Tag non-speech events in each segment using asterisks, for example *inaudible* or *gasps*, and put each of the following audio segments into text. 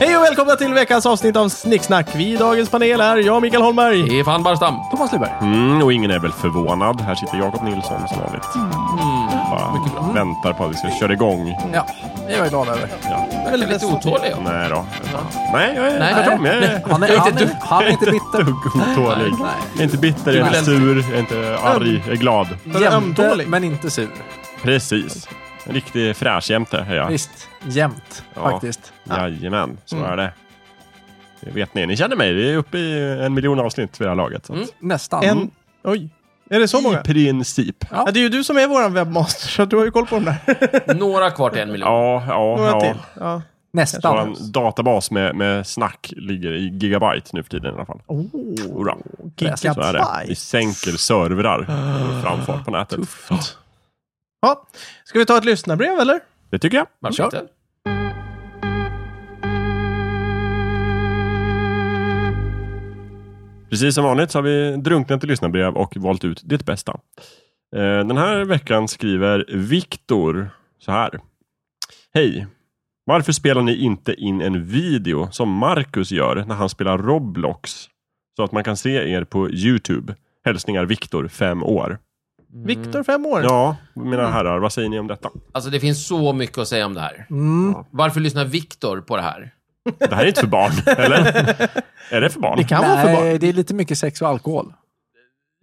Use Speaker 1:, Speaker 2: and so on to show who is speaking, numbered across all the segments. Speaker 1: Hej och välkomna till veckans avsnitt av Snicksnack. Vi i dagens panel är jag, Mikael Holmberg.
Speaker 2: Stefan Barstam.
Speaker 1: Thomas Lyberg.
Speaker 3: Mm, och ingen är väl förvånad. Här sitter Jakob Nilsson som vanligt. Mm. Bara väntar på att vi ska köra igång.
Speaker 4: Ja, det är jag glad över.
Speaker 2: Jag är lite otålig. jag.
Speaker 3: Nej då. Nej, jag är
Speaker 2: Nej.
Speaker 3: tvärtom. Jag är
Speaker 4: Han är,
Speaker 2: Jag är
Speaker 4: han
Speaker 2: inte
Speaker 4: är, han *laughs* är inte bitter.
Speaker 3: dugg *laughs* otålig.
Speaker 2: Nej, nej.
Speaker 3: Jag är inte bitter, jag är inte sur, jag är inte arg, jag är glad.
Speaker 4: Jämte,
Speaker 1: ömtålig.
Speaker 4: men inte sur.
Speaker 3: Precis. En riktig fräschjämte är jag.
Speaker 4: Visst, jämnt
Speaker 3: Ja.
Speaker 4: faktiskt.
Speaker 3: Jajamän, så är det. Det vet ni. Ni känner mig. Vi är uppe i en miljon avsnitt för det här laget. Så att,
Speaker 4: Nästan.
Speaker 1: En... Oj. Är det så många?
Speaker 3: I princip.
Speaker 1: Mm. Ja, det är ju du som är vår webbmaster, så du har ju koll på dem
Speaker 3: *laughs*
Speaker 1: där.
Speaker 2: Några kvar till en miljon.
Speaker 3: Ja, ja,
Speaker 1: Några
Speaker 3: ja.
Speaker 1: till. Ja.
Speaker 3: Vår
Speaker 4: Nästan.
Speaker 3: databas med, med snack ligger i gigabyte nu för tiden i alla fall.
Speaker 1: Oh,
Speaker 3: Hurra.
Speaker 1: gigabyte.
Speaker 3: Så är det. Vi sänker servrar och framfart på nätet. Tufft.
Speaker 1: Ja. Ska vi ta ett lyssnarbrev eller?
Speaker 3: Det tycker jag.
Speaker 2: Varför inte?
Speaker 3: Precis som vanligt så har vi drunknat i lyssnarbrev och valt ut det bästa. Eh, Den här veckan skriver Viktor så här. Hej! Varför spelar ni inte in en video som Marcus gör när han spelar Roblox? Så att man kan se er på Youtube. Hälsningar Viktor, fem år.
Speaker 1: Viktor, fem år.
Speaker 3: Mm. Ja, mina herrar, vad säger ni om detta?
Speaker 2: Alltså det finns så mycket att säga om det här.
Speaker 4: Mm.
Speaker 2: Varför lyssnar Viktor på det här?
Speaker 3: Det här är inte för barn,
Speaker 1: *laughs*
Speaker 3: eller? Är det för barn?
Speaker 1: Det kan vara för barn.
Speaker 4: Nej, det är lite mycket sex och alkohol.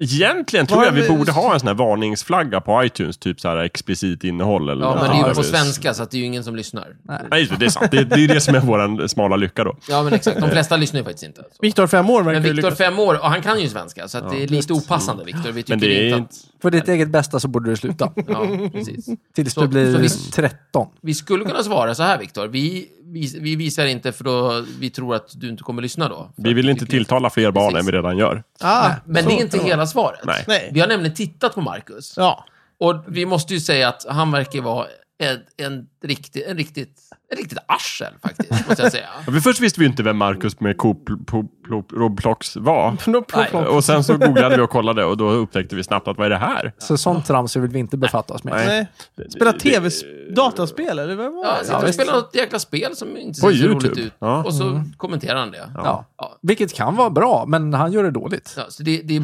Speaker 3: Egentligen tror
Speaker 1: Var
Speaker 3: jag vi
Speaker 1: vi-
Speaker 3: borde ha en sån här varningsflagga på iTunes, typ så här explicit innehåll. Eller
Speaker 2: Ja,
Speaker 3: något
Speaker 2: men det är ju på
Speaker 3: sånt där.
Speaker 2: svenska, så att det är ju ingen som lyssnar.
Speaker 3: Nej, just det, det är sant. Det, det är det som är vår smala lycka då.
Speaker 2: Ja, men exakt. De flesta lyssnar ju faktiskt inte.
Speaker 1: Viktor, fem år verkar
Speaker 2: Men
Speaker 1: ju
Speaker 2: Viktor,
Speaker 1: lyckas.
Speaker 2: fem år, och han kan ju svenska, så att det är lite opassande, Viktor. Vi tycker
Speaker 3: Men det är
Speaker 2: inte
Speaker 3: inte-
Speaker 2: att...
Speaker 4: För ditt eget bästa så borde du sluta. *laughs*
Speaker 2: Ja, precis.
Speaker 4: Tills
Speaker 2: Så-
Speaker 4: du blir
Speaker 2: så vi-
Speaker 4: 13.
Speaker 2: Vi skulle kunna svara så här, Viktor. Vi, vi, vi visar inte för då vi tror att du inte kommer lyssna då. För
Speaker 3: Vi
Speaker 2: att
Speaker 3: vill inte
Speaker 2: tycker vi-
Speaker 3: tilltala fler barn än
Speaker 2: Precis.
Speaker 3: vi redan gör.
Speaker 1: Ah,
Speaker 2: Men
Speaker 1: så
Speaker 2: det är inte
Speaker 1: kan vara.
Speaker 2: hela svaret.
Speaker 3: Nej.
Speaker 1: Nej.
Speaker 2: Vi har nämligen tittat på Marcus.
Speaker 1: Ja.
Speaker 2: Och vi måste ju säga att han verkar vara en, en, riktig, en, riktigt, en riktigt arsel faktiskt, måste jag säga.
Speaker 3: Ja, För först visste vi inte vem Marcus med Coop- Pop- Plop- Roblox var.
Speaker 1: *laughs* Nå- plop, plop.
Speaker 3: Och sen så googlade vi och kollade och då upptäckte vi snabbt att vad är det här?
Speaker 4: Så sånt trams vill vi inte befatta oss med.
Speaker 3: Nej.
Speaker 1: Nej. Spela tv, dataspel eller vad var det?
Speaker 2: Ja, han sitter och spelar något jäkla spel som inte
Speaker 3: På
Speaker 2: ser så roligt
Speaker 3: YouTube.
Speaker 2: ut.
Speaker 3: Ja. Mm.
Speaker 2: Och så kommenterar han det. Ja.
Speaker 4: Ja. Vilket kan vara bra, men han gör det dåligt.
Speaker 2: så det, det,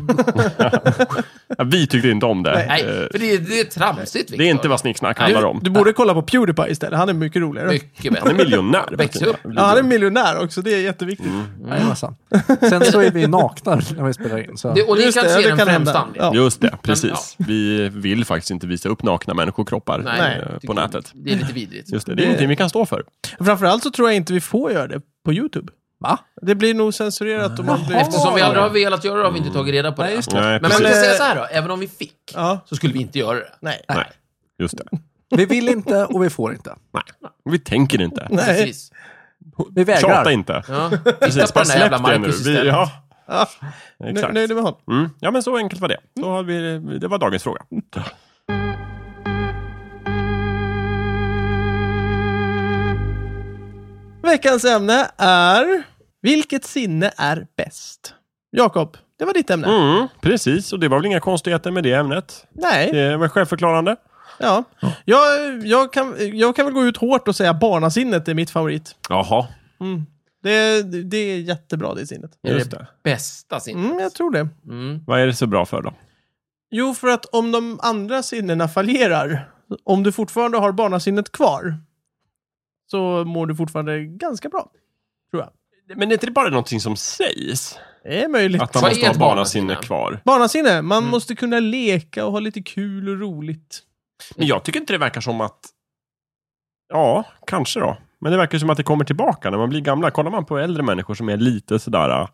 Speaker 3: Ja, vi tyckte inte om det. *laughs*
Speaker 2: nej,
Speaker 3: Eh,
Speaker 2: för det, det är tramsigt, Viktor.
Speaker 3: Det är inte vad snicksnack handlar om.
Speaker 1: Du borde kolla på Pewdiepie istället. Han är mycket roligare.
Speaker 2: Mycket bättre.
Speaker 3: Han är
Speaker 2: *laughs*
Speaker 3: miljonär.
Speaker 2: Väx upp.
Speaker 1: Ja, han är miljonär också. Det är jätteviktigt.
Speaker 3: Mm.
Speaker 4: Nej, det var sant. Sen så är vi nakna *laughs* när vi spelar in. Så.
Speaker 2: Det, och det
Speaker 1: Just
Speaker 2: kanske
Speaker 1: det,
Speaker 2: är
Speaker 1: det
Speaker 2: den
Speaker 1: kan
Speaker 2: främsta
Speaker 1: hända.
Speaker 2: anledningen.
Speaker 3: Just det,
Speaker 2: Men,
Speaker 3: precis. Vi vill faktiskt inte visa upp nakna människokroppar
Speaker 2: Nej,
Speaker 3: eh, på
Speaker 2: tycker-
Speaker 3: nätet.
Speaker 2: Det är lite vidrigt.
Speaker 3: Just det, det är ingenting vi kan stå för.
Speaker 1: Framförallt så tror jag inte vi får göra det på YouTube.
Speaker 4: Va?
Speaker 1: Det blir nog censurerat om man blir...
Speaker 2: Eftersom vi aldrig har velat göra det har vi inte tagit reda på det.
Speaker 3: det. Nej,
Speaker 2: Men man
Speaker 3: precis.
Speaker 2: kan säga så här då, även om vi fick,
Speaker 1: Ja.
Speaker 2: så skulle vi inte göra det.
Speaker 1: Nej.
Speaker 3: Nej, Mm. just det.
Speaker 4: Vi vill inte och vi får inte.
Speaker 3: Nej, vi tänker inte.
Speaker 1: Nej.
Speaker 2: Precis.
Speaker 4: Vi
Speaker 3: Tjata
Speaker 4: vägrar.
Speaker 3: inte.
Speaker 2: Ja. Titta på
Speaker 3: Bara
Speaker 2: den där jävla
Speaker 3: släpp det nu.
Speaker 2: Marcus
Speaker 3: Vi,
Speaker 2: istället.
Speaker 3: ja,
Speaker 1: Ja. Nu,
Speaker 3: exakt.
Speaker 1: nöjde med honom.
Speaker 3: Mm. Ja, men så enkelt var det. Då har vi, det var dagens fråga.
Speaker 1: Veckans ämne är... Vilket sinne är bäst? Jakob, det var ditt ämne.
Speaker 3: Mm, precis, och det var väl inga konstigheter med det ämnet.
Speaker 1: Nej,
Speaker 3: Det var självförklarande.
Speaker 1: ja. Jag, jag, kan, jag kan väl gå ut hårt och säga barnasinnet är mitt favorit.
Speaker 3: Jaha,
Speaker 1: Det, det är jättebra, det sinnet.
Speaker 2: Är
Speaker 3: just
Speaker 2: det-
Speaker 3: det.
Speaker 2: Bästa sinnet.
Speaker 1: Mm, jag tror det.
Speaker 2: Mm.
Speaker 3: Vad är det så bra för då?
Speaker 1: Jo, för att om de andra sinnena fallerar, om du fortfarande har barnasinnet kvar, så mår du fortfarande ganska bra. Tror jag.
Speaker 3: Men är inte det bara någonting som sägs?
Speaker 1: Det är möjligt.
Speaker 3: Att man
Speaker 2: Vad
Speaker 3: måste
Speaker 2: är
Speaker 3: ha
Speaker 2: ett
Speaker 3: barnasinne
Speaker 2: barnasinne?
Speaker 3: kvar.
Speaker 1: Barnasinne, man
Speaker 3: Mm.
Speaker 1: måste kunna leka och ha lite kul och roligt.
Speaker 3: Men jag tycker inte det verkar som att... Ja, kanske då. Men det verkar som att det kommer tillbaka när man blir gamla. Kollar man på äldre människor som är lite sådär, äh,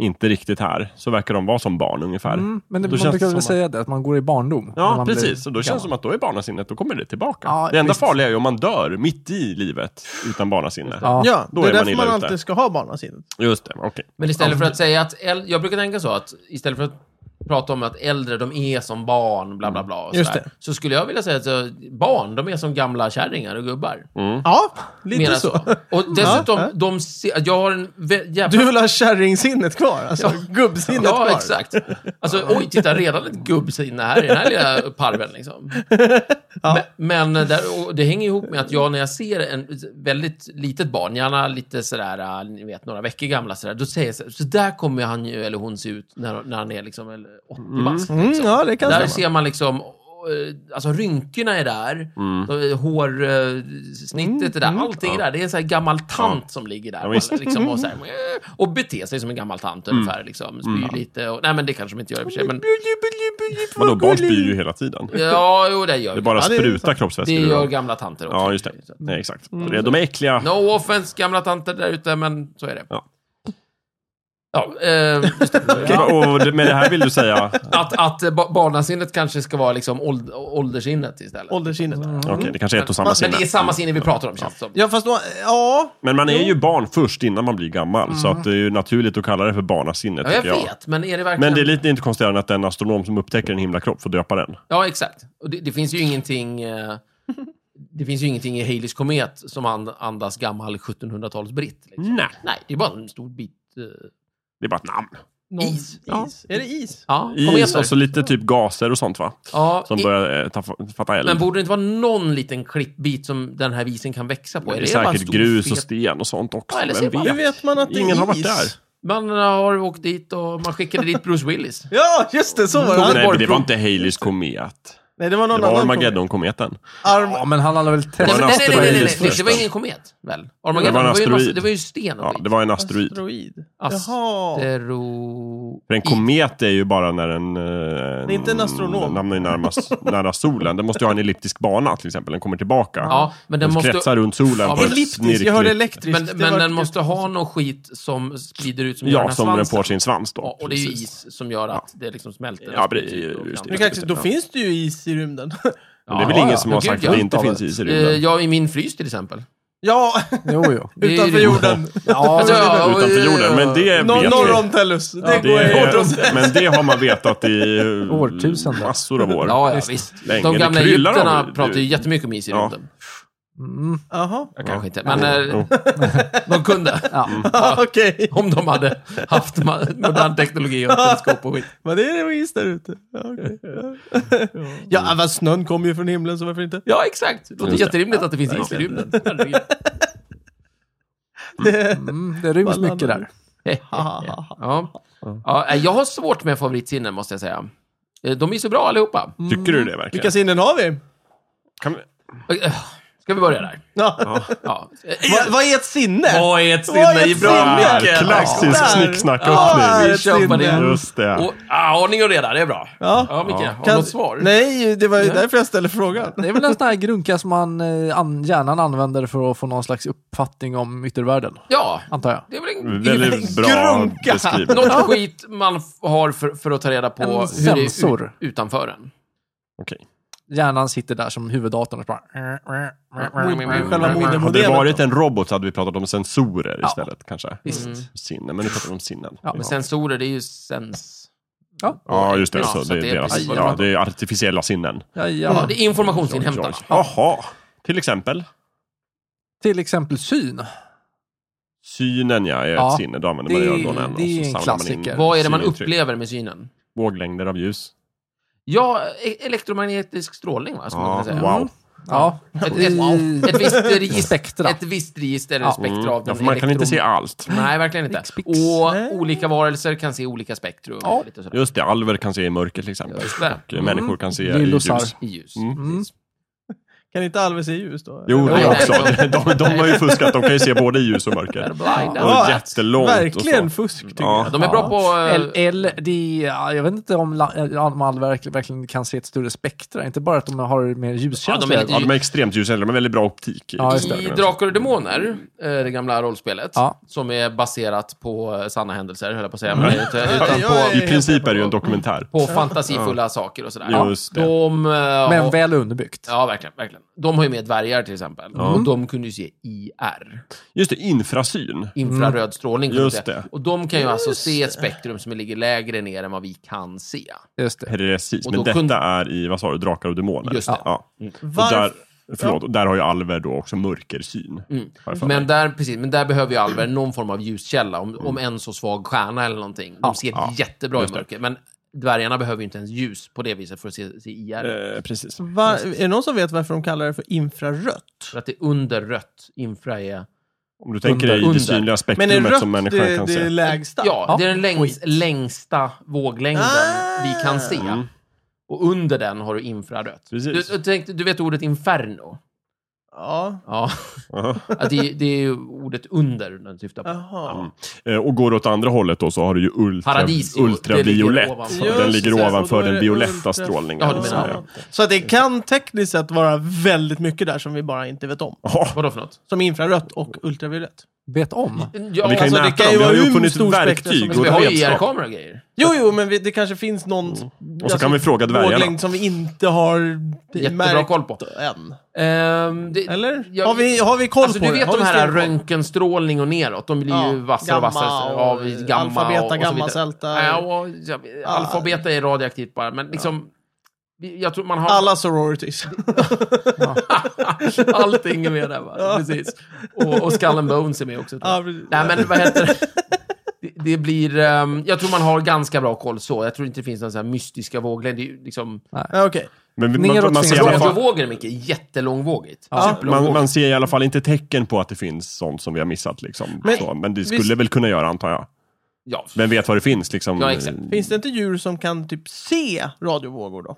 Speaker 3: inte riktigt här, så verkar de vara som barn ungefär.
Speaker 4: Mm, men det,
Speaker 3: Då
Speaker 4: man
Speaker 3: känns det
Speaker 4: brukar
Speaker 3: som
Speaker 4: väl
Speaker 3: att-
Speaker 4: säga det, att man går i barndom. när
Speaker 3: Ja,
Speaker 4: man blir
Speaker 3: precis. Och då känns det
Speaker 4: gammal.
Speaker 3: som att då är barnasinnet, då kommer det tillbaka.
Speaker 4: Ja,
Speaker 3: det enda
Speaker 4: visst.
Speaker 3: farliga är ju om man dör mitt i livet utan barnasinne.
Speaker 4: Ja.
Speaker 1: Ja,
Speaker 3: då
Speaker 1: det är,
Speaker 3: är man
Speaker 1: därför
Speaker 3: illa
Speaker 1: man
Speaker 3: ute.
Speaker 1: alltid ska ha barnasinnet.
Speaker 3: Just det, okej.
Speaker 2: Men istället för att säga att... äl- Jag brukar tänka så att istället för att prata om att äldre, de är som barn, bla bla bla. Och
Speaker 1: Just
Speaker 2: sådär.
Speaker 1: det.
Speaker 2: Så skulle jag vilja säga att eh, barn, de är som gamla kärringar och gubbar.
Speaker 3: Mm.
Speaker 1: Ja, lite
Speaker 2: Mera
Speaker 1: Mm. så.
Speaker 2: Och dessutom,
Speaker 1: Ja.
Speaker 2: de se, jag har en vä- jävla...
Speaker 1: Du vill ha kärringsinnet kvar, alltså gubbsinnet
Speaker 2: Ja,
Speaker 1: kvar.
Speaker 2: exakt. Alltså, oj, titta, redan ett gubbsinne här i den här lilla parven.
Speaker 1: *laughs*
Speaker 2: Liksom. Men, men där, och det hänger ihop med att jag när jag ser en väldigt litet barn, gärna lite sådär, äh, ni vet, några veckor gamla, sådär, då säger jag så, så där kommer han ju, eller hon se ut när, när han är liksom, eller 80 bast.
Speaker 1: Mm, ja, det kan
Speaker 2: Där
Speaker 1: stämma.
Speaker 2: ser man liksom, eh, alltså rynkorna är där, mm. hårsnittet är där, allting är där. Det är en sån här gammal tant som ligger där
Speaker 3: Mm. Ja,
Speaker 2: och,
Speaker 3: visst. Mm.
Speaker 2: liksom, och, så här, eh, och beter sig som en gammal tant ungefär. Liksom, spyr lite och, nej men det kanske de inte gör i och för sig. Men,
Speaker 3: Vadå, barn spyr ju hela tiden.
Speaker 2: *laughs* ja, jo det gör
Speaker 3: Det bara
Speaker 1: Ja, det är
Speaker 3: sprutar kroppsvätskor
Speaker 2: Det
Speaker 3: ur
Speaker 2: gör Mm.
Speaker 3: dem.
Speaker 2: gamla tanter också.
Speaker 3: Ja, just det. Nej, exakt. Det- De är äckliga.
Speaker 2: No offense gamla tanter där ute, men så är det.
Speaker 3: Ja.
Speaker 2: Ja, eh, just det.
Speaker 3: Och och det- med det här vill du säga...
Speaker 2: att, att eh, ba- barnasinnet kanske ska vara liksom åld- åldersinnet istället.
Speaker 1: Åldersinnet.
Speaker 3: Okej, det kanske är ett och samma
Speaker 1: Men-
Speaker 2: men det
Speaker 3: sinne.
Speaker 2: är samma sinne vi pratar om, känns det som.
Speaker 1: Ja, fast då, ja,
Speaker 3: Men man är ju barn först innan man blir gammal, så att det är ju naturligt att kalla det för barnasinne,
Speaker 2: Ja, jag
Speaker 3: tycker jag.
Speaker 2: vet, men är det verkligen...
Speaker 3: Men det är lite inte konstigare än att den astronom som upptäcker en himlakropp får döpa den.
Speaker 2: Ja, exakt. Och det, det finns ju ingenting... Eh, *laughs* det finns ju ingenting i Haleys komet som and, andas gammal 1700-tals-britt. Liksom.
Speaker 3: Nej.
Speaker 2: Nej, det är bara en stor bit... Eh,
Speaker 3: Det är bara ett namn.
Speaker 1: någon,
Speaker 2: Is.
Speaker 1: is.
Speaker 2: Ja.
Speaker 1: Är det is?
Speaker 2: ja,
Speaker 3: Is
Speaker 2: kometer.
Speaker 3: och så lite typ gaser och sånt va?
Speaker 2: ja,
Speaker 3: Som
Speaker 2: i-
Speaker 3: börjar eh, ta, fatta eld.
Speaker 2: Men borde det inte vara någon liten klippbit som den här visen kan växa på?
Speaker 3: det är,
Speaker 2: Eller bara en
Speaker 3: säkert
Speaker 2: stor
Speaker 3: grus och
Speaker 2: fet-
Speaker 3: sten och sånt också.
Speaker 2: Ja, eller
Speaker 3: Vem
Speaker 2: så är
Speaker 1: Hur
Speaker 2: det
Speaker 3: vet?
Speaker 1: vet man att det
Speaker 3: Ingen
Speaker 1: är
Speaker 3: har varit
Speaker 1: is?
Speaker 3: där.
Speaker 2: Man har åkt dit och man skickade dit Bruce
Speaker 3: *laughs*
Speaker 2: Willis.
Speaker 1: Ja, just det, så var det.
Speaker 3: Mm. Nej, men det var inte Haleys komet.
Speaker 1: Nej, det var någon
Speaker 3: Det var
Speaker 1: annan.
Speaker 3: Armageddon-kometen.
Speaker 1: Arm,
Speaker 4: Ja, men han hade väl
Speaker 2: Nej,
Speaker 4: testat.
Speaker 2: men,
Speaker 3: en
Speaker 2: nej, nej, nej, nej, nej, nej, det
Speaker 3: asteroid alltså.
Speaker 2: var ingen komet, väl? Armageddon,
Speaker 3: Det var en
Speaker 2: ju en massa,
Speaker 3: asteroid.
Speaker 2: det var ju sten och
Speaker 3: Ja,
Speaker 2: skit.
Speaker 3: det var en asteroid.
Speaker 1: asteroid.
Speaker 2: Ast-
Speaker 1: Jaha.
Speaker 2: Astero...
Speaker 3: För en komet är ju bara när den... eh,
Speaker 1: är inte en astronom.
Speaker 3: ...namnar ju närmast, nära solen. Den måste ju ha en elliptisk bana till exempel. Den kommer tillbaka.
Speaker 2: Ja, men den
Speaker 3: den
Speaker 2: måste...
Speaker 3: kretsar runt solen.
Speaker 2: Ja,
Speaker 3: på ett
Speaker 1: Elliptisk, jag hörde
Speaker 3: snirkligt-
Speaker 1: elektriskt.
Speaker 2: Men,
Speaker 1: Det
Speaker 2: men
Speaker 1: var-
Speaker 2: den måste ha någon skit som sprider ut som gör den
Speaker 3: Ja,
Speaker 2: här
Speaker 3: som den
Speaker 2: svansen.
Speaker 3: får sin svans då.
Speaker 2: Ja, och det är ju
Speaker 3: Precis.
Speaker 2: is som gör att det liksom smälter.
Speaker 3: Ja,
Speaker 2: och
Speaker 3: precis.
Speaker 2: sprids ut och
Speaker 3: Just det.
Speaker 1: Men
Speaker 2: fram.
Speaker 1: kanske, då finns det ju is i rymden. *laughs*
Speaker 3: Men det är väl
Speaker 4: Ja,
Speaker 3: ingen
Speaker 4: ja.
Speaker 3: som har
Speaker 2: Ja,
Speaker 3: sagt
Speaker 2: gud,
Speaker 3: att
Speaker 2: ja.
Speaker 3: det inte finns is i
Speaker 2: Eh,
Speaker 3: rymden.
Speaker 2: Ja, i min frys till exempel.
Speaker 1: ja,
Speaker 4: Jo, jo.
Speaker 2: är ju
Speaker 1: utanför
Speaker 2: det. *laughs*
Speaker 1: jorden.
Speaker 4: Ja,
Speaker 2: Alltså, ja,
Speaker 3: Utanför jorden, men det
Speaker 1: Nor-
Speaker 3: vet
Speaker 1: norr
Speaker 3: vi.
Speaker 1: om Tellus. Det
Speaker 2: Ja,
Speaker 1: går jag åt oss.
Speaker 3: det, men det har man vetat i eh,
Speaker 4: Årtusenden.
Speaker 3: massor av år.
Speaker 2: Ja, ja, visst.
Speaker 3: Länge.
Speaker 2: De
Speaker 3: Det
Speaker 2: gamla
Speaker 3: kryllar av-
Speaker 2: egyptierna
Speaker 3: du-
Speaker 2: pratar ju jättemycket om is i
Speaker 3: Ja.
Speaker 2: rymden.
Speaker 4: Mm,
Speaker 1: Jaha,
Speaker 2: Jag kanske inte,
Speaker 3: Ja.
Speaker 2: men eh,
Speaker 3: Jo.
Speaker 2: *laughs* de kunde.
Speaker 4: ja.
Speaker 1: *laughs* okej.
Speaker 2: Om de hade haft ma-
Speaker 1: *laughs*
Speaker 2: modern teknologi och teleskop och skit.
Speaker 1: Men det är nog is där ute. Ja, okej. Ja, *laughs* ja vad snön kommer ju från himlen, så varför inte?
Speaker 2: Ja, exakt. Det låter
Speaker 3: Just det.
Speaker 2: jätterimligt att det finns is i rymden.
Speaker 1: *laughs*
Speaker 2: Herregud.
Speaker 4: Mm, det ryms
Speaker 1: Ballan.
Speaker 4: mycket där.
Speaker 1: Hahaha.
Speaker 2: Ja. Ja, nej, jag har svårt med favoritsinnen, måste jag säga. Eh, De är så bra allihopa.
Speaker 3: Tycker du det
Speaker 1: Vilka
Speaker 3: verkligen?
Speaker 1: sinnen har vi?
Speaker 3: Kan vi...
Speaker 2: Eh, Ska vi börja där?
Speaker 1: Ja.
Speaker 2: Ja. Eh,
Speaker 1: *laughs* Vad- Vad är ett sinne?
Speaker 2: Vad är ett
Speaker 1: Vad
Speaker 2: sinne
Speaker 1: är
Speaker 2: i
Speaker 1: ett
Speaker 2: bra
Speaker 1: sinne?
Speaker 2: mycket?
Speaker 3: Klassisk
Speaker 1: Ja. Ja,
Speaker 3: snicksnackåkning.
Speaker 1: ett sinne.
Speaker 3: Just det.
Speaker 2: Och, ah, ordning och reda, det är bra.
Speaker 1: Ja.
Speaker 2: Ja, Micke, har du
Speaker 1: Kan-
Speaker 2: något svar?
Speaker 1: Nej, det var ju därför jag ställde frågan.
Speaker 4: Det är väl en sån här grunka som man, eh, an, hjärnan använder för att få någon slags uppfattning om yttervärlden,
Speaker 2: Ja,
Speaker 4: antar jag.
Speaker 2: det är väl en...
Speaker 3: Väldigt bra
Speaker 1: Grunka.
Speaker 3: beskrivning.
Speaker 2: Något skit man f- har för, för att ta reda på
Speaker 4: En
Speaker 2: hur det är ut,
Speaker 4: sensor.
Speaker 2: utanför
Speaker 1: Mm.
Speaker 2: en.
Speaker 3: Okej.
Speaker 4: Hjärnan sitter där som huvuddatorn och bara...
Speaker 1: Själva
Speaker 2: Mm.
Speaker 1: modermodemet.
Speaker 3: Hade det varit en robot så hade vi pratat om sensorer
Speaker 4: Ja.
Speaker 3: istället kanske. Sinne, men nu pratar vi om sinnen.
Speaker 4: Ja,
Speaker 2: Men sensorer, det är ju sens...
Speaker 4: Ja.
Speaker 3: Ja, just det.
Speaker 2: Ja,
Speaker 3: så
Speaker 2: så
Speaker 3: det, är
Speaker 2: det är
Speaker 3: deras,
Speaker 2: precis vad
Speaker 3: ja,
Speaker 2: jag
Speaker 3: det är artificiella sinnen.
Speaker 4: Ja,
Speaker 2: Ja,
Speaker 4: ja.
Speaker 2: det är informationsinhämtande.
Speaker 3: Jaha. Till exempel.
Speaker 4: Till exempel syn.
Speaker 3: Synen ja, är
Speaker 4: Ja.
Speaker 3: ett sinne. Då använder man
Speaker 4: Det-
Speaker 3: ögonen. och
Speaker 4: det är
Speaker 3: så
Speaker 4: en
Speaker 3: samlar man in
Speaker 4: klassiker.
Speaker 2: Vad är det man
Speaker 3: synintryck.
Speaker 2: upplever med synen?
Speaker 3: Våglängder av ljus.
Speaker 2: Ja, e- elektromagnetisk strålning, va? Skulle man kunna
Speaker 3: Ja,
Speaker 2: säga. Mm.
Speaker 3: wow. Mm.
Speaker 4: Ja.
Speaker 2: Ett, ett,
Speaker 4: Wow.
Speaker 2: ett visst
Speaker 3: *laughs*
Speaker 2: register,
Speaker 4: Spektra.
Speaker 2: ett visst register eller
Speaker 4: Ja.
Speaker 2: spektra
Speaker 3: Mm.
Speaker 2: av
Speaker 3: Ja,
Speaker 2: den
Speaker 3: för man kan inte
Speaker 2: elektrom-
Speaker 3: se allt.
Speaker 2: Nej, verkligen inte.
Speaker 4: Pix, pix.
Speaker 2: Och
Speaker 1: Nej.
Speaker 2: olika varelser kan se olika spektrum.
Speaker 4: Ja.
Speaker 2: och Lite sådär.
Speaker 3: Just det, alver kan se i mörker till exempel.
Speaker 2: Just det.
Speaker 3: Och eh, människor kan se i ljus.
Speaker 4: Lillusar.
Speaker 2: I ljus.
Speaker 3: Mm.
Speaker 4: Mm.
Speaker 1: Kan inte Alve se ljus då?
Speaker 3: Jo,
Speaker 2: Nej,
Speaker 3: de
Speaker 2: nej,
Speaker 3: också.
Speaker 2: nej.
Speaker 3: *laughs* De, de har ju fuskat. De kan ju se både i ljus och
Speaker 2: They're
Speaker 3: mörker.
Speaker 2: blind.
Speaker 3: Och
Speaker 1: Ja,
Speaker 3: jättelångt
Speaker 1: Verkligen
Speaker 3: och så.
Speaker 1: fusk, tycker
Speaker 3: Ja.
Speaker 1: jag.
Speaker 2: De är bra på... eh,
Speaker 4: Eller, eller det, ja, jag vet inte om, la- eh, om all verk- verkligen kan se ett större spektra. Inte bara att de har mer
Speaker 2: Ja, de
Speaker 4: ljuskänsla.
Speaker 2: är lite-
Speaker 3: Ja, de är extremt ljuskänsliga. De har väldigt bra optik.
Speaker 4: Ja, just
Speaker 2: I Drakar och Demoner, eh, det gamla rollspelet,
Speaker 4: Ja.
Speaker 2: som är baserat på eh, sanna händelser, höll jag på att säga,
Speaker 3: Mm.
Speaker 2: men det är ju
Speaker 3: *laughs*
Speaker 2: inte, utan
Speaker 1: Oj,
Speaker 2: på,
Speaker 1: oj,
Speaker 3: I princip är det ju en dokumentär.
Speaker 2: på fantasifulla saker och sådär.
Speaker 3: Just det.
Speaker 2: De, eh, har-
Speaker 4: Men väl underbyggt.
Speaker 2: Ja, verkligen. verkligen. de har ju med dvärgar till exempel.
Speaker 3: Ja.
Speaker 2: Och de kunde ju se IR.
Speaker 3: Just det, infrasyn.
Speaker 2: Infraröd strålning. kunde
Speaker 3: Mm. Just
Speaker 2: de se.
Speaker 3: det.
Speaker 2: Och de kan ju alltså se ett spektrum som ligger lägre ner än vad vi kan se.
Speaker 4: Just det.
Speaker 3: Precis,
Speaker 2: Och
Speaker 3: men
Speaker 2: då
Speaker 3: detta
Speaker 2: kunde-
Speaker 3: är i, vad sa du, Drakar och Demoner?
Speaker 2: Just det.
Speaker 3: Ja. Och
Speaker 1: Varför?
Speaker 3: där, förlåt, och där har ju Alver då också mörkersyn. Har jag för mig.
Speaker 2: Men där, precis, men där behöver ju Alver någon form av ljuskälla, om, om en så svag stjärna eller någonting. De ser
Speaker 3: Mm. ja.
Speaker 2: jättebra i
Speaker 3: Just det.
Speaker 2: mörker, men dvärgarna behöver ju inte ens ljus på det viset för att se, se IR.
Speaker 3: Eh, precis.
Speaker 1: Var, är det någon som vet varför de kallar det för infrarött?
Speaker 2: För att det är under rött, infra är...
Speaker 3: Om du tänker dig
Speaker 2: Under-
Speaker 3: det
Speaker 2: under.
Speaker 3: synliga
Speaker 1: Men är
Speaker 3: spektrumet
Speaker 1: rött eh,
Speaker 3: som människan
Speaker 1: det,
Speaker 3: kan
Speaker 1: det
Speaker 3: se.
Speaker 1: lägsta?
Speaker 2: Ja, det är den längs, längsta våglängden
Speaker 1: Ah.
Speaker 2: vi kan se.
Speaker 3: Mm.
Speaker 2: Och under den har du infrarött. Du,
Speaker 3: Precis.
Speaker 2: du, tänkte- du vet ordet inferno?
Speaker 1: Ja.
Speaker 2: Ja,
Speaker 3: Aha.
Speaker 2: *laughs* att det, det är ju ordet under den syftar på.
Speaker 1: Jaha.
Speaker 3: Eh, Och går du åt andra hållet då så har du ju ultra,
Speaker 2: Paradisio, det ligger
Speaker 3: ultraviolett.
Speaker 2: ovanför.
Speaker 1: Just
Speaker 3: den
Speaker 1: det,
Speaker 3: ligger
Speaker 1: och då
Speaker 3: ovanför
Speaker 1: är det
Speaker 3: den violetta
Speaker 1: ultra-
Speaker 3: strålningen.
Speaker 2: Ja, du
Speaker 3: så
Speaker 2: menar
Speaker 3: att säga.
Speaker 2: jag.
Speaker 1: Så att det kan tekniskt sett vara väldigt mycket där som vi bara inte vet om.
Speaker 3: Jaha.
Speaker 2: Vadå för något?
Speaker 1: Som infrarött och ultraviolett.
Speaker 4: Vet om.
Speaker 2: Ja,
Speaker 3: vi kan
Speaker 2: alltså,
Speaker 3: ju
Speaker 1: det
Speaker 3: mäta
Speaker 1: kan
Speaker 3: dem.
Speaker 1: ju
Speaker 3: Vi har
Speaker 1: vara
Speaker 3: ju
Speaker 1: hur
Speaker 3: uppfunnit
Speaker 1: stor spektrum
Speaker 3: verktyg
Speaker 1: som
Speaker 2: vi
Speaker 3: och
Speaker 2: har E ju
Speaker 3: redskap.
Speaker 2: IR-kameror och grejer.
Speaker 1: Jo, jo, men vi, det kanske finns någon... Och
Speaker 3: Mm. så kan vi fråga dvärgarna.
Speaker 1: Våglängd som vi inte har
Speaker 2: Jättebra
Speaker 1: märkt
Speaker 2: koll på.
Speaker 1: än.
Speaker 2: Ehm, det,
Speaker 1: Eller?
Speaker 2: jag-
Speaker 1: har, vi, har vi koll
Speaker 2: alltså,
Speaker 1: på
Speaker 2: du
Speaker 1: det?
Speaker 2: vet
Speaker 1: Har
Speaker 2: de
Speaker 1: vi
Speaker 2: här
Speaker 1: stenkoll?
Speaker 2: röntgenstrålning och neråt, de blir
Speaker 1: Ja,
Speaker 2: ju vassare och
Speaker 1: gamma
Speaker 2: vassare.
Speaker 1: och-
Speaker 2: Ja, vi- gamma
Speaker 1: alfa, beta,
Speaker 2: och, och så
Speaker 1: gamma,
Speaker 2: vidare.
Speaker 1: delta.
Speaker 2: Ja, och, ja, alfa och beta är radioaktivt bara, men liksom... vi- Jag tror man har
Speaker 1: Alla sororities.
Speaker 2: *laughs* allting är med där, va? Precis. Och, och Skull and Bones är med också. tror jag.
Speaker 1: Ja, precis.
Speaker 2: Nej, men vad
Speaker 1: *laughs*
Speaker 2: heter det? Det, det blir... ehm, jag tror man har ganska bra koll så. Jag tror inte det finns några så här mystiska våglängd. Det är ju liksom...
Speaker 1: Ja, Okej.
Speaker 3: Men vi-
Speaker 4: Neråt
Speaker 3: man, man, ser i
Speaker 4: finns
Speaker 3: alla fall,
Speaker 2: Radiovågor, Micke, är jättelångvågigt.
Speaker 1: Ja.
Speaker 3: man, man ser i alla fall inte tecken på att det finns sånt som vi har missat. Liksom.
Speaker 1: Men-
Speaker 3: Men, så, men det
Speaker 1: visst-
Speaker 3: skulle väl kunna göra, antar jag.
Speaker 2: Ja.
Speaker 3: Vem vet vad det finns? Liksom.
Speaker 2: Ja, exakt.
Speaker 1: Finns det inte djur som kan typ se radiovågor då?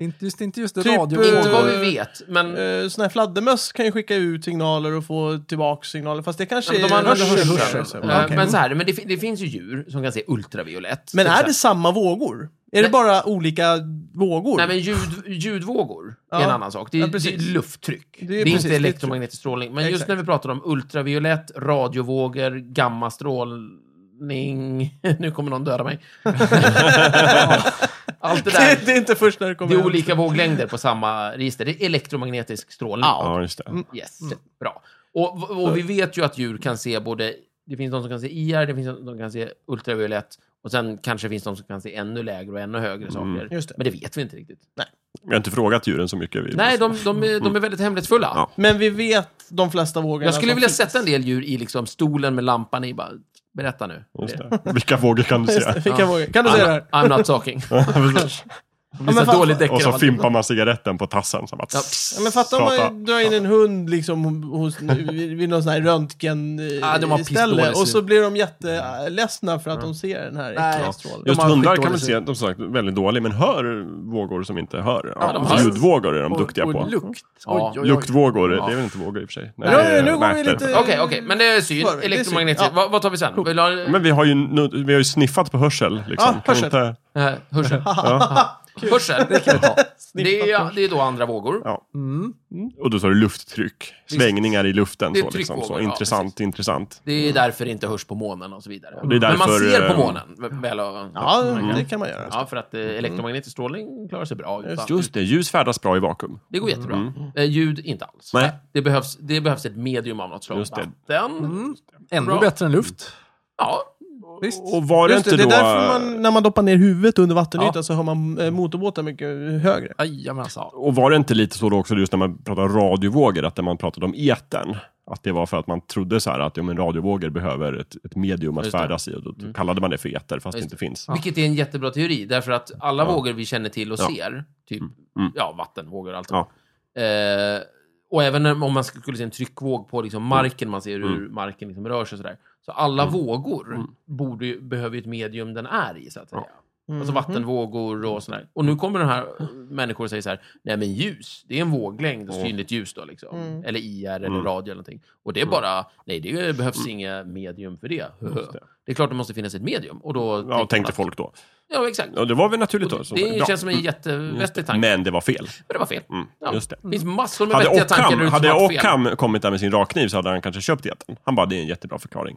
Speaker 4: Inte just, inte
Speaker 2: eh,
Speaker 4: just
Speaker 1: Typ,
Speaker 2: Inte vad
Speaker 4: radio.
Speaker 2: vi vet, men...
Speaker 1: Eh, Såna här fladdermöss kan ju skicka ut signaler och få tillbaka signaler, fast det kanske
Speaker 2: Ja,
Speaker 1: är...
Speaker 2: men de använder
Speaker 1: hörsel.
Speaker 2: hörsel.
Speaker 1: Hörsel.
Speaker 2: Eh,
Speaker 1: Okej. Mm.
Speaker 2: Men Eh, så här, men det, fi- det finns ju djur som kan se ultraviolett.
Speaker 1: Men är det
Speaker 2: Till exempel.
Speaker 1: samma vågor? Är det
Speaker 2: Nej.
Speaker 1: bara olika vågor?
Speaker 2: Nej, men ljud, ljudvågor
Speaker 1: Ja.
Speaker 2: är en annan sak. Det är,
Speaker 1: Ja,
Speaker 2: det är
Speaker 1: precis.
Speaker 2: lufttryck.
Speaker 1: är
Speaker 2: Det är,
Speaker 1: precis, det
Speaker 2: inte
Speaker 1: är
Speaker 2: elektromagnetisk strålning. Men just
Speaker 1: Exakt.
Speaker 2: när vi pratar om ultraviolett, radiovågor, gammastrålning... *laughs* nu kommer någon
Speaker 1: *laughs*
Speaker 2: döda mig. Allt det där.
Speaker 1: det, det är inte först när det
Speaker 2: Det
Speaker 1: kommer
Speaker 2: är
Speaker 1: hem.
Speaker 2: olika våglängder på samma register. Det är elektromagnetisk strålning.
Speaker 3: Ja, just det.
Speaker 2: Yes,
Speaker 1: Mm.
Speaker 2: bra. Och, och vi vet ju att djur kan se både... Det finns de som kan se IR, det finns de som kan se ultraviolett och sen kanske finns de som kan se ännu lägre och ännu högre saker.
Speaker 1: Mm. Just det.
Speaker 2: Men det vet vi inte riktigt.
Speaker 3: Vi har inte frågat djuren Typ så mycket. Vi
Speaker 2: Nej, de, de, är, de är väldigt hemlighetsfulla.
Speaker 3: Ja.
Speaker 1: Men vi vet de flesta vågorna
Speaker 2: Jag skulle
Speaker 1: som
Speaker 2: vilja
Speaker 1: finns.
Speaker 2: sätta en del djur i liksom stolen med lampan i. Bara, berätta nu.
Speaker 3: Just det. Vilka vågor kan du se?
Speaker 1: *laughs* Vilka
Speaker 2: Ja.
Speaker 1: vågor? Kan du säga det
Speaker 2: I'm,
Speaker 1: här?
Speaker 2: I'm not
Speaker 3: *laughs*
Speaker 2: talking.
Speaker 1: Ja, men
Speaker 2: Så
Speaker 1: fan-
Speaker 2: dålig däck.
Speaker 3: Och så fimpar man cigaretten på tassen. Så bara,
Speaker 2: Ja.
Speaker 1: Ja, men fatta om
Speaker 3: Prata.
Speaker 1: man drar in en hund liksom
Speaker 2: *laughs*
Speaker 1: hos, vid vid någon sån här röntgen eh,
Speaker 2: Ja, de har
Speaker 1: ställe
Speaker 2: pissdålig
Speaker 1: och så
Speaker 2: syn.
Speaker 1: blir de jätteledsna för att de ser den här
Speaker 4: Nej.
Speaker 1: äckliga
Speaker 4: Ja.
Speaker 1: strålen.
Speaker 3: Just
Speaker 4: De har
Speaker 3: hundar kan
Speaker 4: skitdålig
Speaker 3: väl se, de sagt, väldigt dålig, men hör vågor som inte hör. Ja,
Speaker 2: de hör.
Speaker 3: Ljudvågor är de duktiga
Speaker 4: och, och
Speaker 3: på.
Speaker 4: lukt.
Speaker 2: Ja,
Speaker 4: Oj, oj, oj.
Speaker 3: Luktvågor,
Speaker 2: Ja.
Speaker 3: det är väl inte vågor i och för sig? Nej,
Speaker 1: Ja,
Speaker 3: det är
Speaker 1: nu går vi
Speaker 3: märkter.
Speaker 1: lite-
Speaker 2: Okej, okej. Men det är syn.
Speaker 1: Svar, det är syn.
Speaker 2: Elektromagnetisk.
Speaker 1: Ja.
Speaker 2: Vad, vad tar vi sen? Vill du ha
Speaker 3: Men vi har ju nu, vi har ju sniffat på hörsel. Liksom.
Speaker 1: Ja,
Speaker 3: Kan
Speaker 1: hörsel.
Speaker 3: vi Inte,
Speaker 2: eh,
Speaker 1: *laughs*
Speaker 2: hörsel? Hörsel? Det kan vi ta. Det är, det är då andra vågor.
Speaker 3: ja.
Speaker 4: Mm.
Speaker 3: Och då sa du lufttryck. Svängningar i luften.
Speaker 2: Det är
Speaker 3: så, liksom, så.
Speaker 2: tryckvågor, ja,
Speaker 3: Intressant, intressant.
Speaker 2: Det är därför det inte hörs på månen och så vidare.
Speaker 3: det är
Speaker 2: Men man
Speaker 3: därför,
Speaker 2: ser på
Speaker 3: eh, Mm.
Speaker 2: månen. v- Väl och,
Speaker 1: Ja, det kan man göra.
Speaker 2: ja, för att eh, elektromagnetisk strålning klarar sig bra utan.
Speaker 3: Just det, ljus färdas bra i vakuum.
Speaker 2: Det går jättebra. Eh, Ljud, inte alls.
Speaker 3: Mm.
Speaker 2: Eh,
Speaker 3: Nej.
Speaker 2: Det, behövs, det behövs ett medium av något slag.
Speaker 3: Just det.
Speaker 2: Vatten.
Speaker 4: Ännu
Speaker 2: Bra.
Speaker 4: bättre än luft.
Speaker 2: Ja,
Speaker 4: Visst.
Speaker 3: Och var det
Speaker 1: Just
Speaker 3: inte
Speaker 1: det, det är
Speaker 3: då...
Speaker 1: därför man, när man doppar ner huvudet under vattenytan
Speaker 4: Ja.
Speaker 1: så har man eh, motorbåtar mycket högre.
Speaker 4: Jajamensan.
Speaker 3: Och var det inte lite så då också just när man pratade radiovågor, att när man pratade om etern, att det var för att man trodde så här att ja, men radiovågor behöver ett, ett medium att
Speaker 2: Just det. Mm.
Speaker 3: färdas i och då kallade man det för eter fast det
Speaker 2: Just
Speaker 3: inte finns.
Speaker 2: Vilket är en jättebra teori, därför att alla vågor vi känner till och
Speaker 3: Ja.
Speaker 2: ser, typ
Speaker 3: Mm.
Speaker 2: ja, vattenvågor och allt
Speaker 3: Ja.
Speaker 2: eh, Och även när- om man skulle se en tryckvåg på
Speaker 3: Mm.
Speaker 2: liksom marken, man ser hur marken liksom rör sig och sådär. Så alla vågor
Speaker 3: Mm.
Speaker 2: borde ju, behöver ju ett medium den är i, så att säga.
Speaker 3: Mm-hmm.
Speaker 2: Alltså vattenvågor och sådär. Och nu kommer den här människor och säger så här, nej men ljus, det är en våglängd, och synligt ljus då liksom. Eller IR eller
Speaker 3: Mm.
Speaker 2: radio eller någonting. Och det är bara, nej det behövs inga medium för det. Det är klart det måste finnas ett medium. Och då
Speaker 3: Ja,
Speaker 2: tänker man
Speaker 3: tänkte
Speaker 2: att-
Speaker 3: folk då.
Speaker 2: Ja, exakt.
Speaker 3: Ja, det var väl naturligt då. så
Speaker 2: Det
Speaker 3: bra.
Speaker 2: känns som en
Speaker 3: Just det.
Speaker 2: jättevettig tanke.
Speaker 3: Men det var fel.
Speaker 2: Men det var fel.
Speaker 3: Mm,
Speaker 2: Ja.
Speaker 3: Just det.
Speaker 2: Det finns massor med
Speaker 3: Hade
Speaker 2: vettiga tankar
Speaker 3: Ockham,
Speaker 2: där ute
Speaker 3: hade
Speaker 2: som varit fel.
Speaker 3: Ockham kommit där med sin rakkniv så hade han kanske köpt det. Han bara, det är en jättebra förklaring.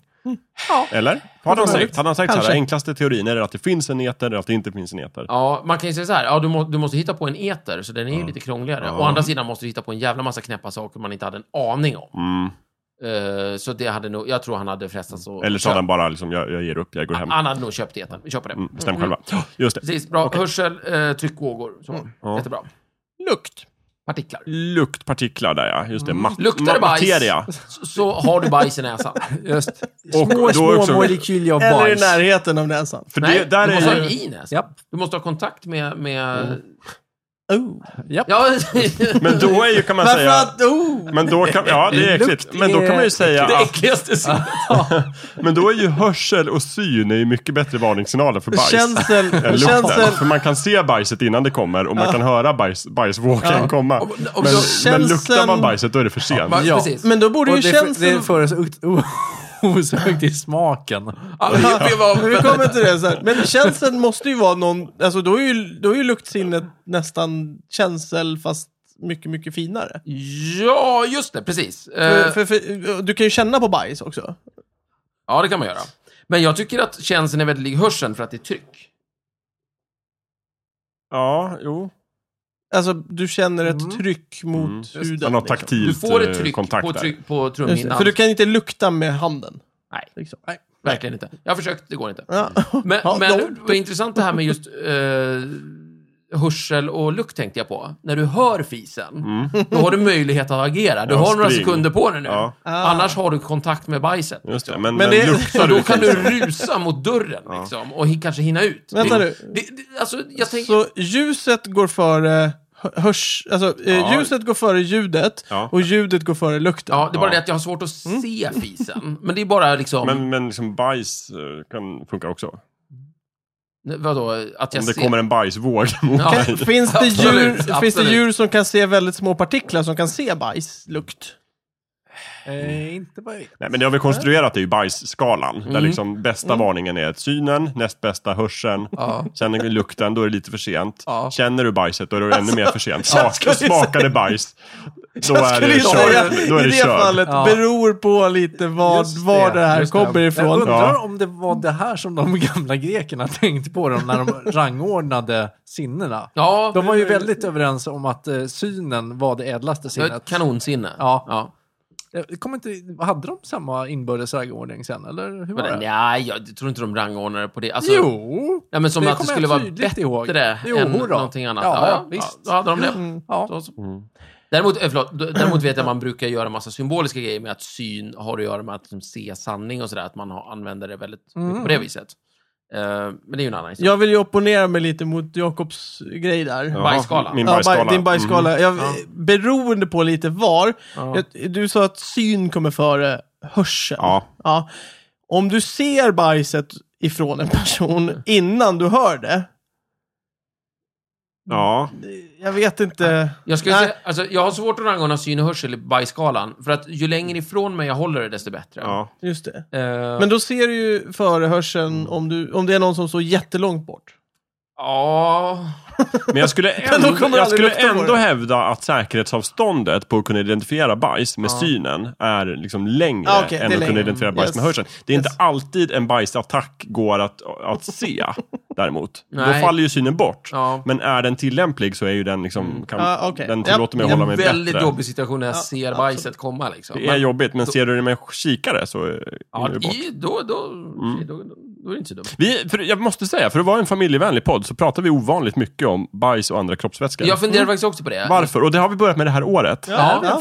Speaker 2: Ja.
Speaker 3: Eller? Hade han sagt, hade han sagt så här,
Speaker 1: Kanske.
Speaker 3: enklaste teorin är att det finns en eter eller att det inte finns en eter.
Speaker 2: Ja, man kan ju säga så här, ja, du, må, du måste hitta på en eter, så den är ju lite krångligare.
Speaker 3: Ja.
Speaker 2: Å andra sidan måste du hitta på en jävla massa knäppa saker man inte hade en aning om.
Speaker 3: Mm.
Speaker 2: Eh, så det hade nog, jag tror han hade frestats att...
Speaker 3: Eller så hade han bara, liksom, jag, jag ger upp, jag går hem.
Speaker 2: Han hade nog köpt etern. Vi kör på det.
Speaker 3: Mm, bestäm själva. Ja, *gasps* Just det.
Speaker 2: Precis, bra. Hörsel, eh, tryckvågor. Så.
Speaker 3: Mm. Ja. Mm.
Speaker 2: Jättebra.
Speaker 1: Lukt.
Speaker 2: Partiklar.
Speaker 3: Luktpartiklar där ja, just det. Ma-
Speaker 2: Mm. Luktar det
Speaker 3: ma-
Speaker 2: bajs
Speaker 3: materia.
Speaker 2: så, så har du bajs i
Speaker 3: *laughs*
Speaker 2: näsan.
Speaker 4: *laughs* Just.
Speaker 3: Och
Speaker 4: Små,
Speaker 3: då
Speaker 4: små
Speaker 3: också-
Speaker 4: molekyler av
Speaker 1: Eller i
Speaker 4: bajs.
Speaker 1: närheten av näsan.
Speaker 3: För
Speaker 2: Nej,
Speaker 3: det, där
Speaker 2: du måste ha
Speaker 3: är
Speaker 2: den
Speaker 3: ju... Mm.
Speaker 2: i näsan.
Speaker 4: Japp,
Speaker 2: Du måste ha kontakt med... med...
Speaker 1: Oh.
Speaker 4: japp.
Speaker 2: *laughs* Ja. *laughs*
Speaker 3: Men då är ju, kan man
Speaker 1: Varför
Speaker 3: säga...
Speaker 1: att... Oh.
Speaker 3: Men då kan, ja, det är
Speaker 4: Lukt
Speaker 3: äckligt. Men då kan
Speaker 4: är-
Speaker 3: man ju säga
Speaker 2: Det
Speaker 3: att,
Speaker 2: äckligaste sinnet.
Speaker 3: Men då är ju hörsel och syn är ju mycket bättre varningssignaler för bajs. än *laughs*
Speaker 1: Känsel.
Speaker 3: lukten.
Speaker 1: Känsel.
Speaker 3: För man kan se bajset innan det kommer och man kan höra bajs, bajsvågen
Speaker 1: Ja.
Speaker 3: komma.
Speaker 2: Och- och
Speaker 3: men,
Speaker 2: då-
Speaker 3: men
Speaker 1: känseln-
Speaker 3: luktar man bajset då är det för sent.
Speaker 2: Ja.
Speaker 4: Ja.
Speaker 2: Precis.
Speaker 1: Men då borde
Speaker 4: Och
Speaker 1: ju
Speaker 4: det, för, det
Speaker 1: känsel...
Speaker 4: för oss o- *laughs* osökt i smaken. Ah,
Speaker 2: Ja, det- det
Speaker 3: *laughs*
Speaker 1: *laughs*
Speaker 2: var-
Speaker 1: Vi kommer till det sen. Men känseln måste ju vara någon... Alltså då är ju, då är ju luktsinnet nästan känsel fast mycket, mycket finare.
Speaker 2: Ja, just det. Precis. Eh,
Speaker 1: För, för, för, du kan ju känna på bajs också.
Speaker 2: Ja, det kan man göra. Men jag tycker att känslan är väldigt lik hörseln för att det är tryck.
Speaker 3: Ja, jo.
Speaker 1: Alltså, du känner ett tryck mot
Speaker 3: Mm. Just
Speaker 1: huden.
Speaker 3: Man har
Speaker 1: liksom.
Speaker 3: taktilt
Speaker 2: Du får ett
Speaker 3: eh,
Speaker 2: tryck
Speaker 3: kontakt
Speaker 2: på,
Speaker 3: där.
Speaker 2: tryck på
Speaker 1: Just det,
Speaker 2: trumhinnan.
Speaker 1: för du kan inte lukta med handen.
Speaker 2: Nej.
Speaker 1: Liksom.
Speaker 2: Verkligen inte. Jag har försökt, det går inte.
Speaker 1: Ja.
Speaker 3: Mm.
Speaker 2: Men,
Speaker 1: Ja,
Speaker 2: men
Speaker 1: då-
Speaker 2: det var intressant det här med just eh, hörsel och lukt tänkte jag på. När du hör fisen, då har du möjlighet att agera. Du
Speaker 3: Mm. Ja,
Speaker 2: har några
Speaker 3: spring.
Speaker 2: sekunder på dig nu.
Speaker 3: Ja.
Speaker 1: Ah.
Speaker 2: Annars har du kontakt med bajset.
Speaker 3: Just det. Men,
Speaker 1: Men
Speaker 3: men
Speaker 1: det-
Speaker 3: luktar du
Speaker 2: Då kan du
Speaker 3: liksom?
Speaker 2: rusa mot dörren liksom, och hi- kanske hinna ut.
Speaker 1: Vänta
Speaker 2: det,
Speaker 1: nu.
Speaker 2: det, det, alltså, jag tänker...
Speaker 1: *laughs* Så ljuset går före hö- hörs... Alltså, eh,
Speaker 3: Ja.
Speaker 1: ljuset går före ljudet
Speaker 3: Ja.
Speaker 1: och ljudet går före lukten.
Speaker 2: Ja, det är bara
Speaker 3: Ja.
Speaker 2: det att jag har svårt att
Speaker 1: Mm.
Speaker 2: se fisen. Men det är bara liksom...
Speaker 3: Men, men liksom bajs eh, kan funka också.
Speaker 2: Nej, Vadå, att jag
Speaker 3: Om det
Speaker 2: ser...
Speaker 3: kommer en bajsvåg mot
Speaker 2: Ja.
Speaker 3: dig.
Speaker 1: Finns, det
Speaker 2: Absolut,
Speaker 1: djur,
Speaker 2: absolut.
Speaker 1: finns det djur som kan se väldigt små partiklar som kan se bajslukt?
Speaker 4: Eh, inte vad jag vet.
Speaker 3: Nej, men det har vi konstruerat det är ju bajsskalan. Där liksom bästa varningen är synen, näst bästa hörseln.
Speaker 2: Ja.
Speaker 3: Sen är det lukten, då är det lite för sent.
Speaker 2: Ja.
Speaker 3: Känner du bajset, då är det ännu mer för sent. Smak,
Speaker 1: skulle säga-
Speaker 3: smakar det bajs, då
Speaker 1: Jag
Speaker 3: är
Speaker 1: skulle ju
Speaker 3: det
Speaker 1: säga,
Speaker 3: kört. Då är
Speaker 1: i
Speaker 3: det
Speaker 1: det
Speaker 3: kört.
Speaker 1: fallet,
Speaker 4: Ja.
Speaker 1: beror på lite vad,
Speaker 4: Just
Speaker 1: var
Speaker 4: det,
Speaker 1: det här
Speaker 2: just det.
Speaker 1: kommer
Speaker 4: Jag
Speaker 1: ifrån.
Speaker 4: undrar
Speaker 3: Ja.
Speaker 4: om det var det här som de *laughs* gamla grekerna tänkte på dem när de rangordnade sinnena.
Speaker 2: Ja,
Speaker 4: De var ju väldigt överens om att eh, synen var det ädlaste
Speaker 2: det var ett
Speaker 4: sinnet.
Speaker 2: kanonsinne.
Speaker 4: Ja.
Speaker 2: ja.
Speaker 4: Jag kommer inte, hade de samma inbördes rangordning sen, eller hur var
Speaker 2: Men,
Speaker 4: det?
Speaker 2: nej, jag tror inte de rangordnade på det. Alltså,
Speaker 4: Jo!
Speaker 2: Nej, men som
Speaker 4: det
Speaker 2: att det
Speaker 4: kommer
Speaker 2: skulle
Speaker 4: jag
Speaker 2: vara
Speaker 4: tydligt
Speaker 2: bättre
Speaker 4: ihåg. Jo,
Speaker 2: än
Speaker 4: hurra.
Speaker 2: någonting annat.
Speaker 4: Ja,
Speaker 2: Ja,
Speaker 4: visst. Mm,
Speaker 2: då hade de det.
Speaker 4: Ja.
Speaker 2: Så, så.
Speaker 3: Mm.
Speaker 2: Däremot, eh, förlåt, d- däremot vet jag att man brukar göra massa symboliska grejer med att syn har att göra med att liksom, se sanning och sådär. Att man har, använder det väldigt mycket på
Speaker 4: Mm.
Speaker 2: det viset. Eh, men det är ju en annan historia.
Speaker 1: Jag vill ju opponera mig lite mot Jakobs grej där.
Speaker 3: Ja,
Speaker 2: Bajsskalan.
Speaker 3: Min
Speaker 1: Ja, baj-
Speaker 3: bajsskala.
Speaker 1: din bajsskala. Jag, Beroende på lite var.
Speaker 4: Ja.
Speaker 1: Jag, du sa att syn kommer före hörseln.
Speaker 3: Ja.
Speaker 1: Ja. Om du ser bajset ifrån en person innan du hör det.
Speaker 3: Mm. Ja.
Speaker 1: Jag vet inte.
Speaker 2: Jag, skulle
Speaker 1: Nej.
Speaker 2: säga, alltså, jag har svårt att rangordna syn och hörsel i bajsskalan. För att ju längre ifrån mig jag håller det, desto bättre.
Speaker 3: ja.
Speaker 1: Just det.
Speaker 2: Eh,
Speaker 1: Men då ser du ju före hörseln om, du, om det är någon som står jättelångt bort.
Speaker 2: Ja...
Speaker 3: Men
Speaker 1: *laughs*
Speaker 3: jag skulle
Speaker 1: då
Speaker 3: ändå,
Speaker 1: kommer
Speaker 3: jag
Speaker 1: aldrig
Speaker 3: skulle
Speaker 1: lukta på
Speaker 3: ändå
Speaker 1: det.
Speaker 3: hävda att säkerhetsavståndet på att kunna identifiera bajs med synen är liksom längre
Speaker 1: Ah, okej, det är
Speaker 3: än att kunna
Speaker 1: längre.
Speaker 3: identifiera bajs
Speaker 1: Yes.
Speaker 3: med hörseln. Det är
Speaker 1: Yes.
Speaker 3: inte alltid en bajsattack går att,
Speaker 1: *laughs*
Speaker 3: att se däremot. Då
Speaker 2: Nej.
Speaker 3: faller ju synen bort.
Speaker 2: Ja.
Speaker 3: Men är den tillämplig så är ju den liksom, kan,
Speaker 1: Ah, okej.
Speaker 3: den
Speaker 1: Ja.
Speaker 3: tillåter mig att
Speaker 2: en
Speaker 3: hålla mig
Speaker 2: väldigt
Speaker 3: bättre.
Speaker 2: jobbig situation när jag
Speaker 1: Ja,
Speaker 2: ser
Speaker 1: absolut.
Speaker 2: bajset komma. Liksom.
Speaker 3: Det är
Speaker 2: Men-
Speaker 3: jobbigt, men ser du det med kikare så är
Speaker 2: ja,
Speaker 3: är det bort.
Speaker 2: i, då, då,
Speaker 3: Mm.
Speaker 2: då, då, då är det inte så dumt.
Speaker 3: Vi, för jag måste säga, för att vara en familjevänlig podd så pratar vi ovanligt mycket om bajs och andra kroppsvätskor.
Speaker 2: Jag funderar
Speaker 1: Mm.
Speaker 2: faktiskt också på det.
Speaker 3: Varför? Och det har vi börjat med det här året.
Speaker 4: Ja,
Speaker 1: Ja.
Speaker 4: ja.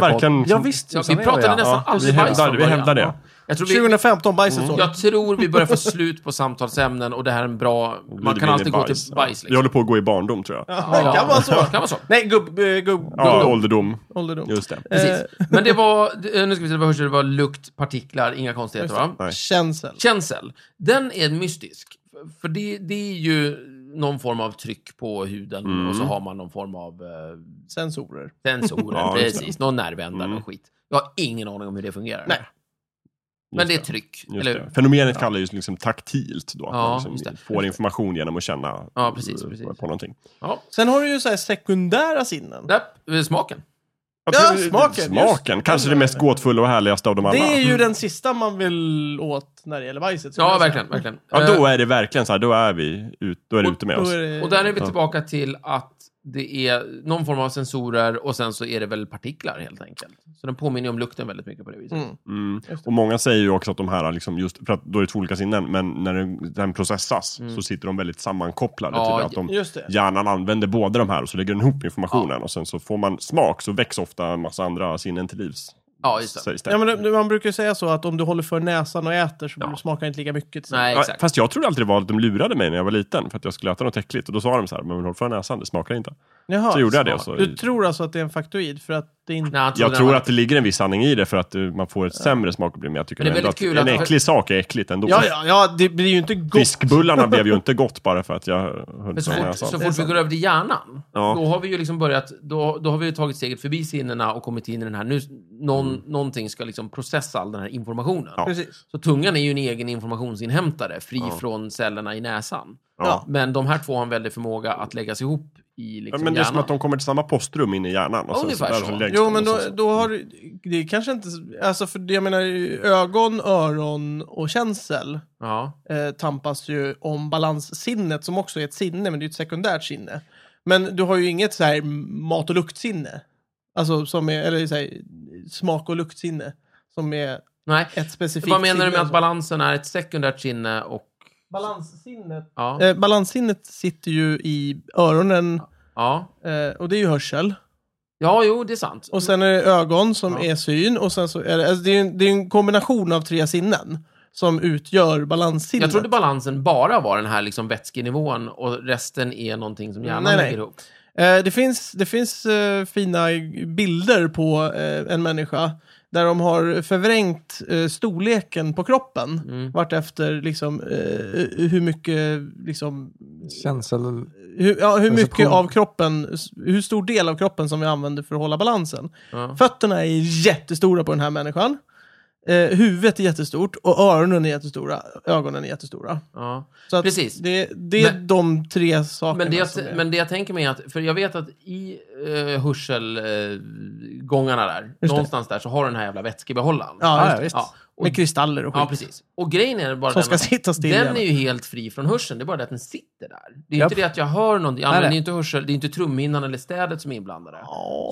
Speaker 3: Vi har verkligen-
Speaker 4: podd. Ja, visst,
Speaker 2: Ja, vi
Speaker 4: tusan är det,
Speaker 2: pratade
Speaker 4: ja.
Speaker 2: nästan
Speaker 3: Ja, vi
Speaker 2: alltid bajs
Speaker 3: hävdar,
Speaker 2: från
Speaker 3: vi
Speaker 2: början.
Speaker 3: hävdar det.
Speaker 2: Ja. Jag tror, vi,
Speaker 1: 2015, bajset står det.
Speaker 2: jag tror vi börjar få slut på samtalsämnen och det här är en bra... Man
Speaker 3: Glider
Speaker 2: kan
Speaker 3: vi in
Speaker 2: alltid
Speaker 3: i
Speaker 2: gå till
Speaker 3: Ja.
Speaker 2: bajs.
Speaker 3: Jag
Speaker 2: Liksom.
Speaker 3: håller på att gå i barndom tror jag.
Speaker 1: Ja, det kan vara så.
Speaker 2: kan vara så.
Speaker 1: Nej, gubb... eh, gubb
Speaker 3: Ja, ålderdom.
Speaker 1: ålderdom.
Speaker 3: Just det.
Speaker 2: Precis. Men det var, eh, nu ska vi se, det var hörsel, det var lukt, partiklar, inga konstigheter va?
Speaker 3: Nej.
Speaker 1: Eh, Känsel.
Speaker 2: Känsel, den är mystisk. För det, det är ju någon form av tryck på huden
Speaker 3: Mm.
Speaker 2: och så har man någon form av eh,
Speaker 1: Sensorer.
Speaker 2: sensorer,
Speaker 3: *laughs* Ja, just det. Mm.
Speaker 2: precis. Någon nervändare och skit. Jag har ingen aning om hur det fungerar.
Speaker 1: Nej.
Speaker 2: Men det är tryck,
Speaker 3: Just
Speaker 2: eller
Speaker 3: det.
Speaker 2: hur?
Speaker 3: Fenomenet kallas ju liksom taktilt då. Att
Speaker 2: Ja,
Speaker 3: man
Speaker 2: just
Speaker 3: liksom
Speaker 2: det.
Speaker 3: får information genom att känna
Speaker 2: Ja, precis,
Speaker 3: eh,
Speaker 2: precis.
Speaker 3: på någonting.
Speaker 2: Ja,
Speaker 1: Sen har du ju så här sekundära sinnen.
Speaker 2: där, eh, smaken.
Speaker 1: Ja,
Speaker 3: precis.
Speaker 1: smaken, just.
Speaker 3: Smaken. Kanske det mest gåtfulla och härligaste av dem alla.
Speaker 1: Det är ju den sista man vill åt när det gäller bajset. skulle
Speaker 2: Ja,
Speaker 1: jag säga.
Speaker 2: verkligen, verkligen.
Speaker 3: Ja, då
Speaker 2: Eh,
Speaker 3: är det verkligen så här. Då är vi ut, då är det
Speaker 2: Och-
Speaker 3: ute med
Speaker 1: Då
Speaker 3: oss.
Speaker 1: är det-
Speaker 2: Eh, Och där är vi tillbaka till att det är någon form av sensorer och sen så är det väl partiklar helt enkelt. Så den påminner ju om lukten väldigt mycket på det viset.
Speaker 1: Mm.
Speaker 3: Mm.
Speaker 1: Just det.
Speaker 3: Och många säger ju också att de här, liksom just, för att då är det två olika sinnen, men när den, den processas så sitter de väldigt sammankopplade.
Speaker 2: Mm. Ja,
Speaker 3: till att de,
Speaker 1: Just det.
Speaker 3: Hjärnan använder båda de här och så lägger den ihop informationen och sen så får man smak så väcks ofta en massa andra sinnen till livs.
Speaker 2: Ja, just det.
Speaker 3: Sägs det.
Speaker 1: Ja, men det- man brukar ju säga så att om du håller för näsan och äter så
Speaker 3: Ja.
Speaker 1: smakar det inte lika mycket. till
Speaker 2: Nej,
Speaker 3: Ja,
Speaker 2: exakt.
Speaker 3: Fast jag trodde alltid det var att de lurade mig när jag var liten för att jag skulle äta något äckligt och då sa de så här, men håll för näsan, det smakar inte.
Speaker 2: Alltså,
Speaker 1: Jaha,
Speaker 3: Så gjorde jag det.
Speaker 2: smart.
Speaker 3: Så.
Speaker 1: Du tror alltså att det är en faktoid för att det inte...
Speaker 2: Nej, han
Speaker 3: Jag
Speaker 2: trodde
Speaker 3: tror
Speaker 2: den
Speaker 3: att det ligger en viss sanning i det för att eh, man får ett sämre smakupplevelse. Men jag tycker
Speaker 2: Men det är
Speaker 3: ändå
Speaker 2: väldigt
Speaker 3: att
Speaker 2: kul
Speaker 3: en
Speaker 2: att-
Speaker 3: äcklig sak är äckligt ändå.
Speaker 1: Ja, ja, ja, det blir ju inte gott.
Speaker 3: Fiskbullarna blev ju inte gott bara för att jag höll
Speaker 2: Men så
Speaker 3: för
Speaker 2: fort, så
Speaker 3: näsan.
Speaker 2: fort vi går över till hjärnan,
Speaker 3: Ja.
Speaker 2: då har vi ju liksom börjat, då, då har vi ju tagit steget förbi sinnena och kommit in i den här, nu, någon, någonting ska liksom processa all den här informationen.
Speaker 3: Mm. Ja.
Speaker 1: Precis.
Speaker 2: Så tungan är ju en egen informationsinhämtare, fri från cellerna i näsan.
Speaker 1: Ja.
Speaker 2: Men de här två har en väldig förmåga att läggas ihop i
Speaker 3: Ja,
Speaker 2: liksom
Speaker 3: men det är som
Speaker 2: hjärnan.
Speaker 3: att de kommer till samma postrum inne i hjärnan. Och sen så
Speaker 2: Ungefär
Speaker 3: där
Speaker 2: så.
Speaker 3: så läggs
Speaker 1: Jo,
Speaker 3: de
Speaker 1: men
Speaker 3: och
Speaker 1: då,
Speaker 3: sen så-
Speaker 1: då har du- det är kanske inte... Alltså, för jag menar ögon, öron och känsel
Speaker 2: Ja.
Speaker 1: eh, tampas ju om balanssinnet som också är ett sinne, men det är ju ett sekundärt sinne. Men du har ju inget så här mat och luktsinne. Alltså som är, eller så här, smak och luktsinne. Som är
Speaker 2: Nej.
Speaker 1: ett specifikt
Speaker 2: Vad menar du
Speaker 1: sinne
Speaker 2: med att
Speaker 1: som-
Speaker 2: balansen är ett sekundärt sinne och...
Speaker 1: Balanssinnet.
Speaker 2: Ja.
Speaker 1: Eh, balanssinnet sitter ju i öronen
Speaker 2: Ja.
Speaker 1: eh, och det är ju hörsel.
Speaker 2: Ja, jo, det är sant.
Speaker 1: Och sen är det ögon som
Speaker 2: Ja.
Speaker 1: är syn och sen så är det, alltså det, är ju en, det är ju en kombination av tre sinnen som utgör balanssinnet.
Speaker 2: Jag trodde balansen bara var den här liksom vätskenivån och resten är någonting som hjärnan
Speaker 1: Nej, nej.
Speaker 2: lägger ihop.
Speaker 1: Eh, det finns, det finns eh, fina bilder på eh, en människa där de har förvrängt eh, storleken på kroppen
Speaker 2: Mm.
Speaker 1: vartefter liksom, eh, hur mycket, liksom,
Speaker 4: Känsel...
Speaker 1: hur, ja, hur
Speaker 2: Alltså
Speaker 1: mycket
Speaker 4: Perception.
Speaker 1: av kroppen, hur stor del av kroppen som vi använder för att hålla balansen.
Speaker 2: Ja.
Speaker 1: Fötterna är jättestora på den här människan. Eh, huvudet är jättestort och öronen är jättestora. Ögonen är jättestora.
Speaker 2: Ja.
Speaker 1: Så att
Speaker 2: Precis.
Speaker 1: Det, det är
Speaker 2: Men-
Speaker 1: de tre sakerna
Speaker 2: Men det,
Speaker 1: som är.
Speaker 2: jag, men det jag tänker mig är att, för jag vet att i eh, hörselgångarna där,
Speaker 1: det.
Speaker 2: någonstans där, så har den här jävla vätskebehållaren.
Speaker 1: ja, just,
Speaker 4: ja,
Speaker 1: det.
Speaker 4: visst.
Speaker 2: Ja, och,
Speaker 1: Med kristaller och skit.
Speaker 2: ja, precis. Och grejen är bara
Speaker 1: Som
Speaker 2: den
Speaker 1: ska
Speaker 2: att-
Speaker 1: sitta still. igen.
Speaker 2: Den är ju helt fri från hörseln, det är bara det att den sitter där. Det är ju
Speaker 4: Japp.
Speaker 2: inte det att jag hör någonting, jag
Speaker 4: Nej,
Speaker 2: använder
Speaker 4: nej.
Speaker 2: ju inte hörsel, det är inte trumhinnan eller städet som är inblandade.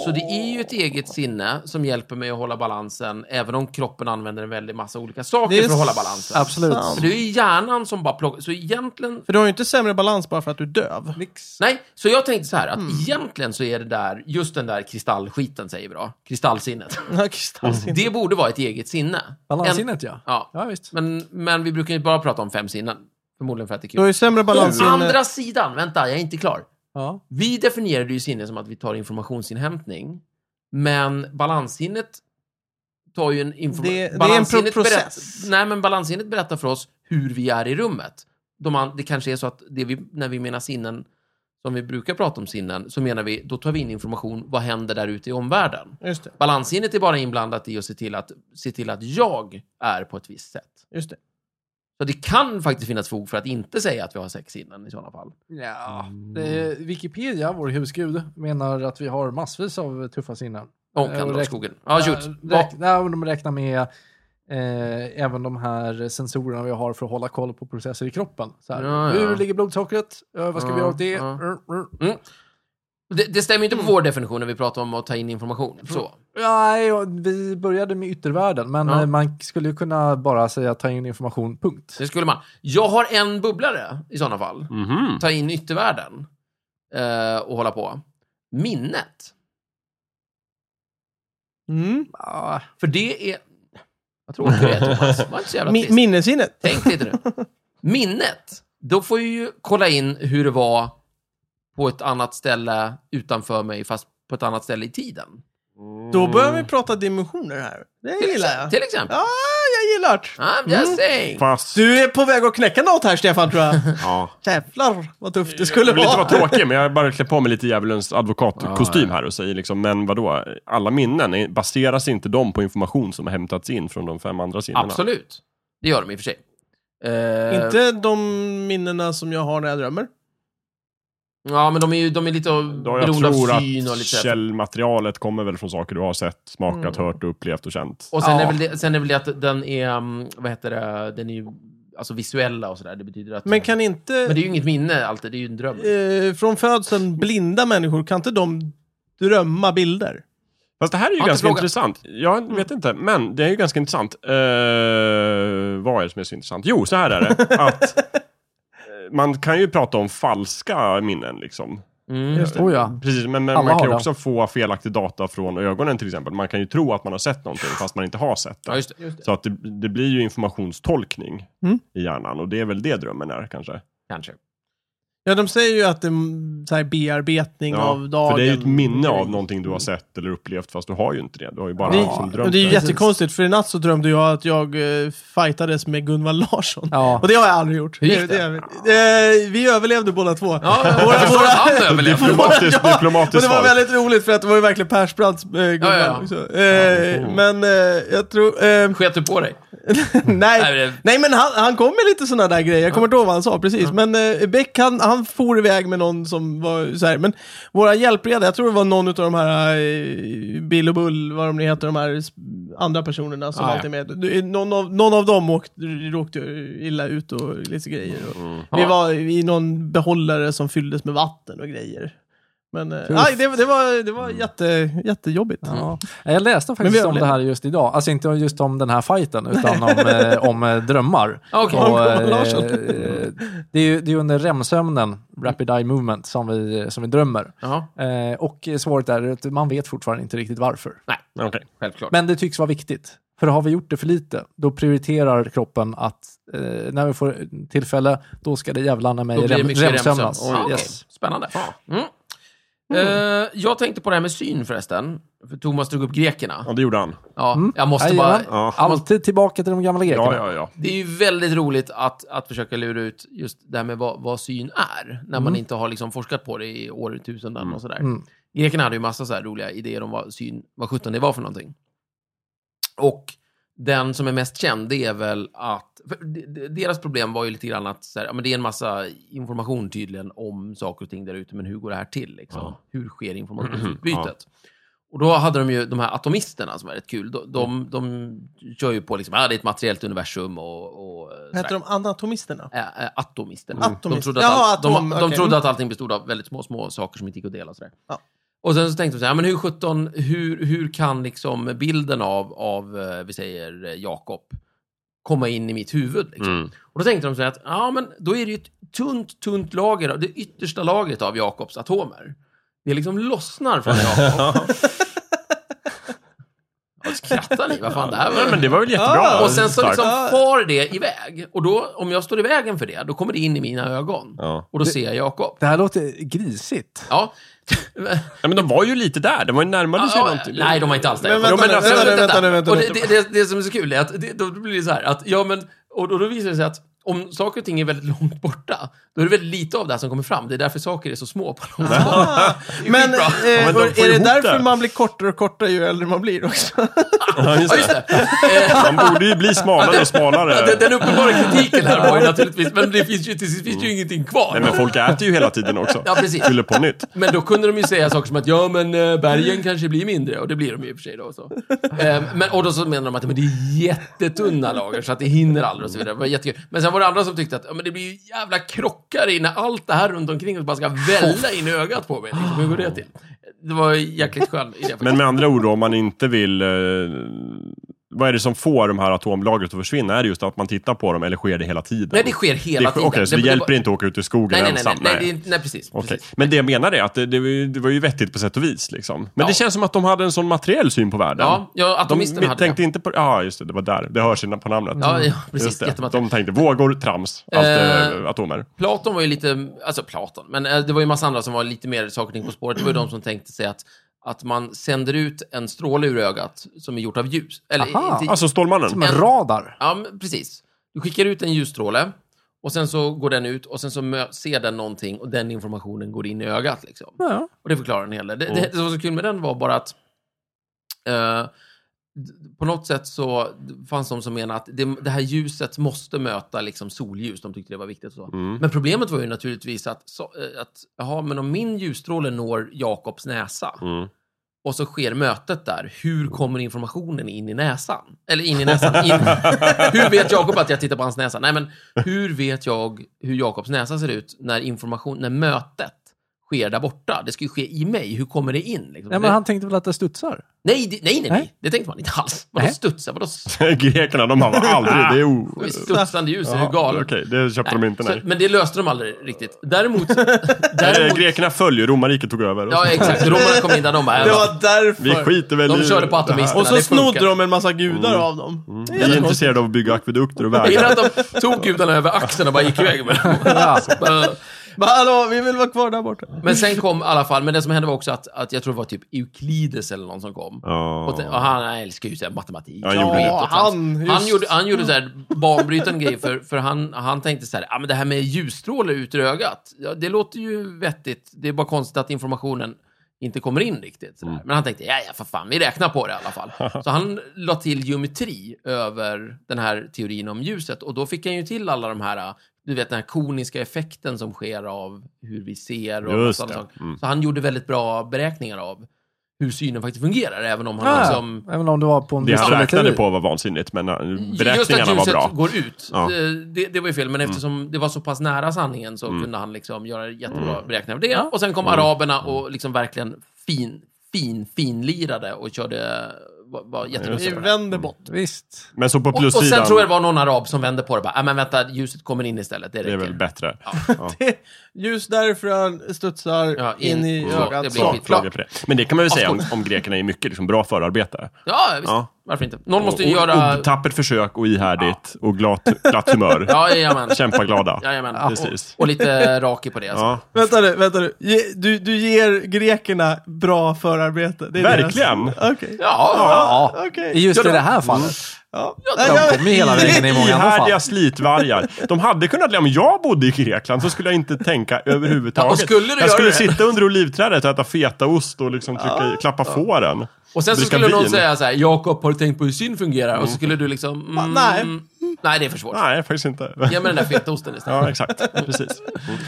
Speaker 2: Så det är ju ett eget sinne som hjälper mig att hålla balansen, även om kroppen använder en väldig massa olika
Speaker 1: Det
Speaker 2: saker
Speaker 1: är
Speaker 2: för att hålla
Speaker 1: s-
Speaker 2: balansen.
Speaker 4: Absolut.
Speaker 1: Fan.
Speaker 2: För det är ju hjärnan som bara plockar, så egentligen...
Speaker 1: För du har ju inte sämre balans bara för att du är
Speaker 3: *laughs*
Speaker 1: döv.
Speaker 4: Nix.
Speaker 2: Nej, så jag tänkte så här, att egentligen så är det där, just den där kristallskiten säger vi då, *laughs* kristallsinnet.
Speaker 1: Ja, kristallsinne.
Speaker 2: Det borde vara ett eget sinne.
Speaker 4: Balanssinnet ja.
Speaker 2: En, ja,
Speaker 4: Ja visst.
Speaker 2: men, men vi brukar ju bara prata om fem sinnen. Förmodligen för att det är
Speaker 1: Du har
Speaker 2: kul.
Speaker 1: ju
Speaker 3: Mm.
Speaker 1: sämre
Speaker 2: Å
Speaker 1: balanssinne.
Speaker 2: andra sidan, vänta, jag är inte klar.
Speaker 4: Ja.
Speaker 2: Vi definierade ju sinne som att vi tar informationsinhämtning, men balanssinnet tar ju en
Speaker 1: Det- det är
Speaker 2: information...
Speaker 1: en pro- process.
Speaker 2: nej, men balanssinnet berättar för oss hur vi är i rummet. De an- det kanske är så att det vi, när vi menar sinnen, som vi brukar prata om sinnen, så menar vi, då tar vi in information, vad händer där ute i omvärlden?
Speaker 1: Just det,
Speaker 2: Balanssinnet är bara inblandat i att se till att, se till att jag är på ett visst sätt.
Speaker 1: just det.
Speaker 2: Så det kan faktiskt finnas fog för att inte säga att vi har sex sinnen i sådana fall.
Speaker 4: Ja, det är Wikipedia, vår husgud, menar att vi har massvis av tuffa sinnen.
Speaker 2: Och kan
Speaker 4: Eh, och
Speaker 2: dra åt
Speaker 4: räk-
Speaker 2: skogen. Ja, shoot.
Speaker 4: Räk, ja. och De räknar med eh, även de här sensorerna vi har för att hålla koll på processer i kroppen. Så här,
Speaker 2: Ja, ja.
Speaker 4: Hur ligger blodsockret? Eh, vad ska vi
Speaker 2: Ja,
Speaker 4: göra åt det?
Speaker 2: ja.
Speaker 4: Mm, mm.
Speaker 2: Det, det stämmer ju inte på
Speaker 1: Mm.
Speaker 2: vår definition när vi pratar om att ta in information. Så.
Speaker 4: Nej, och vi började med yttervärlden, men
Speaker 2: Ja.
Speaker 4: eh, man skulle ju kunna bara säga ta in information, punkt.
Speaker 2: Det skulle man. Jag har en bubblare i sådana fall.
Speaker 3: Mhm.
Speaker 2: Ta in yttervärlden eh, och hålla på. Minnet.
Speaker 1: Mm.
Speaker 4: Ah,
Speaker 2: För det är... Vad tråkigt du är, Thomas. Var inte så
Speaker 1: *laughs*
Speaker 2: jävla
Speaker 1: Mi-
Speaker 2: trist.
Speaker 1: minnesinnet.
Speaker 2: Tänk lite nu. Minnet. Då får jag ju kolla in hur det var på ett annat ställe utanför mig, fast på ett annat ställe i tiden.
Speaker 3: Mm.
Speaker 1: Då börjar vi prata dimensioner här. Det
Speaker 2: Till,
Speaker 3: Typ
Speaker 1: gillar jag.
Speaker 2: till exempel. Ah,
Speaker 1: Ja, Mm. jag gillar.
Speaker 2: I'm just saying.
Speaker 3: Fast...
Speaker 1: Du är på väg att knäcka något här, Stefan,
Speaker 3: *laughs*
Speaker 1: tror jag.
Speaker 3: Ja.
Speaker 1: Jävlar vad tufft det skulle
Speaker 3: Jag vill inte vara
Speaker 1: vara.
Speaker 3: tråkig, men jag bara klär på mig lite djävulens advokatkostym här och säger liksom, men vadå, alla minnen, är- baseras inte de på information som har hämtats in från de fem andra sinnena?
Speaker 2: Absolut. Det gör de i och för sig. Eh,
Speaker 1: Inte de minnena som jag har när jag drömmer.
Speaker 2: Ja, men de är ju de är lite av-
Speaker 3: Då jag
Speaker 2: beroende av
Speaker 3: tror
Speaker 2: syn och
Speaker 3: att
Speaker 2: lite Mm. sådär.
Speaker 3: källmaterialet kommer väl från saker du har sett, smakat, hört, upplevt och känt.
Speaker 2: Och sen,
Speaker 1: Ja.
Speaker 2: är väl det, sen är väl det att den är, um, vad heter det, den är ju alltså visuella och sådär. Det betyder att...
Speaker 1: Men kan
Speaker 2: Men
Speaker 1: inte
Speaker 2: det är ju inget minne alltid, det är ju en dröm.
Speaker 1: eh, från födseln blinda människor, kan inte de drömma bilder?
Speaker 3: Fast det här är ju
Speaker 2: Har inte
Speaker 3: ganska
Speaker 2: frågat. Mm.
Speaker 3: intressant. Jag vet inte, men det är ju ganska intressant. Eh, vad är det som är så intressant? Jo, så här är det.
Speaker 2: *laughs*
Speaker 3: att eh, man kan ju prata om falska minnen, liksom.
Speaker 2: Mm.
Speaker 4: Oh, ja.
Speaker 3: Precis, men, men
Speaker 4: Alla
Speaker 3: man
Speaker 4: har
Speaker 3: kan ju
Speaker 4: det.
Speaker 3: också få felaktig data från ögonen till exempel. Man kan ju tro att man har sett någonting fast man inte har sett
Speaker 2: Ja,
Speaker 3: det.
Speaker 2: just det.
Speaker 3: Så att det, det blir ju informationstolkning
Speaker 1: Mm.
Speaker 3: i hjärnan och det är väl det drömmen är kanske.
Speaker 2: Kanske.
Speaker 1: Ja, de säger ju att det är mm, så här, bearbetning av dagen.
Speaker 3: för det är ju ett minne av någonting du har sett eller upplevt fast du har ju inte det. Du har ju bara
Speaker 1: Det,
Speaker 3: liksom
Speaker 1: och
Speaker 3: drömt
Speaker 1: det är ju
Speaker 3: det.
Speaker 1: jättekonstigt, för i natt så drömde jag att jag eh, fightades med Gunvald Larsson.
Speaker 4: Ja.
Speaker 1: Och det har jag aldrig gjort.
Speaker 2: Hur gick
Speaker 1: eh, vi överlevde båda två.
Speaker 2: Ja, jag
Speaker 1: *laughs*
Speaker 2: förstår att han överlevde.
Speaker 3: Diplomatiskt,
Speaker 1: och
Speaker 3: diplomatiskt
Speaker 1: det var
Speaker 3: svar.
Speaker 1: väldigt roligt för att det var ju verkligen Persbrandts eh, Gunvald
Speaker 2: Ja, ja, ja.
Speaker 1: också. Eh, Men eh, jag tror... Eh,
Speaker 2: Sket du på dig?
Speaker 1: *laughs*
Speaker 2: Nej,
Speaker 1: nej,
Speaker 2: det-
Speaker 1: nej, men han, han kom med lite sådana där grejer. Jag kommer inte ihåg vad han sa precis. Men eh, Beck, han, han for iväg med någon som var så här. Men våra hjälpredare, jag tror det var någon av de här eh, Bill och Bull, vad de nu heter, de här s- andra personerna som
Speaker 2: Ah, ja.
Speaker 1: alltid är med. Du- eh, Någon av, någon av dem åkte, råkte illa ut och lite grejer. Och Vi
Speaker 2: Ja.
Speaker 1: var i någon behållare som fylldes med vatten och grejer. Men eh,
Speaker 4: Tufft.
Speaker 1: aj, det, det var, det var jätte, jättejobbigt.
Speaker 4: Ja. Jag läste
Speaker 1: Men vi
Speaker 4: faktiskt om
Speaker 1: överlevde.
Speaker 4: det här just idag. Alltså inte just om den här fighten,
Speaker 1: *laughs*
Speaker 4: utan om, eh, om eh, drömmar.
Speaker 2: Okej.
Speaker 1: Om
Speaker 4: Och,
Speaker 1: Gunnar
Speaker 4: eh,
Speaker 1: Larsson.
Speaker 4: det är ju det är ju under REM-sömnen, Rapid Eye Movement, som vi, som vi drömmer.
Speaker 2: Jaha.
Speaker 4: Eh, och svaret är att man vet fortfarande inte riktigt varför.
Speaker 3: Okej.
Speaker 2: Självklart.
Speaker 4: Men det tycks vara viktigt. För har vi gjort det för lite, då prioriterar kroppen att eh, när vi får tillfälle, då ska det jävlarna mig
Speaker 2: Då blir det
Speaker 4: rem,
Speaker 2: mycket
Speaker 4: remsömnas.
Speaker 2: remsömn. Ah,
Speaker 4: Yes.
Speaker 2: okej. Spännande. Mm. Eh, jag tänkte på det här med syn förresten. För Thomas drog upp grekerna.
Speaker 3: Ja, det gjorde han.
Speaker 2: Ja, jag måste bara...
Speaker 4: Jajamän.
Speaker 3: Ja.
Speaker 4: Alltid tillbaka till de gamla grekerna.
Speaker 3: Ja, ja, ja.
Speaker 2: Det är ju väldigt roligt att, att försöka lura ut just det här med vad, vad syn är, när man inte har liksom forskat på det i årtusenden och sådär.
Speaker 4: Mm.
Speaker 2: Grekerna hade ju massa så här roliga idéer om vad syn, vad sjutton det var för någonting. Och den som är mest känd, det är väl att... för de- de- Deras problem var ju lite grann att så här, ja, men det är en massa information tydligen om saker och ting där ute, men hur går det här till? Liksom?
Speaker 3: Ja.
Speaker 2: Hur sker informationsutbytet? Och då hade de ju de här atomisterna som var rätt kul. De, de, de kör ju på liksom, ah, det är ett materiellt universum och... eh, och sådär.
Speaker 1: Hette de anatomisterna?
Speaker 2: Ä- ä, atomisterna.
Speaker 1: Mm.
Speaker 2: Eh, De trodde, att,
Speaker 1: Jaha,
Speaker 2: allt- de,
Speaker 1: atom,
Speaker 2: de
Speaker 1: okej.
Speaker 2: trodde
Speaker 1: Mm.
Speaker 2: att allting bestod av väldigt små, små saker som inte gick att dela och sådär.
Speaker 1: Ja.
Speaker 2: Och sen så tänkte de så här, men hur sjutton, hur, hur kan liksom bilden av, av eh, vi säger eh, Jakob, komma in i mitt huvud? Liksom?
Speaker 3: Mm.
Speaker 2: Och då tänkte de så här att, ja men då är det ju ett tunt, tunt lager, av- det yttersta lagret av Jakobs atomer. Det liksom lossnar från Jakob.
Speaker 3: *laughs*
Speaker 2: Ja, skrattar ni? Vad fan, det här var...
Speaker 3: Nej, men det var väl jättebra.
Speaker 1: Ja,
Speaker 2: Och sen så
Speaker 3: Starkt.
Speaker 2: liksom
Speaker 1: Ja.
Speaker 2: far det iväg. Och då, om jag står i vägen för det, då kommer det in i mina ögon.
Speaker 3: Ja.
Speaker 2: Och då ser jag Jakob.
Speaker 4: Det här låter grisigt.
Speaker 1: *laughs*
Speaker 2: Ja.
Speaker 3: ja, men de var ju lite där. De var ju närmare sig någonting.
Speaker 2: nej, de var inte alls det.
Speaker 1: typ. Men vänta
Speaker 2: Jo,
Speaker 1: nu,
Speaker 2: alltså,
Speaker 1: vänta nu, vänta nu, vänta
Speaker 2: Och
Speaker 1: nu.
Speaker 2: det, det, det, det som är så kul är att det, då blir det så här att, ja men, och då, då visar det sig att om saker och ting är väldigt långt borta, då är det väldigt lite av det här som kommer fram. Det är därför saker är så små på långt
Speaker 1: *laughs*
Speaker 2: håll.
Speaker 1: Ah, men eh,
Speaker 2: skitbra.
Speaker 3: Ja, men de får
Speaker 1: är det
Speaker 3: ihop
Speaker 1: därför
Speaker 3: det.
Speaker 1: man blir kortare och kortare ju äldre man blir också?
Speaker 2: *laughs*
Speaker 3: Ja, just
Speaker 2: Ja,
Speaker 3: det.
Speaker 2: just det. Eh,
Speaker 3: De borde ju bli smalare och smalare.
Speaker 2: Ja, den, den uppenbara kritiken här var ju naturligtvis, men det finns ju, till sist finns det ju ingenting kvar.
Speaker 3: Nej, men folk äter ju hela tiden också.
Speaker 2: Ja, precis.
Speaker 3: Fyller på nytt.
Speaker 2: Men då kunde de ju säga saker som att ja, men eh, bergen kanske blir mindre och det blir de ju i och för sig då. Så. Eh, men, och då så menar de att men det är jättetunna lager så att det hinner aldrig och så vidare. Det var jättekul. Men sen var det andra som tyckte att ja, men det blir ju jävla krockar i när allt det här runt omkring bara ska välla in i ögat på mig. Liksom, hur går det till? Det var en jäkligt skön idé faktiskt.
Speaker 3: Men med andra ord, om man inte vill... Eh, vad är det som får de här atomlagret att försvinna? Är det just att man tittar på dem, eller sker det hela tiden?
Speaker 2: Nej, det sker hela
Speaker 3: Det sker-
Speaker 2: tiden.
Speaker 3: Okej, så det,
Speaker 2: var-
Speaker 3: hjälper inte att åka ut i skogen
Speaker 2: nej, nej, nej,
Speaker 3: ensam?
Speaker 2: nej, nej, det är inte- nej precis.
Speaker 3: Okej.
Speaker 2: precis.
Speaker 3: Men det jag menar är att det, det, var ju- det var ju vettigt på sätt och vis. Liksom. Men
Speaker 2: Ja.
Speaker 3: det känns som att de hade en sån materiell syn på världen.
Speaker 2: Ja, ja,
Speaker 3: De
Speaker 2: atomisterna hade
Speaker 3: tänkte
Speaker 2: det.
Speaker 3: inte på... Ja, just det. Det var där. Det hörs i- på namnet. Mm.
Speaker 2: Ja, ja, precis.
Speaker 3: Just det.
Speaker 2: Jättemateriellt.
Speaker 3: De tänkte vågor, trams, allt,
Speaker 2: Eh,
Speaker 3: eh, atomer.
Speaker 2: Platon var ju lite, alltså Platon, men eh, det var ju massa andra som var lite mer saker och ting på spåret. Det var ju de som tänkte sig att, att man sänder ut en stråle ur ögat som är gjort av ljus. Eller,
Speaker 4: Aha.
Speaker 2: inte-
Speaker 3: Alltså Stålmannen?
Speaker 4: Som en radar.
Speaker 2: Ja, men precis. Du skickar ut en ljusstråle och sen så går den ut och sen så mö- ser den någonting och den informationen går in i ögat. Liksom.
Speaker 4: Ja.
Speaker 2: Och det förklarar en hel del. Det,
Speaker 3: Mm.
Speaker 2: det, det som var så kul med den var bara att eh, d- på något sätt så fanns de som menade att det, det här ljuset måste möta liksom solljus. De tyckte det var viktigt. Och så.
Speaker 3: Mm.
Speaker 2: Men problemet var ju naturligtvis att, så, eh, att jaha, men om min ljusstråle når Jakobs näsa
Speaker 3: Mm. *laughs*
Speaker 2: och så sker mötet där, hur kommer informationen in i näsan? Eller in i näsan?
Speaker 3: *laughs*
Speaker 2: In... hur vet Jakob att jag tittar på hans näsa? Nej, men hur vet jag hur Jakobs näsa ser ut när, information, när mötet sker där borta? Det ska ju ske i mig. Hur kommer det in? Liksom?
Speaker 4: Ja, men han tänkte väl att det studsar?
Speaker 2: nej, det, nej, nej, nej,
Speaker 4: Nej.
Speaker 2: det tänkte man inte alls. Vadå
Speaker 4: Nej.
Speaker 2: studsa? Vadå
Speaker 3: *laughs*
Speaker 2: s-
Speaker 3: Grekerna, de bara aldrig, det är o...
Speaker 2: studsande ljus? Är
Speaker 3: Ja,
Speaker 2: du galen?
Speaker 3: Okej, det köpte de inte, nej.
Speaker 2: Så, men det löste de aldrig riktigt.
Speaker 3: *laughs*
Speaker 2: Däremot...
Speaker 3: Eh,
Speaker 2: däremot
Speaker 3: Grekerna följer, romarriket tog över.
Speaker 2: ja, exakt. Romarna kom in där de bara...
Speaker 1: Det var därför.
Speaker 3: Vi skiter väl
Speaker 2: De
Speaker 3: i
Speaker 2: körde på
Speaker 3: det här.
Speaker 2: atomisterna.
Speaker 1: och så
Speaker 2: det funkar.
Speaker 1: snodde de en massa gudar
Speaker 3: Mm.
Speaker 1: av dem.
Speaker 3: Vi är intresserade av att bygga akvedukter och
Speaker 2: Jag gillar
Speaker 3: vägar.
Speaker 2: att de tog gudarna över axeln och bara gick iväg med dem.
Speaker 1: Men hallå, vi vill vara kvar där borta.
Speaker 2: *laughs* Men sen kom i alla fall, men det som hände var också att, att jag tror det var typ Euklides eller någon som kom. Och, te- och
Speaker 3: Ja.
Speaker 2: han älskar ju så här matematik.
Speaker 3: Ja, han gjorde
Speaker 2: skit
Speaker 3: det.
Speaker 2: och
Speaker 1: Ja,
Speaker 2: trams.
Speaker 1: han,
Speaker 2: han
Speaker 1: just.
Speaker 2: gjorde, han gjorde så här banbrytande grejer för, för han, han tänkte så här, ah, men det här med ljusstrålar ut ur ögat, ja, det låter ju vettigt. Det är bara konstigt att informationen inte kommer in riktigt. Så där.
Speaker 3: Mm.
Speaker 2: Men han tänkte, ja ja för fan, vi räknar på det i alla
Speaker 3: *laughs*
Speaker 2: fall. Så han la till geometri över den här teorin om ljuset och då fick han ju till alla de här, du vet den här koniska effekten som sker av hur vi ser och
Speaker 3: Just
Speaker 2: sådana
Speaker 3: det.
Speaker 2: saker.
Speaker 3: Mm.
Speaker 2: Så han gjorde väldigt bra beräkningar av hur synen faktiskt fungerar, även om
Speaker 3: Ah,
Speaker 2: han
Speaker 4: Ja,
Speaker 2: liksom
Speaker 4: Även om det var på en
Speaker 3: Det han
Speaker 4: ljussatellit.
Speaker 3: räknade på var vansinnigt, men eh,
Speaker 2: Just att
Speaker 3: beräkningarna var
Speaker 2: ljuset
Speaker 3: bra.
Speaker 2: går ut,
Speaker 3: Ja. Mm.
Speaker 2: eh, det, det var ju fel. Men eftersom det var så pass nära sanningen så kunde han liksom göra jättebra
Speaker 3: Mm.
Speaker 2: beräkningar av det. Och sen kom araberna och liksom verkligen fin, fin, finlirade och körde, var, var
Speaker 1: Vi
Speaker 2: jätteduktiga på det.
Speaker 1: vänder bort.
Speaker 4: Visst.
Speaker 3: Men så på
Speaker 2: Och, och sen
Speaker 3: plussidan,
Speaker 2: tror jag det var någon arab som vände på det bara, "Ah, men vänta, ljuset kommer in istället, det
Speaker 3: det är väl
Speaker 2: räcker.
Speaker 3: bättre.
Speaker 1: *laughs* Just därifrån studsar
Speaker 2: Ja, in-
Speaker 1: in, i
Speaker 2: så,
Speaker 1: ögat.
Speaker 2: det blir
Speaker 1: Så.
Speaker 2: skit.
Speaker 3: Klaga på det. Men det kan man ju säga om, om grekerna är mycket liksom, bra förarbete.
Speaker 2: Ja, visst.
Speaker 3: Ja.
Speaker 2: Varför inte? Någon måste ju
Speaker 3: och,
Speaker 2: göra...
Speaker 3: och tappert försök och ihärdigt och glatt, glatt humör.
Speaker 2: Ja, jajamän.
Speaker 3: *laughs* Kämpa glada.
Speaker 2: jajamän.
Speaker 3: Precis.
Speaker 2: Och, och lite raki på det. Alltså.
Speaker 3: Ja.
Speaker 1: Vänta nu, vänta nu. Ge, du, du ger grekerna bra förarbete. Det är
Speaker 3: Verkligen.
Speaker 1: deras- Okej.
Speaker 2: Ja,
Speaker 4: Ja,
Speaker 1: Okej.
Speaker 4: just
Speaker 1: Ja,
Speaker 4: i det här fallet.
Speaker 1: Ja.
Speaker 2: de
Speaker 1: Ja,
Speaker 4: kommer hela vägen i många andra
Speaker 3: Ihärdiga
Speaker 4: fall.
Speaker 3: slitvargar. De hade kunnat, om jag bodde i Grekland så skulle jag
Speaker 2: *laughs*
Speaker 3: inte tänka överhuvudtaget.
Speaker 2: Ja, och skulle du
Speaker 3: jag
Speaker 2: göra
Speaker 3: skulle
Speaker 2: det?
Speaker 3: sitta under olivträdet och äta fetaost och liksom trycka, i- klappa fåren.
Speaker 2: Och sen så
Speaker 3: Dricka
Speaker 2: skulle någon
Speaker 3: vin.
Speaker 2: säga så här, Jakob, har du tänkt på hur syn fungerar? Och så skulle du liksom... Mm,
Speaker 1: nej.
Speaker 2: Nej, det är för svårt.
Speaker 3: Nej, faktiskt inte.
Speaker 2: Ge mig den där fetaosten istället.
Speaker 3: *laughs* Ja, exakt. Precis.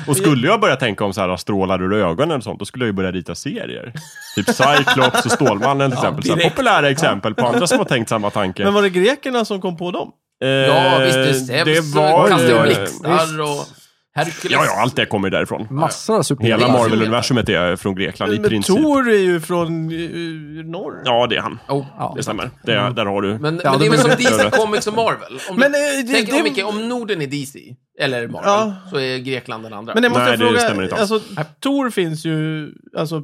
Speaker 3: Och skulle jag börja tänka om så här, strålar ur ögonen och sånt, då skulle jag ju börja rita serier. Typ Cyclops och Stålmannen till exempel. Så här,
Speaker 2: direkt.
Speaker 3: populära exempel på andra som har tänkt samma tanke.
Speaker 1: Men var det grekerna som kom på dem?
Speaker 3: Eh,
Speaker 2: Ja, visst, det är Zeus,
Speaker 3: var
Speaker 2: kastar
Speaker 3: ju-
Speaker 2: ju
Speaker 4: visst.
Speaker 2: blixtar och Herkules.
Speaker 3: Ja, ja, allt det kommer ju därifrån.
Speaker 4: Massor av
Speaker 3: Hela
Speaker 4: superhjältar.
Speaker 2: Marvel-
Speaker 3: Marvel-universumet är från Grekland i
Speaker 1: Men
Speaker 3: princip.
Speaker 1: Tor är ju från eh, norr.
Speaker 3: Ja, det är han.
Speaker 2: Oh,
Speaker 4: Ja.
Speaker 3: Det stämmer. Det, är- Där har du.
Speaker 2: Men,
Speaker 4: Ja,
Speaker 2: men det är
Speaker 4: de
Speaker 2: väl
Speaker 4: är
Speaker 2: som
Speaker 4: rätt.
Speaker 2: DC Comics och Marvel? Om
Speaker 1: Men,
Speaker 2: du,
Speaker 1: eh, det-
Speaker 2: tänk
Speaker 1: det-
Speaker 2: om, Micke, om Norden är DC, eller Marvel,
Speaker 1: Ja.
Speaker 2: så är Grekland den andra.
Speaker 1: Men jag måste
Speaker 3: Nej, det
Speaker 1: fråga,
Speaker 3: stämmer inte alls.
Speaker 1: alltså, Tor finns ju alltså,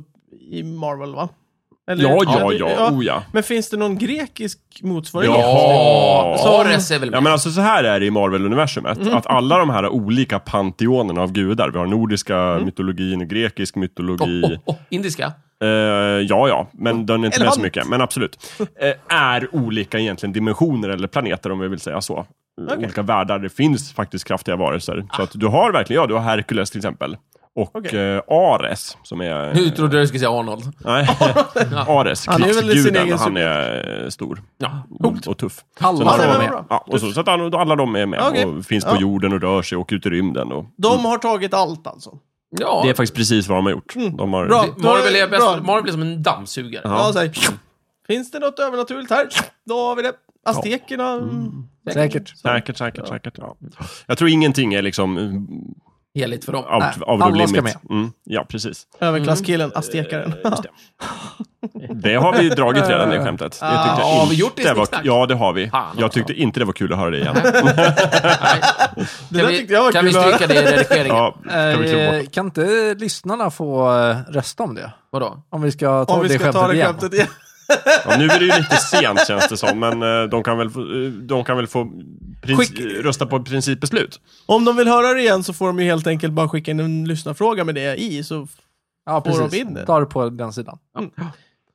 Speaker 1: i Marvel va? Eller-
Speaker 3: ja, ja, ja. Oh, ja.
Speaker 1: Men finns det någon grekisk motsvarighet?
Speaker 3: Jaha.
Speaker 2: ja, Ares är väl
Speaker 3: Ja,
Speaker 2: med.
Speaker 3: men alltså så här är det i Marvel-universumet.
Speaker 2: Mm.
Speaker 3: Att alla de här olika panteonerna av gudar. Vi har nordiska mytologin och grekisk mytologi.
Speaker 2: Mm. oh, oh, oh, indiska?
Speaker 3: Eh, ja, ja, men den är inte med
Speaker 1: Elefant.
Speaker 3: så mycket. Men absolut. Eh, är olika egentligen dimensioner eller planeter om vi vill säga så. Eh, Olika världar. Det finns faktiskt kraftiga varelser.
Speaker 2: Ah.
Speaker 3: Så att du har verkligen, ja du har Herkules till exempel. Och
Speaker 1: Okej.
Speaker 3: eh, Ares som är...
Speaker 2: Nu trodde jag du skulle säga Arnold.
Speaker 3: Nej, Ares,
Speaker 1: Han är väl sin
Speaker 3: krigsguden,
Speaker 1: egen
Speaker 3: han är eh, stor.
Speaker 2: Ja.
Speaker 3: God och tuff.
Speaker 4: Alla
Speaker 3: Sen har
Speaker 4: de
Speaker 3: de-
Speaker 4: är med.
Speaker 3: Ja, och så, så att alla, alla de är med
Speaker 1: Okej.
Speaker 3: och finns på
Speaker 1: Ja.
Speaker 3: jorden och rör sig och åker ut i rymden. Och,
Speaker 1: De har tagit allt alltså?
Speaker 2: Ja,
Speaker 3: det är faktiskt precis vad de har gjort. De har,
Speaker 1: Bra.
Speaker 2: Marvel är bäst.
Speaker 1: Bra.
Speaker 2: Marvel är som en dammsugare.
Speaker 1: Ja. så här, finns det något övernaturligt här? Då har vi det. Aztekerna.
Speaker 3: Mm.
Speaker 4: Säkert.
Speaker 3: Säkert, säkert, säkert. Ja. Jag tror ingenting är liksom mm,
Speaker 2: Heligt för dem.
Speaker 3: out,
Speaker 4: Nej,
Speaker 3: out of
Speaker 4: alla
Speaker 3: limit.
Speaker 4: ska
Speaker 3: Mm, ja, precis.
Speaker 1: Överklasskillen,
Speaker 3: Mm.
Speaker 1: aztekaren.
Speaker 3: Det har vi dragit redan, det skämtet. Det tyckte jag
Speaker 2: Ah, har vi
Speaker 3: inte
Speaker 2: gjort det
Speaker 3: var,
Speaker 2: snicksnack?
Speaker 3: Ja, det har vi.
Speaker 2: Fan
Speaker 3: jag
Speaker 2: också.
Speaker 3: tyckte inte det var kul att höra det igen.
Speaker 2: Nej.
Speaker 1: *laughs* Det där
Speaker 2: Kan vi,
Speaker 1: tyckte jag var
Speaker 2: kan
Speaker 1: kul
Speaker 2: vi
Speaker 1: att höra.
Speaker 2: stryka det i redigeringen?
Speaker 3: Ja, kan vi klippa bort.
Speaker 4: Eh, Kan inte lyssnarna få eh, rösta om det?
Speaker 2: Vadå?
Speaker 4: Om vi ska ta
Speaker 1: Om vi
Speaker 4: det
Speaker 1: ska
Speaker 4: skämtet
Speaker 1: ta det
Speaker 4: igen.
Speaker 1: skämtet igen.
Speaker 3: Ja, nu är det ju lite sent känns det som, men eh, de kan väl få, eh, de kan väl få princ-
Speaker 1: Skick-
Speaker 3: eh, rösta på principbeslut.
Speaker 1: Om de vill höra det igen så får de ju helt enkelt bara skicka in en lyssnarfråga med det i. Så
Speaker 4: Ja,
Speaker 1: Får de
Speaker 4: precis.
Speaker 1: in det?
Speaker 4: Ta det på den sidan.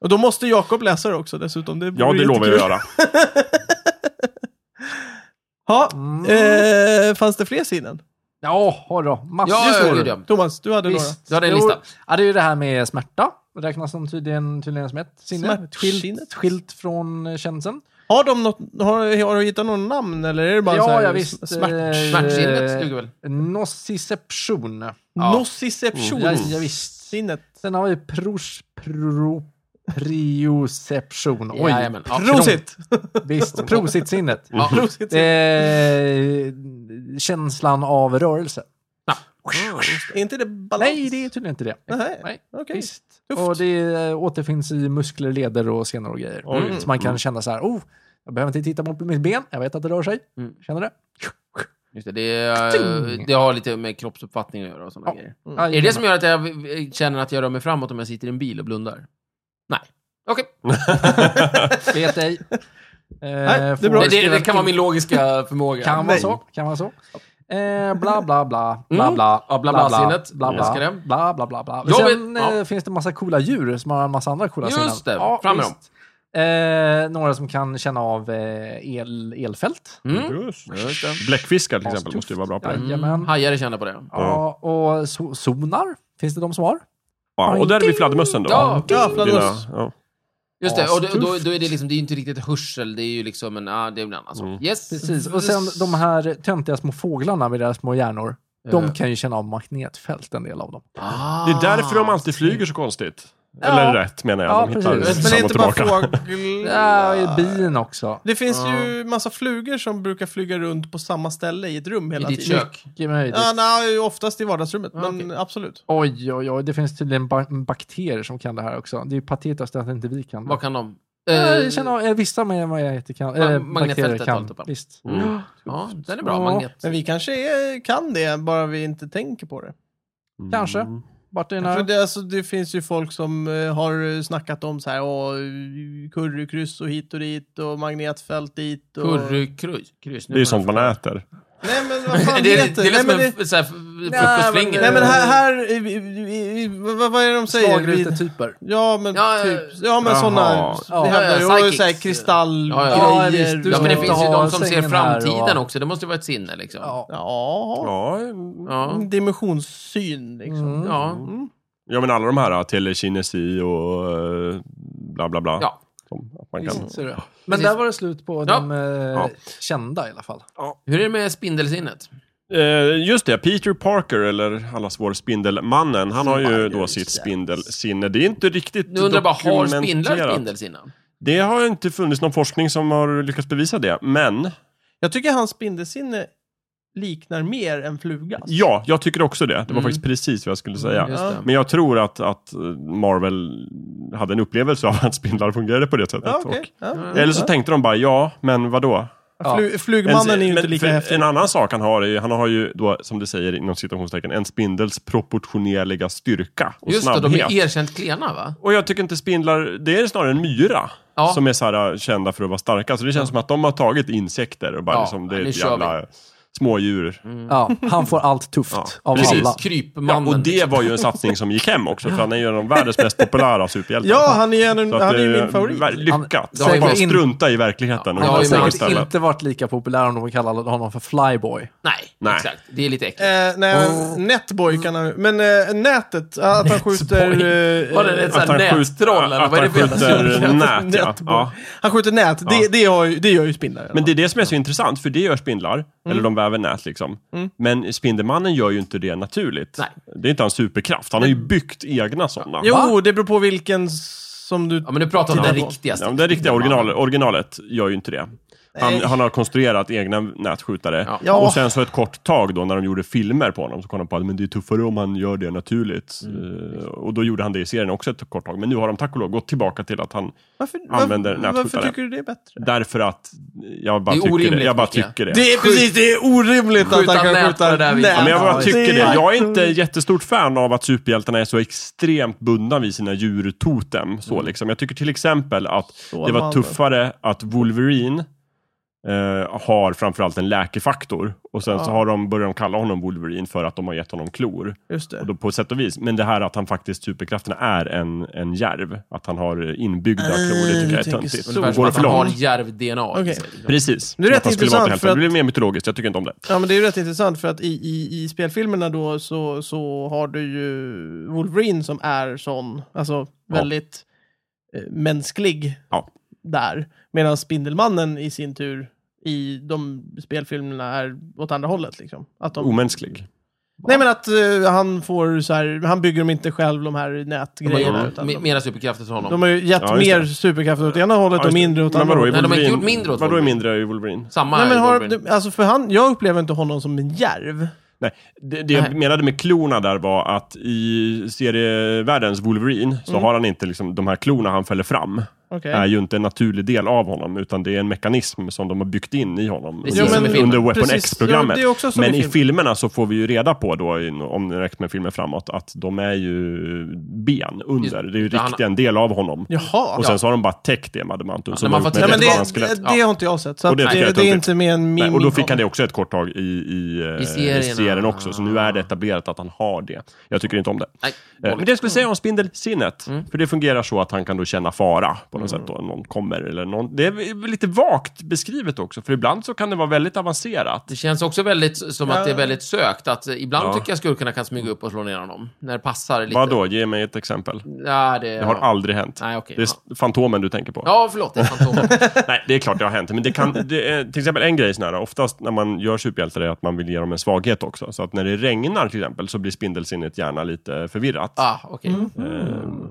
Speaker 1: Och då måste Jakob läsa det också dessutom. Det
Speaker 3: Ja,
Speaker 1: vore
Speaker 3: det lovar jag
Speaker 1: jättekul.
Speaker 3: att göra.
Speaker 1: Ja,
Speaker 4: Mm.
Speaker 1: eh, fanns det fler sinnen?
Speaker 4: Ja, har då. Massor.
Speaker 2: Ja,
Speaker 4: Alltså, står
Speaker 2: ja,
Speaker 4: det.
Speaker 2: ja, ja.
Speaker 1: Thomas, du hade
Speaker 4: Visst.
Speaker 2: Du hade en
Speaker 4: Jo,
Speaker 2: lista.
Speaker 4: Ja, det är ju det här med smärta. Det räknas som tydligen, tydligen som ett sinne. Ett
Speaker 1: Smärtsinnet.
Speaker 4: Skilt, skilt från eh, känslan.
Speaker 1: några. Har, de något, har, har du hittat något namn eller är det bara en sån
Speaker 4: Ja,
Speaker 1: här
Speaker 4: ja, visst.
Speaker 1: smärt?
Speaker 4: eh,
Speaker 2: Smärtsinnet duger väl?
Speaker 4: Nociception.
Speaker 2: ja.
Speaker 1: Nociception.
Speaker 4: Oh, Ja, ja, visst.
Speaker 1: Sinnet.
Speaker 4: Sen har vi pros, pro, prioception. Oj,
Speaker 2: Jajamän. Ja.
Speaker 1: Prosit! *laughs*
Speaker 4: visst. Prositsinnet.
Speaker 2: Ja.
Speaker 1: Prosit.
Speaker 4: Eh, känslan av rörelse.
Speaker 1: Är inte det balans?
Speaker 4: Nej, det är tydligen inte det.
Speaker 1: Nej,
Speaker 4: Nej.
Speaker 1: okej.
Speaker 4: Visst.
Speaker 1: Tufft.
Speaker 4: Och det eh, återfinns i muskler, leder och senor och grejer. Mm.
Speaker 3: Oj.
Speaker 4: Så man
Speaker 2: Mm.
Speaker 4: kan känna så här, oh, jag behöver inte titta mot mitt ben, jag vet att det rör sig.
Speaker 2: Mm.
Speaker 4: Känner du?
Speaker 2: Just det, det, är- det har lite med kroppsuppfattning att göra och sådana
Speaker 4: Ja.
Speaker 2: grejer.
Speaker 1: Mm.
Speaker 2: Är det det som gör att jag känner att jag rör mig framåt om jag sitter i en bil och blundar? Nej. Okej. *laughs*
Speaker 4: Vet ej. Eh,
Speaker 1: är
Speaker 4: får
Speaker 1: bra.
Speaker 2: Det, det,
Speaker 4: skriva-
Speaker 2: det kan vara min logiska förmåga.
Speaker 4: Kan vara
Speaker 1: Nej.
Speaker 4: så. Kan vara så. Eh, bla, bla, bla. Bla,
Speaker 2: Mm.
Speaker 4: bla.
Speaker 2: Ja, bla, bla-sinnet.
Speaker 4: Bla, bla,
Speaker 2: Älskar
Speaker 4: bla,
Speaker 2: det.
Speaker 4: bla, bla, bla, bla.
Speaker 2: Jag
Speaker 4: Sen
Speaker 2: vet- ja.
Speaker 4: eh, finns det en massa coola djur som har en massa andra coola
Speaker 2: Just
Speaker 4: sinnen.
Speaker 2: det. Fram med
Speaker 4: visst. Eh, några som kan känna av eh, el, elfält.
Speaker 2: Mm.
Speaker 3: Just.
Speaker 2: Just det.
Speaker 3: Bläckfiskar till exempel
Speaker 4: Astufft.
Speaker 3: måste ju vara bra på. det.
Speaker 4: Jajamän.
Speaker 2: Mm. Hajar är kända på det.
Speaker 4: Ja, och so- sonar. Finns det de som har?
Speaker 3: Ja, och där är vi fladdermössen då.
Speaker 2: Ja,
Speaker 1: Ja,
Speaker 3: Dina,
Speaker 1: fladdermöss.
Speaker 3: ja.
Speaker 2: Just det, och då, då,
Speaker 4: Astufft.
Speaker 2: då är det liksom, det är ju inte riktigt hörsel, det är ju liksom en, ah, det är en annan sak.
Speaker 3: Mm.
Speaker 2: Yes.
Speaker 4: Precis. Och sen de här töntiga små fåglarna med deras små hjärnor. De kan ju känna av magnetfält, en del av dem.
Speaker 2: Ah.
Speaker 3: Det är därför de alltid flyger så konstigt. Eller rätt menar jag.
Speaker 4: Ja,
Speaker 3: de hittar
Speaker 4: precis.
Speaker 1: Men
Speaker 3: fram
Speaker 1: det är
Speaker 3: och
Speaker 1: inte bara
Speaker 3: tillbaka.
Speaker 4: *laughs* Ja, i
Speaker 1: fåglar?
Speaker 4: bin också.
Speaker 1: Det finns ju massa flugor som brukar flyga runt på samma ställe i ett rum
Speaker 2: I
Speaker 1: hela
Speaker 2: ditt
Speaker 1: tiden.
Speaker 2: kök.
Speaker 4: Mycket möjligt.
Speaker 1: Ja, nej, oftast i vardagsrummet,
Speaker 2: Ja,
Speaker 1: men
Speaker 2: okej.
Speaker 1: absolut.
Speaker 4: Oj, oj, oj. Det finns tydligen ba- bakterier som kan det här också. Det är ju patetiskt att inte vi kan det.
Speaker 2: Vad kan de?
Speaker 4: Eh,
Speaker 2: Eh,
Speaker 4: Jag känner, eh, vissa med vad jag heter kan.
Speaker 2: Ma-
Speaker 4: Eh, bakterier
Speaker 2: magnetfältet och
Speaker 4: kan.
Speaker 2: alltihopa.
Speaker 4: Visst.
Speaker 3: Mm.
Speaker 2: Ja, den är bra.
Speaker 4: Ja.
Speaker 2: Magnet.
Speaker 1: Men vi kanske är, kan det, bara vi inte tänker på det.
Speaker 3: Mm.
Speaker 4: Kanske. Vart är den
Speaker 1: För
Speaker 4: här?
Speaker 1: det, alltså, det finns ju folk som eh, har snackat om så här, åh, currykryss och hit och dit och magnetfält dit. Och...
Speaker 2: Currykryss. kryss.
Speaker 3: Det är ju sånt man äter.
Speaker 1: Nej men
Speaker 2: *laughs*
Speaker 1: vad fan
Speaker 2: det, det,
Speaker 1: heter
Speaker 2: det är
Speaker 1: Nej,
Speaker 2: väl som
Speaker 1: men det?
Speaker 2: en f- så här, f- frukostflingel.
Speaker 1: Nej men här, här i- i- i- i- vad, vad är det de säger? Vi-
Speaker 4: typer.
Speaker 1: Ja men
Speaker 2: Ja, ja,
Speaker 1: typ, ja men
Speaker 3: Jaha.
Speaker 1: sådana,
Speaker 4: Ja,
Speaker 1: vi hävdar
Speaker 2: ja,
Speaker 1: ju
Speaker 2: psychics.
Speaker 1: såhär kristallgrejer.
Speaker 2: Ja, ja.
Speaker 4: Ja, visst, du
Speaker 2: Ja, men det
Speaker 4: ska
Speaker 2: finns ju
Speaker 4: ha
Speaker 2: de som ser
Speaker 4: sängen här och-
Speaker 2: framtiden också. Det måste ju vara ett sinne liksom.
Speaker 4: Ja.
Speaker 1: Ja,
Speaker 3: Ja,
Speaker 2: Ja.
Speaker 1: dimensionssyn liksom.
Speaker 4: Mm.
Speaker 2: Ja.
Speaker 3: ja men alla de här, telekinesi och eh, bla bla bla.
Speaker 2: Ja.
Speaker 3: Som Att man kan...
Speaker 4: Visst, ser du. Men
Speaker 2: Precis.
Speaker 4: där var det slut på
Speaker 2: Ja.
Speaker 4: de eh,
Speaker 3: Mm. Ja.
Speaker 4: kända i alla fall.
Speaker 2: Hur är det med spindelsinnet?
Speaker 3: Eh, just det, Peter Parker, eller allas vår Spindelmannen, han har ju då sitt spindelsinne. Det är inte riktigt
Speaker 2: Nu undrar jag bara, har spindlar
Speaker 3: dokumenterat.
Speaker 2: spindelsinne?
Speaker 3: Det har inte funnits någon forskning som har lyckats bevisa det, men
Speaker 1: Jag tycker hans spindelsinne liknar mer än flugas.
Speaker 3: ja, jag tycker också det. Det var
Speaker 2: Mm.
Speaker 3: faktiskt precis vad jag skulle säga.
Speaker 2: Just det.
Speaker 3: Men jag tror att, att Marvel hade en upplevelse av att spindlar fungerade på det sättet.
Speaker 1: Ja, okej. Ja.
Speaker 3: och, eller
Speaker 2: Mm.
Speaker 3: så tänkte de bara, ja, men vadå?
Speaker 1: Ja. Flu- flugmannen är ju inte lika
Speaker 3: för
Speaker 1: häftig.
Speaker 3: En annan sak han har är ju, han har ju då, som det säger inom citationstecken, en spindels proportionerliga styrka och
Speaker 2: Just det,
Speaker 3: snabbhet.
Speaker 2: de är erkänt klena va?
Speaker 3: Och jag tycker inte spindlar, det är snarare en myra.
Speaker 2: Ja.
Speaker 3: Som är så här, äh, kända för att vara starka. Så det känns som att de har tagit insekter och bara
Speaker 2: Ja,
Speaker 3: liksom, det
Speaker 2: nu
Speaker 3: är ett
Speaker 2: kör Mm.
Speaker 3: jävla smådjur.
Speaker 4: Ja, han får allt tufft
Speaker 3: Ja,
Speaker 4: av
Speaker 3: precis.
Speaker 4: alla.
Speaker 2: Krypmannen.
Speaker 3: Ja, och det
Speaker 2: liksom.
Speaker 3: var ju en satsning som gick hem också, för han är ju en av världens mest populära superhjältar.
Speaker 1: Ja, han är, en,
Speaker 3: Så att
Speaker 1: han är
Speaker 3: det
Speaker 1: ju
Speaker 3: är
Speaker 1: min favorit.
Speaker 3: ver-
Speaker 4: Han-
Speaker 3: Lyckat.
Speaker 4: det har ju
Speaker 3: Han, bara
Speaker 4: in-
Speaker 3: strunta i verkligheten. och
Speaker 2: Ja,
Speaker 4: Han
Speaker 2: det
Speaker 3: hitta
Speaker 4: har
Speaker 2: är
Speaker 3: sig
Speaker 2: sant.
Speaker 4: säkert
Speaker 3: istället.
Speaker 4: inte varit lika populär om de kallade honom för Flyboy.
Speaker 2: Nej,
Speaker 3: Nej.
Speaker 2: exakt. Det är lite äckligt.
Speaker 1: Eh, nej, Netboy kan han Men eh, nätet, att han skjuter... eh, *laughs*
Speaker 2: Var det ett sånt
Speaker 3: Att han
Speaker 2: här
Speaker 3: skjuter,
Speaker 2: nättroll eller
Speaker 3: att
Speaker 2: vad är
Speaker 3: han
Speaker 2: det för jävla syn?
Speaker 3: skjuter nät, ja.
Speaker 1: Nätboll.
Speaker 3: ja.
Speaker 1: Han skjuter nät, det, det, har ju, det gör ju spindlar. i alla
Speaker 3: Men det
Speaker 1: fall.
Speaker 3: är det som är så intressant, för det gör spindlar.
Speaker 2: Mm.
Speaker 3: Eller de väver nät liksom. Men Spindelmannen gör ju inte det naturligt.
Speaker 2: Nej.
Speaker 3: Det är inte hans superkraft. Han har ju byggt egna sådana.
Speaker 1: jo, det beror på vilken som du...
Speaker 2: Ja, men du pratar om den
Speaker 1: Ja.
Speaker 2: riktigaste.
Speaker 3: Ja, men det riktiga original, originalet gör ju inte det. Han,
Speaker 1: Nej.
Speaker 3: han har konstruerat egna nätskjutare.
Speaker 2: Ja.
Speaker 1: Ja.
Speaker 3: Och sen så ett kort tag då när de gjorde filmer på honom så kom de på att men det är tuffare om han gör det naturligt.
Speaker 2: Mm.
Speaker 3: Eh, och då gjorde han det i serien också ett kort tag. Men nu har de tack och lov gått tillbaka till att han,
Speaker 1: Varför,
Speaker 3: använder
Speaker 1: varför, varför
Speaker 3: nätskjutare.
Speaker 1: tycker du det är bättre?
Speaker 3: därför att jag bara
Speaker 2: Det är
Speaker 3: tycker det.
Speaker 2: orimligt,
Speaker 3: Jag bara
Speaker 2: Micke.
Speaker 3: tycker det.
Speaker 1: Det är precis, det är orimligt att
Speaker 2: Skjuta
Speaker 1: han kan
Speaker 2: nät på
Speaker 1: skjuta
Speaker 2: det där
Speaker 1: nät.
Speaker 2: viset.
Speaker 3: Ja, men jag bara
Speaker 4: Ja,
Speaker 3: tycker
Speaker 1: är-
Speaker 3: det. Jag är inte jättestort fan av att superhjältarna är så extremt bundna vid sina djurtotem. Så liksom. Jag tycker till exempel att det var
Speaker 1: Mm. man.
Speaker 3: tuffare att Wolverine eh, har framförallt en läkefaktor. Och sen
Speaker 1: Ja.
Speaker 3: så har de, börjar de kalla honom Wolverine för att de har gett honom klor.
Speaker 1: Just
Speaker 3: Och
Speaker 1: det.
Speaker 3: då, på sätt och vis. Men det här att han faktiskt, superkrafterna är en, en järv. Att han har inbyggda
Speaker 1: Ah,
Speaker 3: klor, det tycker
Speaker 1: du
Speaker 3: jag är
Speaker 1: tänker
Speaker 3: töntigt.
Speaker 1: så.
Speaker 3: Går
Speaker 2: Ungefär
Speaker 3: det
Speaker 2: som att
Speaker 3: för
Speaker 2: han har
Speaker 3: långt?
Speaker 2: järv-DNA. i
Speaker 1: Okej.
Speaker 2: sig, liksom.
Speaker 3: Precis.
Speaker 1: Det är
Speaker 3: Som
Speaker 1: rätt
Speaker 3: att han skulle vara
Speaker 1: intressant,
Speaker 3: återhämtad.
Speaker 1: för att-
Speaker 3: Det blir mer mytologiskt, jag tycker inte om det.
Speaker 1: Ja, men det är ju rätt intressant för att i, i, i spelfilmerna då så, så har du ju Wolverine som är sån, alltså väldigt eh, mänsklig
Speaker 3: Ja.
Speaker 1: där. Medan Spindelmannen i sin tur i de spelfilmerna är åt andra hållet liksom. Att
Speaker 3: Mm.
Speaker 1: de,
Speaker 3: Omänsklig.
Speaker 1: nej men att eh, han får så här, han bygger dem inte själv de här nätgrejerna.
Speaker 2: De
Speaker 1: utan
Speaker 2: har ju
Speaker 1: de,
Speaker 2: mera superkrafter till honom.
Speaker 1: de har ju gett
Speaker 3: Ja, just
Speaker 1: mer
Speaker 3: det.
Speaker 1: superkrafter åt ena hållet
Speaker 3: Ja,
Speaker 1: och
Speaker 3: just det.
Speaker 1: mindre åt
Speaker 3: Men
Speaker 1: andra
Speaker 3: vadå, är
Speaker 1: hållet.
Speaker 2: Nej, de har inte
Speaker 3: Wolverine-
Speaker 2: gjort mindre åt
Speaker 3: Vadå är
Speaker 2: Wolverine.
Speaker 3: mindre i Wolverine?
Speaker 2: Samma
Speaker 1: Nej, men
Speaker 2: Wolverine.
Speaker 1: har, alltså för han, jag upplever inte honom som en järv.
Speaker 3: Nej, det, det jag
Speaker 2: Nej.
Speaker 3: menade med klorna där var att i serievärldens Wolverine så har han inte liksom, de här klorna han fäller fram.
Speaker 1: Okej.
Speaker 3: är ju inte en naturlig del av honom, utan det är en mekanism som de har byggt in i honom
Speaker 2: Precis
Speaker 3: under,
Speaker 2: som i filmen.
Speaker 3: under Weapon
Speaker 1: Precis.
Speaker 3: X-programmet.
Speaker 1: Ja, det är också som
Speaker 3: Men
Speaker 1: i
Speaker 3: i
Speaker 1: film.
Speaker 3: filmerna så får vi ju reda på då, i- om det räcker med filmen framåt, att de är ju ben under. Det är ju
Speaker 2: Där han-
Speaker 3: riktigt en del av honom.
Speaker 1: Jaha.
Speaker 3: Och sen så har de bara täckt det med adamantium. så
Speaker 2: när
Speaker 3: de
Speaker 2: man
Speaker 3: har
Speaker 2: får
Speaker 1: Nej,
Speaker 3: gjort med
Speaker 1: men
Speaker 2: Det
Speaker 1: det,
Speaker 2: är
Speaker 3: ett
Speaker 2: bara
Speaker 1: det,
Speaker 3: skelett.
Speaker 2: Ja.
Speaker 1: det har inte jag sett. Så
Speaker 3: Och
Speaker 1: att
Speaker 3: det
Speaker 1: det,
Speaker 3: tycker jag är
Speaker 1: det, är
Speaker 3: töntigt.
Speaker 1: inte med en min
Speaker 3: Nej, och då fick
Speaker 1: min-
Speaker 3: han det också ett kort tag i, i, eh,
Speaker 2: serierna.
Speaker 3: serien också, så nu är det etablerat att han har det. Jag tycker inte om det.
Speaker 2: Nej, Mm.
Speaker 3: Eh,
Speaker 2: dåligt.
Speaker 3: Men det jag skulle säga om spindelsinnet, för det fungerar så att han kan då känna fara på
Speaker 2: Mm.
Speaker 3: något sätt då, någon kommer eller någon. Det är väl lite vagt beskrivet också, för ibland så kan det vara väldigt avancerat.
Speaker 2: Det känns också väldigt som att det är
Speaker 1: Ja.
Speaker 2: väldigt sökt. Att eh, ibland
Speaker 3: Ja.
Speaker 2: tycker jag skurkarna kan smyga upp och slå ner honom. När det passar lite.
Speaker 3: Vadå, ge mig ett exempel.
Speaker 2: Ja, det,
Speaker 3: Det har aldrig hänt.
Speaker 2: Nej, okej.
Speaker 3: Det är s- Fantomen du tänker på.
Speaker 2: Ja, förlåt. Det är Fantomen.
Speaker 3: *laughs* Nej, det är klart det har hänt. Men det kan, det är, till exempel en grej sån här, oftast när man gör superhjältar är att man vill ge dem en svaghet också. Så att när det regnar till exempel så blir spindelsinnet gärna lite förvirrat.
Speaker 2: ah, okej.
Speaker 1: Mm.
Speaker 3: Mm.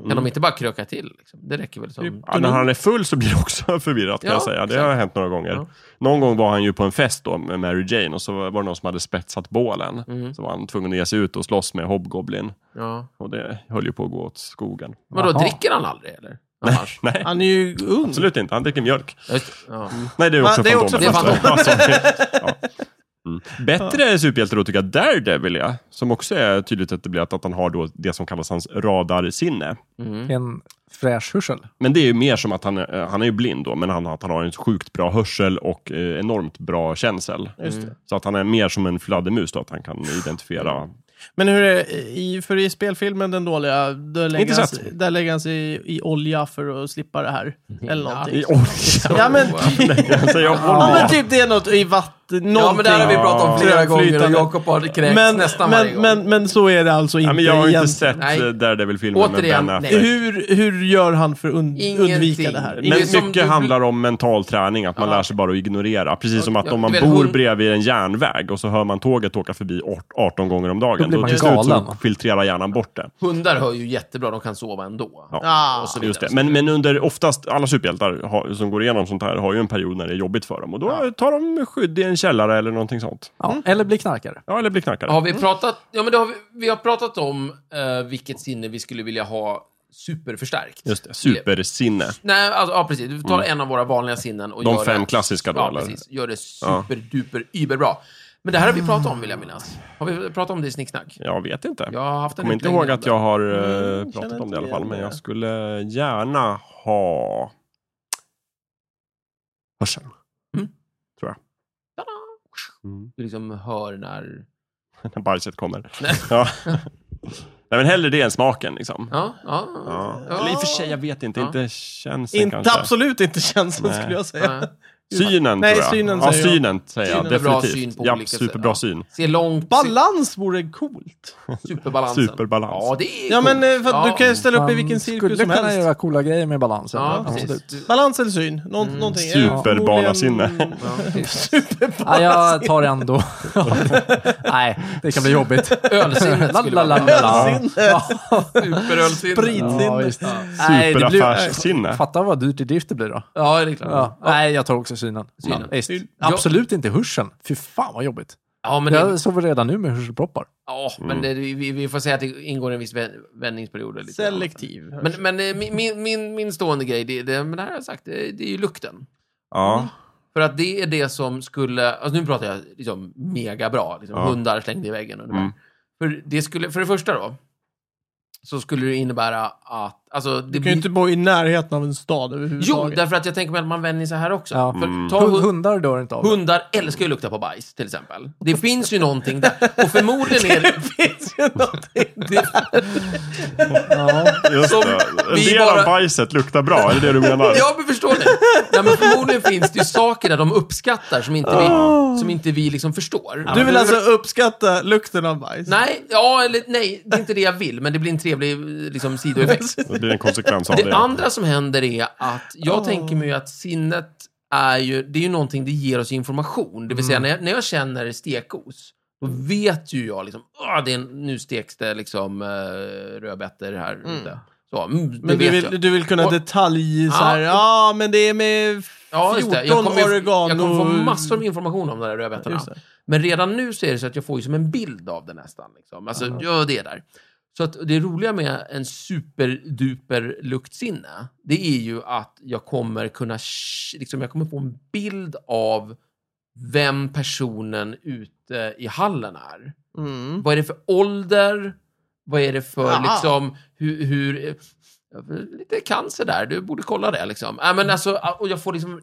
Speaker 2: Kan de inte bara kröka till? Liksom? Det räcker väl som...
Speaker 3: Ja, när han är full så blir det också *laughs* förvirrat kan
Speaker 2: Ja,
Speaker 3: jag säga. Det
Speaker 2: exakt.
Speaker 3: har hänt några gånger.
Speaker 2: Ja.
Speaker 3: Någon gång var han ju på en fest då med Mary Jane och så var det någon som hade spetsat bålen.
Speaker 2: Mm.
Speaker 3: Så var han tvungen att ge sig ut och slåss med Hobgoblin.
Speaker 2: Ja.
Speaker 3: Och det höll ju på att gå åt skogen.
Speaker 2: Vadå,
Speaker 4: Jaha.
Speaker 2: dricker han aldrig eller? Annars?
Speaker 3: Nej,
Speaker 1: Han är ju ung.
Speaker 3: absolut inte. Han dricker mjölk.
Speaker 2: Just- Ja.
Speaker 3: Nej, det är också
Speaker 1: Ah, det är också
Speaker 3: Fantomen.
Speaker 2: Fantomen.
Speaker 3: Ja, sorry. ja.
Speaker 1: *laughs*
Speaker 3: mm. Bättre superhjälte då tycker jag Daredevil är. Som också är tydligt etablerat att han har då det som kallas hans radarsinne.
Speaker 2: Mm.
Speaker 4: En fräsch hörsel.
Speaker 3: Men det är ju mer som att han, är- han är ju blind då, men han, att han har en sjukt bra hörsel och eh, enormt bra känsel. Mm.
Speaker 1: Just det.
Speaker 3: Så att han är mer som en fladdermus då, att han kan identifiera.
Speaker 1: Men hur är det, i, för i spelfilmen den dåliga, där lägger, han,
Speaker 3: sett.
Speaker 1: sig- där lägger han sig i, i olja för att slippa det här. Eller någonting.
Speaker 3: I olja.
Speaker 1: Ja men,
Speaker 3: *laughs* Jag
Speaker 1: *laughs*
Speaker 3: säger
Speaker 1: ja, men
Speaker 3: olja.
Speaker 1: typ det är något i vatten,
Speaker 2: Ja, men
Speaker 1: någonting.
Speaker 2: det här har vi pratat om flera
Speaker 1: Ja.
Speaker 2: gånger och
Speaker 1: Flytande.
Speaker 2: Jakob har kräkts
Speaker 1: men,
Speaker 2: nästan varje
Speaker 1: men,
Speaker 2: gång.
Speaker 1: men, men så är det alltså inte
Speaker 3: Ja, men jag har inte
Speaker 1: egentligen.
Speaker 3: sett
Speaker 2: Nej.
Speaker 3: eh, Daredevil-filmen med
Speaker 2: Återigen,
Speaker 3: Ben
Speaker 2: nej.
Speaker 3: Affleck.
Speaker 1: Hur, hur gör han för att und, undvika
Speaker 2: Ingenting.
Speaker 1: det här?
Speaker 2: Det är som
Speaker 3: Men mycket
Speaker 2: du-
Speaker 3: handlar om mental träning, att man lär sig bara att ignorera. Precis som att
Speaker 2: Ja,
Speaker 3: om man
Speaker 2: du vet,
Speaker 3: bor
Speaker 2: hon-
Speaker 3: bredvid en järnväg och så hör man tåget åka förbi ort- 18 gånger om dagen.
Speaker 4: Då blir man
Speaker 3: till slut så
Speaker 4: galen.
Speaker 3: filtrerar hjärnan bort det.
Speaker 2: Hundar hör ju jättebra, de kan sova ändå.
Speaker 3: Ja.
Speaker 1: Ah,
Speaker 2: Och så vidare.
Speaker 3: Just det. Men, men under oftast, alla superhjältar har, som går igenom sånt här har ju en period när det är jobbigt för dem. Och då tar de skydd i en källare eller någonting sånt.
Speaker 4: Ja. Eller blir knarkare.
Speaker 3: Ja, eller blir knarkare.
Speaker 2: Har vi pratat... Ja, men det har vi, vi har pratat om eh, vilket sinne vi skulle vilja ha superförstärkt.
Speaker 3: Just det, supersinne.
Speaker 2: Nej, alltså, ja, precis. Du tar en av våra vanliga sinnen och
Speaker 3: De
Speaker 2: gör
Speaker 3: fem
Speaker 2: det,
Speaker 3: klassiska då,
Speaker 2: Ja,
Speaker 3: eller?
Speaker 2: precis. Gör det superduper überbra. Men det här har vi pratat om, vill jag minnas. Har vi pratat om det i Snicksnack?
Speaker 3: Jag vet inte.
Speaker 2: Jag har haft en
Speaker 3: kommer inte
Speaker 2: utläggning
Speaker 3: ihåg
Speaker 2: om
Speaker 3: att
Speaker 2: det.
Speaker 3: jag har eh,
Speaker 1: Mm,
Speaker 3: pratat
Speaker 1: känner
Speaker 3: om det i alla
Speaker 1: inte
Speaker 3: fall,
Speaker 1: igen
Speaker 3: men
Speaker 1: det.
Speaker 3: jag skulle gärna ha hörseln.
Speaker 2: Tada!
Speaker 3: Mm. *laughs*
Speaker 2: Du liksom hör när...
Speaker 3: När bajset kommer.
Speaker 2: Nej.
Speaker 3: Ja. Nej, men hellre det än smaken liksom.
Speaker 2: Ja, ja.
Speaker 3: Ja. Eller i och för sig, jag vet inte.
Speaker 2: Ja.
Speaker 3: Inte känns
Speaker 1: Inte,
Speaker 3: kanske.
Speaker 1: absolut inte känslan
Speaker 3: Nej.
Speaker 1: skulle jag säga.
Speaker 2: Ja.
Speaker 3: Synen
Speaker 1: Nej,
Speaker 3: tror jag.
Speaker 1: synen
Speaker 3: ja,
Speaker 1: säger jag.
Speaker 3: synen säger jag.
Speaker 1: Synen är
Speaker 2: bra
Speaker 3: Definitivt.
Speaker 2: syn på
Speaker 3: ja,
Speaker 2: olika sätt,
Speaker 3: superbra
Speaker 2: ja.
Speaker 3: syn.
Speaker 2: Se långt,
Speaker 1: Balans vore coolt.
Speaker 2: se superbalansen.
Speaker 3: Superbalans.
Speaker 2: Alltså. Ja, det är
Speaker 1: Ja, men
Speaker 2: coolt.
Speaker 1: eh, för att du kan ju ställa upp i vilken cirkus
Speaker 4: skulle
Speaker 1: som
Speaker 4: kunna
Speaker 1: helst.
Speaker 4: göra coola grejer med balansen.
Speaker 2: Ja, precis.
Speaker 4: absolut.
Speaker 2: Du,
Speaker 1: Balans eller syn? Nå- Någonting. Jag är
Speaker 3: Superbarnasinne.
Speaker 1: förmodligen-
Speaker 2: Mm. ja.
Speaker 4: Ja, jag tar ändå. Nej, det kan bli jobbigt.
Speaker 2: Ölsinnet skulle
Speaker 4: *laughs* La, la,
Speaker 2: vara
Speaker 4: la,
Speaker 2: bra.
Speaker 4: la.
Speaker 1: Ölsinne.
Speaker 2: Superölsinnet.
Speaker 1: Spritsinne.
Speaker 4: Ja, visst.
Speaker 2: Ja.
Speaker 4: Nej, det blir- Äh,
Speaker 3: Superaffärssinne.
Speaker 4: Fatta vad dyrt i drift det blir då.
Speaker 2: Ja, det är klart.
Speaker 4: Ja. Nej, jag tar också synen.
Speaker 2: Synen.
Speaker 4: Ja, visst.
Speaker 1: Syn.
Speaker 4: Absolut inte hörseln. Fy fan vad jobbigt.
Speaker 2: Ja, men, det,
Speaker 4: Jag sover redan nu med hörselproppar.
Speaker 2: ja, men det, vi, vi får säga att det ingår en viss vä- vändningsperiod.
Speaker 1: *laughs*
Speaker 2: Lite.
Speaker 1: Selektiv.
Speaker 2: Men, men eh, min- min, min, min stående grej, det, det, men det här har jag sagt, det, det är ju lukten.
Speaker 3: Ja.
Speaker 2: För att det är det som skulle, alltså nu pratar jag liksom mega bra, liksom
Speaker 3: Ja.
Speaker 2: hundar slängda i väggen. Och det där.
Speaker 3: Mm.
Speaker 2: För, det skulle, för det första då, så skulle det innebära att Alltså, det
Speaker 1: Du kan ju
Speaker 2: blir...
Speaker 1: inte bo i närheten av en stad
Speaker 2: Jo,
Speaker 1: överhuvudtaget.
Speaker 2: därför att jag tänker mig att man vänjer sig här också.
Speaker 4: Ja.
Speaker 2: För, ta
Speaker 4: Hund-
Speaker 2: hund-
Speaker 4: Hundar dör inte av det.
Speaker 2: Hundar älskar ju att lukta på bajs, till exempel. Det finns ju någonting där. Och förmodligen är
Speaker 1: *laughs*
Speaker 2: det...
Speaker 1: finns ju någonting.
Speaker 2: det
Speaker 4: Ja.
Speaker 3: Just
Speaker 2: Som
Speaker 3: det. En
Speaker 2: vi
Speaker 3: del
Speaker 2: bara-
Speaker 3: av bajset luktar bra, är det det du menar?
Speaker 2: *laughs* ja, men förstår ni? Nej, men förmodligen finns det ju saker där de uppskattar som inte vi, som inte vi liksom förstår.
Speaker 1: Du vill alltså uppskatta lukten av bajs?
Speaker 2: Nej, ja, eller nej, det är inte det jag vill, men det blir en trevlig
Speaker 1: *laughs*
Speaker 2: liksom, sidoeffekt.
Speaker 3: Det blir en konsekvens av det.
Speaker 2: Det andra som händer är att
Speaker 1: Ah.
Speaker 2: jag tänker mig ju att sinnet är ju, det är ju någonting det ger oss information. Det vill
Speaker 1: Mm.
Speaker 2: säga när, jag, när jag känner stekos, då vet ju jag liksom, "Åh, det är en, nu steks det liksom eh, rödbetor här ute. Så, mm, det
Speaker 1: Men du
Speaker 2: vet
Speaker 1: vill,
Speaker 2: jag.
Speaker 1: du vill kunna
Speaker 2: Och-
Speaker 1: detalj så här,
Speaker 2: Ja.
Speaker 1: ja men det är med 14
Speaker 2: Jag kommer, ju-
Speaker 1: oregano.
Speaker 2: jag kommer få massor med information om de där rödbetorna.
Speaker 1: Just det.
Speaker 2: Men redan nu så är det så att jag får ju som en bild av det nästan. Liksom. Alltså, ja, det är där. Så att det roliga med en superduper luktsinne, det är ju att jag kommer kunna, sh- liksom, jag kommer få en bild av vem personen ute i hallen är.
Speaker 1: Mm.
Speaker 2: Vad är det för ålder? Vad är det för
Speaker 1: Aha.
Speaker 2: liksom, hur, hur ja, lite cancer där, du borde kolla det liksom. Äh,
Speaker 1: Mm.
Speaker 2: men alltså, och jag får liksom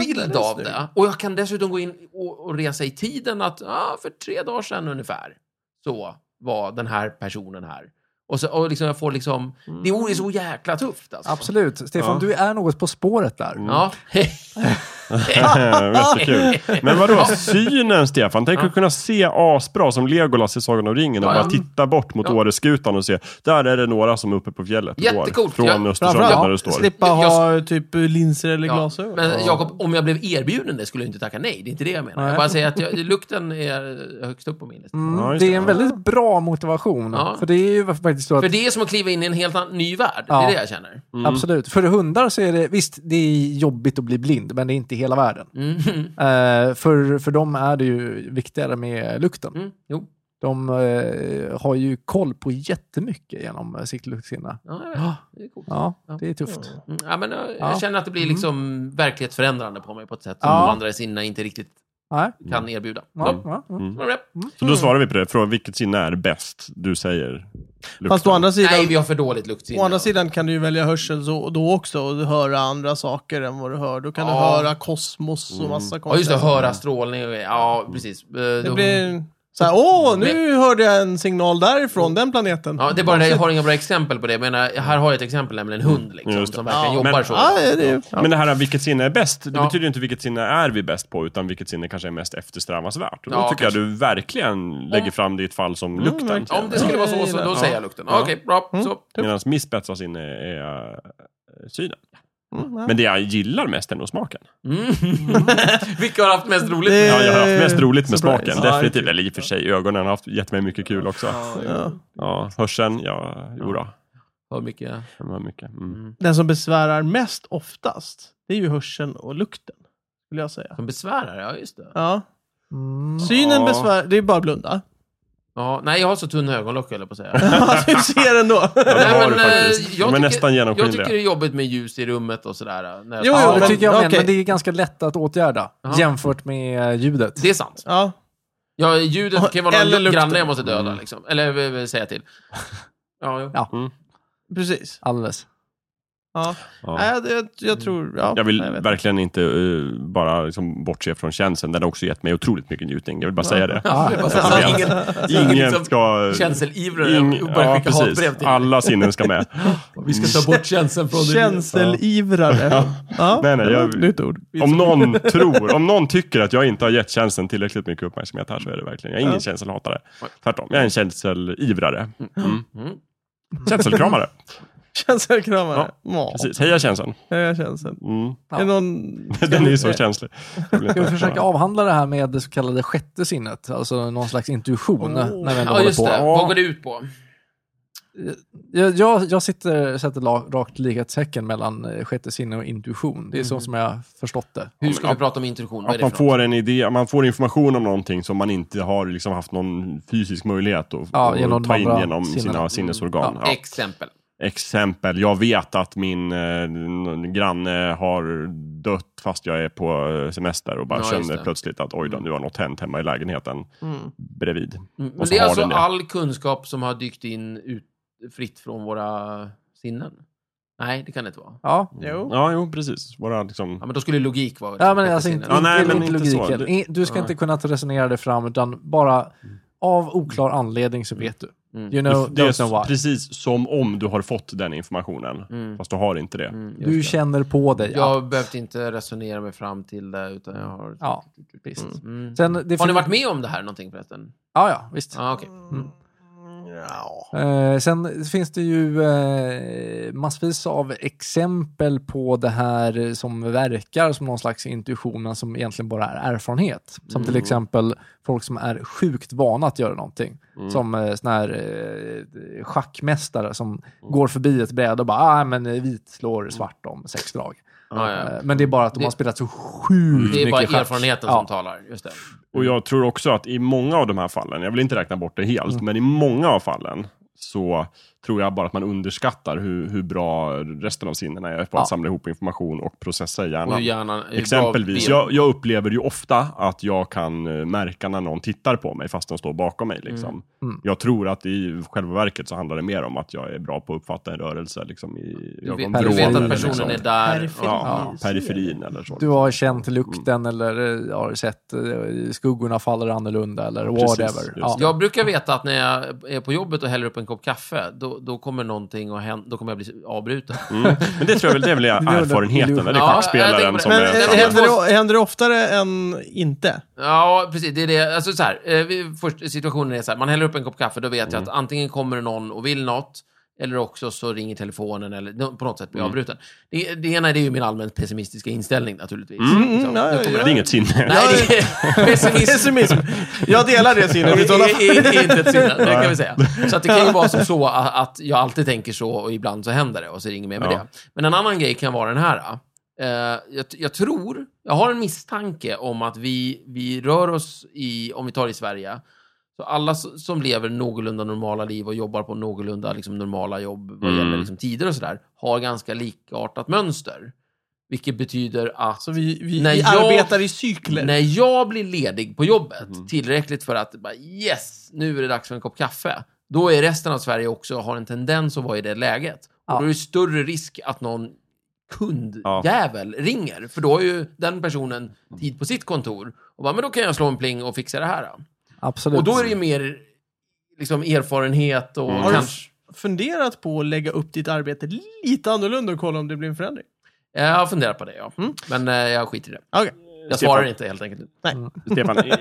Speaker 2: bild av det. Och jag kan dessutom gå in och, och resa i tiden att ah, för tre dagar sedan ungefär så var den här personen här. Och, så, och liksom jag får liksom, det är så jäkla tufft alltså. Mm.
Speaker 4: Absolut. Mm. Stefan,
Speaker 3: Ja.
Speaker 4: du är något på spåret där.
Speaker 2: Ja.
Speaker 3: *laughs* Jättekul. Men vadå, synen Stefan? Tänk att kunna se asbra som Legolas i Sagan om ringen och
Speaker 2: Ja, ja.
Speaker 3: bara titta bort mot
Speaker 2: Ja.
Speaker 3: Åreskutan och se. Där är det några som är uppe på fjället och
Speaker 2: Jättecoolt.
Speaker 3: går. Från
Speaker 2: Ja.
Speaker 3: Östersund där du
Speaker 1: Framförallt
Speaker 3: står.
Speaker 1: slippa
Speaker 2: Jag- jag-
Speaker 1: ha typ linser eller
Speaker 2: *laughs* Ja,
Speaker 1: glasögon.
Speaker 2: men Jakob, om jag blev erbjuden det skulle jag inte tacka nej. Det är inte det jag menar.
Speaker 4: Nej.
Speaker 2: Jag bara säger att jag, lukten är högst upp på min lista.
Speaker 4: Mm,
Speaker 3: Ja, just
Speaker 4: det är
Speaker 3: det.
Speaker 4: en väldigt bra motivation.
Speaker 2: Ja.
Speaker 4: För det är ju faktiskt så att
Speaker 2: För det är som att kliva in i en helt annan, ny värld. Det
Speaker 4: Ja.
Speaker 2: är det jag känner.
Speaker 4: Absolut. För hundar så är det, visst det är jobbigt att bli blind, men det är inte hela världen.
Speaker 2: Mm. *laughs*
Speaker 4: Eh, för, för dem är det ju viktigare med lukten.
Speaker 2: Mm. Jo.
Speaker 4: De eh, har ju koll på jättemycket genom eh, sitt luktsinne.
Speaker 2: Ja, jag vet. det är coolt.
Speaker 4: Ja,
Speaker 2: Ja.
Speaker 4: det är tufft.
Speaker 2: Mm, Ja, men jag,
Speaker 4: Ja. Mm.
Speaker 2: jag känner att det blir liksom verklighetsförändrande på mig på ett sätt som
Speaker 4: Ja.
Speaker 2: de andra sinnena inte riktigt
Speaker 4: Nej.
Speaker 2: kan erbjuda.
Speaker 4: Ja,
Speaker 2: Mm.
Speaker 4: ja, ja.
Speaker 3: Så då svarar vi på det. Från vilket sinne är bäst? Du säger lukten.
Speaker 1: Fast å andra sidan,
Speaker 2: Nej, vi har för dåligt luktsinne.
Speaker 1: å andra sidan kan du ju välja hörsel så, då också och höra andra saker än vad du hör. Då kan du
Speaker 2: Ja. Mm.
Speaker 1: höra kosmos och massa
Speaker 2: Ja, just det.
Speaker 1: konstiga
Speaker 2: Höra strålning och Ja, precis. Eh,
Speaker 1: Det
Speaker 2: då-
Speaker 1: blir så här, åh, nu hörde jag en signal därifrån den planeten.
Speaker 2: Ja, det är bara det, jag har inga bra exempel på det. Men eh, här har jag ett exempel, nämligen en hund liksom,
Speaker 3: Just det.
Speaker 2: som verkligen
Speaker 1: Ja.
Speaker 2: jobbar
Speaker 3: Men-
Speaker 2: så.
Speaker 1: Ja, det är,
Speaker 3: Men det här vilket sinne är bäst, det
Speaker 2: Ja.
Speaker 3: betyder ju inte vilket sinne är vi bäst på, utan vilket sinne kanske är mest eftersträvansvärt. Och då
Speaker 2: Ja,
Speaker 3: tycker
Speaker 2: kanske.
Speaker 3: jag du verkligen lägger fram ditt fall som lukten.
Speaker 1: Mm, verkligen.
Speaker 2: Om det skulle vara så, så då
Speaker 1: Ja. Mm.
Speaker 2: säger jag lukten.
Speaker 3: Ja.
Speaker 2: Okej, bra. Så.
Speaker 3: Medan mitt spetsar sinne är eh, synen.
Speaker 1: mm, ja.
Speaker 3: Men det jag gillar mest är nog smaken.
Speaker 2: Mm. Vilka har haft mest roligt?
Speaker 1: Det-
Speaker 3: Ja, jag har
Speaker 2: Eh,
Speaker 3: haft mest roligt med
Speaker 1: Surprise.
Speaker 3: smaken.
Speaker 1: Ja,
Speaker 3: Definitivt.
Speaker 1: kul.
Speaker 3: Eller i och för sig, ögonen har haft, gett mig mycket kul också.
Speaker 1: Ja.
Speaker 3: Ja, hörseln, ja, jodå.
Speaker 2: Hör mycket.
Speaker 3: Det var mycket. Mm.
Speaker 1: Den som besvärar mest oftast, det är ju hörseln och lukten. Skulle jag säga.
Speaker 2: Som besvärar, ja just det.
Speaker 1: Ja.
Speaker 4: Mm.
Speaker 1: Synen
Speaker 3: Ja.
Speaker 1: besvärar, det är bara att blunda. *laughs*
Speaker 2: Ja, nej, jag har så tunna ögonlock, höll jag på att säga.
Speaker 1: Ja, du ser ändå.
Speaker 3: Ja, det
Speaker 2: Nej,
Speaker 3: har
Speaker 2: men,
Speaker 3: du faktiskt.
Speaker 2: eh,
Speaker 3: De är
Speaker 2: jag tycker-
Speaker 3: nästan
Speaker 2: Jag tycker det
Speaker 3: genomskinliga.
Speaker 2: är jobbigt med ljus i rummet och sådär. eh, När jag
Speaker 1: Jo,
Speaker 4: Ja,
Speaker 1: jo,
Speaker 4: det
Speaker 1: men-
Speaker 4: tycker jag med,
Speaker 1: okej.
Speaker 4: men det är ganska lätt att åtgärda
Speaker 2: Ja.
Speaker 4: jämfört med eh, ljudet.
Speaker 2: Det är sant.
Speaker 1: Ja.
Speaker 2: Ja, ljudet kan ju vara
Speaker 1: Eller
Speaker 2: någon
Speaker 1: lukten.
Speaker 2: granne jag måste döda, liksom. Eller eh, säga till. Ja, jo.
Speaker 4: Ja.
Speaker 1: Precis.
Speaker 4: Alldeles.
Speaker 1: Ja.
Speaker 3: Ja.
Speaker 1: Nej, det, jag, jag tror... Ja,
Speaker 3: Jag vill
Speaker 1: nej, vet.
Speaker 3: verkligen inte eh, bara liksom bortse från känslan. Den har också gett mig otroligt mycket njutning. Jag vill bara säga det.
Speaker 2: *laughs* Ja, det är bara så- så ingen
Speaker 3: Ingen
Speaker 2: liksom- eh,
Speaker 3: ska...
Speaker 2: känselivrare
Speaker 3: Ing,
Speaker 2: och börjar
Speaker 3: ja,
Speaker 2: skicka hatbrev
Speaker 3: precis.
Speaker 2: till
Speaker 3: Alla sinnen ska
Speaker 2: *laughs*
Speaker 3: med.
Speaker 2: Vi ska ta bort känseln från
Speaker 1: Känselivrare. Ja.
Speaker 3: Nej, nej, jag-
Speaker 1: det var ett Nytt ord.
Speaker 3: Om någon tror, om någon tycker att jag inte har gett känseln tillräckligt mycket uppmärksamhet här så är det verkligen, jag är ingen
Speaker 1: Ja.
Speaker 3: känselhatare.
Speaker 2: Nej.
Speaker 3: Tvärtom, jag är en känselivrare. Mm.
Speaker 2: Mm.
Speaker 3: Känselkramare,
Speaker 1: Känselkramare. Ja,
Speaker 3: precis. Heja känseln.
Speaker 1: Jag känseln.
Speaker 3: Mm.
Speaker 1: Är det någon...
Speaker 3: Den är ju så känslig. Jag vill inte
Speaker 4: Ska vi försöka
Speaker 3: höra.
Speaker 4: avhandla det här med det så kallade sjätte sinnet? Alltså någon slags intuition
Speaker 1: Oh.
Speaker 4: när vi
Speaker 2: Ja,
Speaker 4: ändå håller
Speaker 2: just
Speaker 4: på.
Speaker 2: det. Vad går det ut på?
Speaker 4: Jag, jag, jag sitter, sätter la- rakt likhetstecken mellan eh, sjätte sinne och intuition. Det är så som jag förstått det.
Speaker 2: Mm. Hur ska vi prata om introduktion? Vad är
Speaker 3: Att
Speaker 2: det
Speaker 3: man
Speaker 2: för något?
Speaker 3: får en idé, man får information om någonting som man inte har liksom haft någon fysisk möjlighet att
Speaker 4: Ja,
Speaker 3: att
Speaker 4: genom de
Speaker 3: ta in
Speaker 4: andra
Speaker 3: genom
Speaker 4: sinnena.
Speaker 3: sina sinnesorgan. Ja.
Speaker 2: Exempel.
Speaker 3: exempel. Jag vet att min eh, n- granne har dött fast jag är på eh, semester och
Speaker 2: Ja,
Speaker 3: bara
Speaker 2: just
Speaker 3: känner
Speaker 2: det.
Speaker 3: plötsligt att oj då, nu har något hänt hemma i lägenheten bredvid.
Speaker 2: Mm, Men
Speaker 3: Och så
Speaker 2: det är
Speaker 3: har
Speaker 2: alltså
Speaker 3: den det.
Speaker 2: all kunskap som har dykt in ut, fritt från våra sinnen. Nej, det kan det inte vara.
Speaker 4: Ja.
Speaker 1: Jo.
Speaker 3: Ja, jo, precis. Våra liksom...
Speaker 2: Ja, men då skulle ju logik vara...
Speaker 4: Ja, men alltså inte,
Speaker 3: Ja, nej,
Speaker 4: inte,
Speaker 3: men
Speaker 4: inte
Speaker 3: inte så.
Speaker 4: logiken.
Speaker 3: Det-
Speaker 4: Ing- Du ska
Speaker 2: Nej.
Speaker 4: inte kunna resonera dig fram, utan bara av oklar anledning så vet du.
Speaker 2: Mm.
Speaker 4: You know,
Speaker 3: det är
Speaker 4: don't know why.
Speaker 3: precis som om du har fått den informationen.
Speaker 2: Mm.
Speaker 3: Fast du har inte det.
Speaker 2: Mm, just
Speaker 4: Du
Speaker 2: det.
Speaker 4: känner på dig.
Speaker 2: Jag har
Speaker 4: att-
Speaker 2: behövt inte resonera mig fram till det, utan jag har...
Speaker 4: Ja, visst.
Speaker 2: Mm.
Speaker 4: Sen, det
Speaker 2: Har ni
Speaker 4: fin-
Speaker 2: varit med om det här någonting förresten?
Speaker 4: Ja, ja, visst.
Speaker 2: Ja, okej.
Speaker 1: Ja.
Speaker 4: Eh, sen finns det ju eh, massvis av exempel på det här som verkar som någon slags intuition, men som egentligen bara är erfarenhet. Som
Speaker 2: Mm.
Speaker 4: till exempel folk som är sjukt vana att göra någonting.
Speaker 2: Mm.
Speaker 4: Som eh, sån här eh, schackmästare som
Speaker 2: Mm.
Speaker 4: går förbi ett bräde och bara, ah, men eh, vit slår svart om sex drag.
Speaker 2: Ah, Ja, ja.
Speaker 4: Eh, Men det är bara att de
Speaker 2: Det-
Speaker 4: har spelat så sjukt
Speaker 2: Det är
Speaker 4: mycket
Speaker 2: bara
Speaker 4: schack.
Speaker 2: erfarenheten
Speaker 4: Ja.
Speaker 2: som talar. Just det.
Speaker 3: Och jag tror också att i många av de här fallen, jag vill inte räkna bort det helt,
Speaker 2: Mm.
Speaker 3: men i många av fallen så tror jag bara att man underskattar hur, hur bra resten av sinnena är på
Speaker 4: Ja.
Speaker 3: att samla ihop information och processa i
Speaker 2: Och
Speaker 3: hjärnan.
Speaker 2: hur hjärnan... hur bra
Speaker 3: Exempelvis,
Speaker 2: vi-
Speaker 3: jag, jag upplever ju ofta att jag kan eh, märka när någon tittar på mig fast de står bakom mig. Liksom.
Speaker 4: Mm.
Speaker 3: Jag tror att i själva verket så handlar det mer om att jag är bra på att uppfatta en rörelse liksom, i
Speaker 2: Du vet, du
Speaker 3: ögonvrån
Speaker 2: vet
Speaker 3: eller
Speaker 2: att
Speaker 4: Periferin.
Speaker 2: personen
Speaker 3: liksom,
Speaker 2: är där.
Speaker 1: Periferin.
Speaker 2: Ja.
Speaker 3: ja, periferin eller så.
Speaker 4: Du har känt lukten eller eh, har sett eh, skuggorna faller annorlunda eller
Speaker 3: Precis,
Speaker 4: whatever.
Speaker 3: just det.
Speaker 2: Jag brukar veta att när jag är på jobbet och häller upp en kopp kaffe, då, då kommer någonting och hända, då kommer jag bli avbruten.
Speaker 3: Mm. Men det tror jag väl det är väl
Speaker 4: *laughs*
Speaker 3: erfarenheten, eller
Speaker 2: Ja, jag tänker på
Speaker 3: schackspelaren
Speaker 2: det.
Speaker 3: som
Speaker 2: Men-
Speaker 3: är
Speaker 2: men-
Speaker 1: Men
Speaker 3: framme.
Speaker 2: men-
Speaker 1: händer det, händer det oftare än inte?
Speaker 2: Ja, precis. Det är det. Alltså så här, eh, vi- först, situationen är så här, man häller upp en kopp kaffe, då vet jag att antingen kommer någon och vill något, eller också så ringer telefonen eller nå- på något sätt blir avbruten. Det, det ena det är ju min allmänt pessimistiska inställning naturligtvis. Liksom,
Speaker 1: ja,
Speaker 2: nu
Speaker 1: ja,
Speaker 2: kommer
Speaker 1: ja.
Speaker 3: Det är inget sinne.
Speaker 2: Nej, det är *laughs* pessimism.
Speaker 1: Pessimism. Jag delar det synet. i sådana fall.
Speaker 2: I- i- i- Inte ett sinne, det kan vi säga. Så att det kan ju vara som så att, att jag alltid tänker så och ibland så händer det och så är det inget mer med
Speaker 3: Ja.
Speaker 2: det. Men en annan grej kan vara den här. eh, jag, jag tror, jag har en misstanke om att vi, vi rör oss i, om vi tar i Sverige, så alla s- som lever någorlunda normala liv och jobbar på någorlunda liksom, normala jobb vad gäller
Speaker 3: Mm.
Speaker 2: liksom, tider och sådär, har ganska likartat mönster. Vilket betyder att...
Speaker 1: Så vi, vi,
Speaker 2: När
Speaker 1: vi
Speaker 2: jag-
Speaker 1: arbetar i cykler.
Speaker 2: När jag blir ledig på jobbet,
Speaker 3: Mm.
Speaker 2: tillräckligt för att bara, yes, nu är det dags för en kopp kaffe. Då är resten av Sverige också, har en tendens att vara i det läget.
Speaker 4: Ja.
Speaker 2: Och då är det större risk att någon
Speaker 3: Ja.
Speaker 2: kundjävel ringer. För då har ju den personen tid på sitt kontor. Och bara, men då kan jag slå en pling och fixa det här.
Speaker 4: Absolut.
Speaker 2: Och då är det ju mer liksom, erfarenhet och
Speaker 3: Mm.
Speaker 1: Har du
Speaker 2: kanske...
Speaker 1: funderat på att lägga upp ditt arbete lite annorlunda och kolla om det blir en förändring?
Speaker 2: Ja, Jag har funderat på det, ja. Men eh, jag skiter i det.
Speaker 1: Okej.
Speaker 2: Jag
Speaker 3: Mm. Stefan.
Speaker 2: svarar inte helt enkelt.
Speaker 3: *laughs* Stefan, i,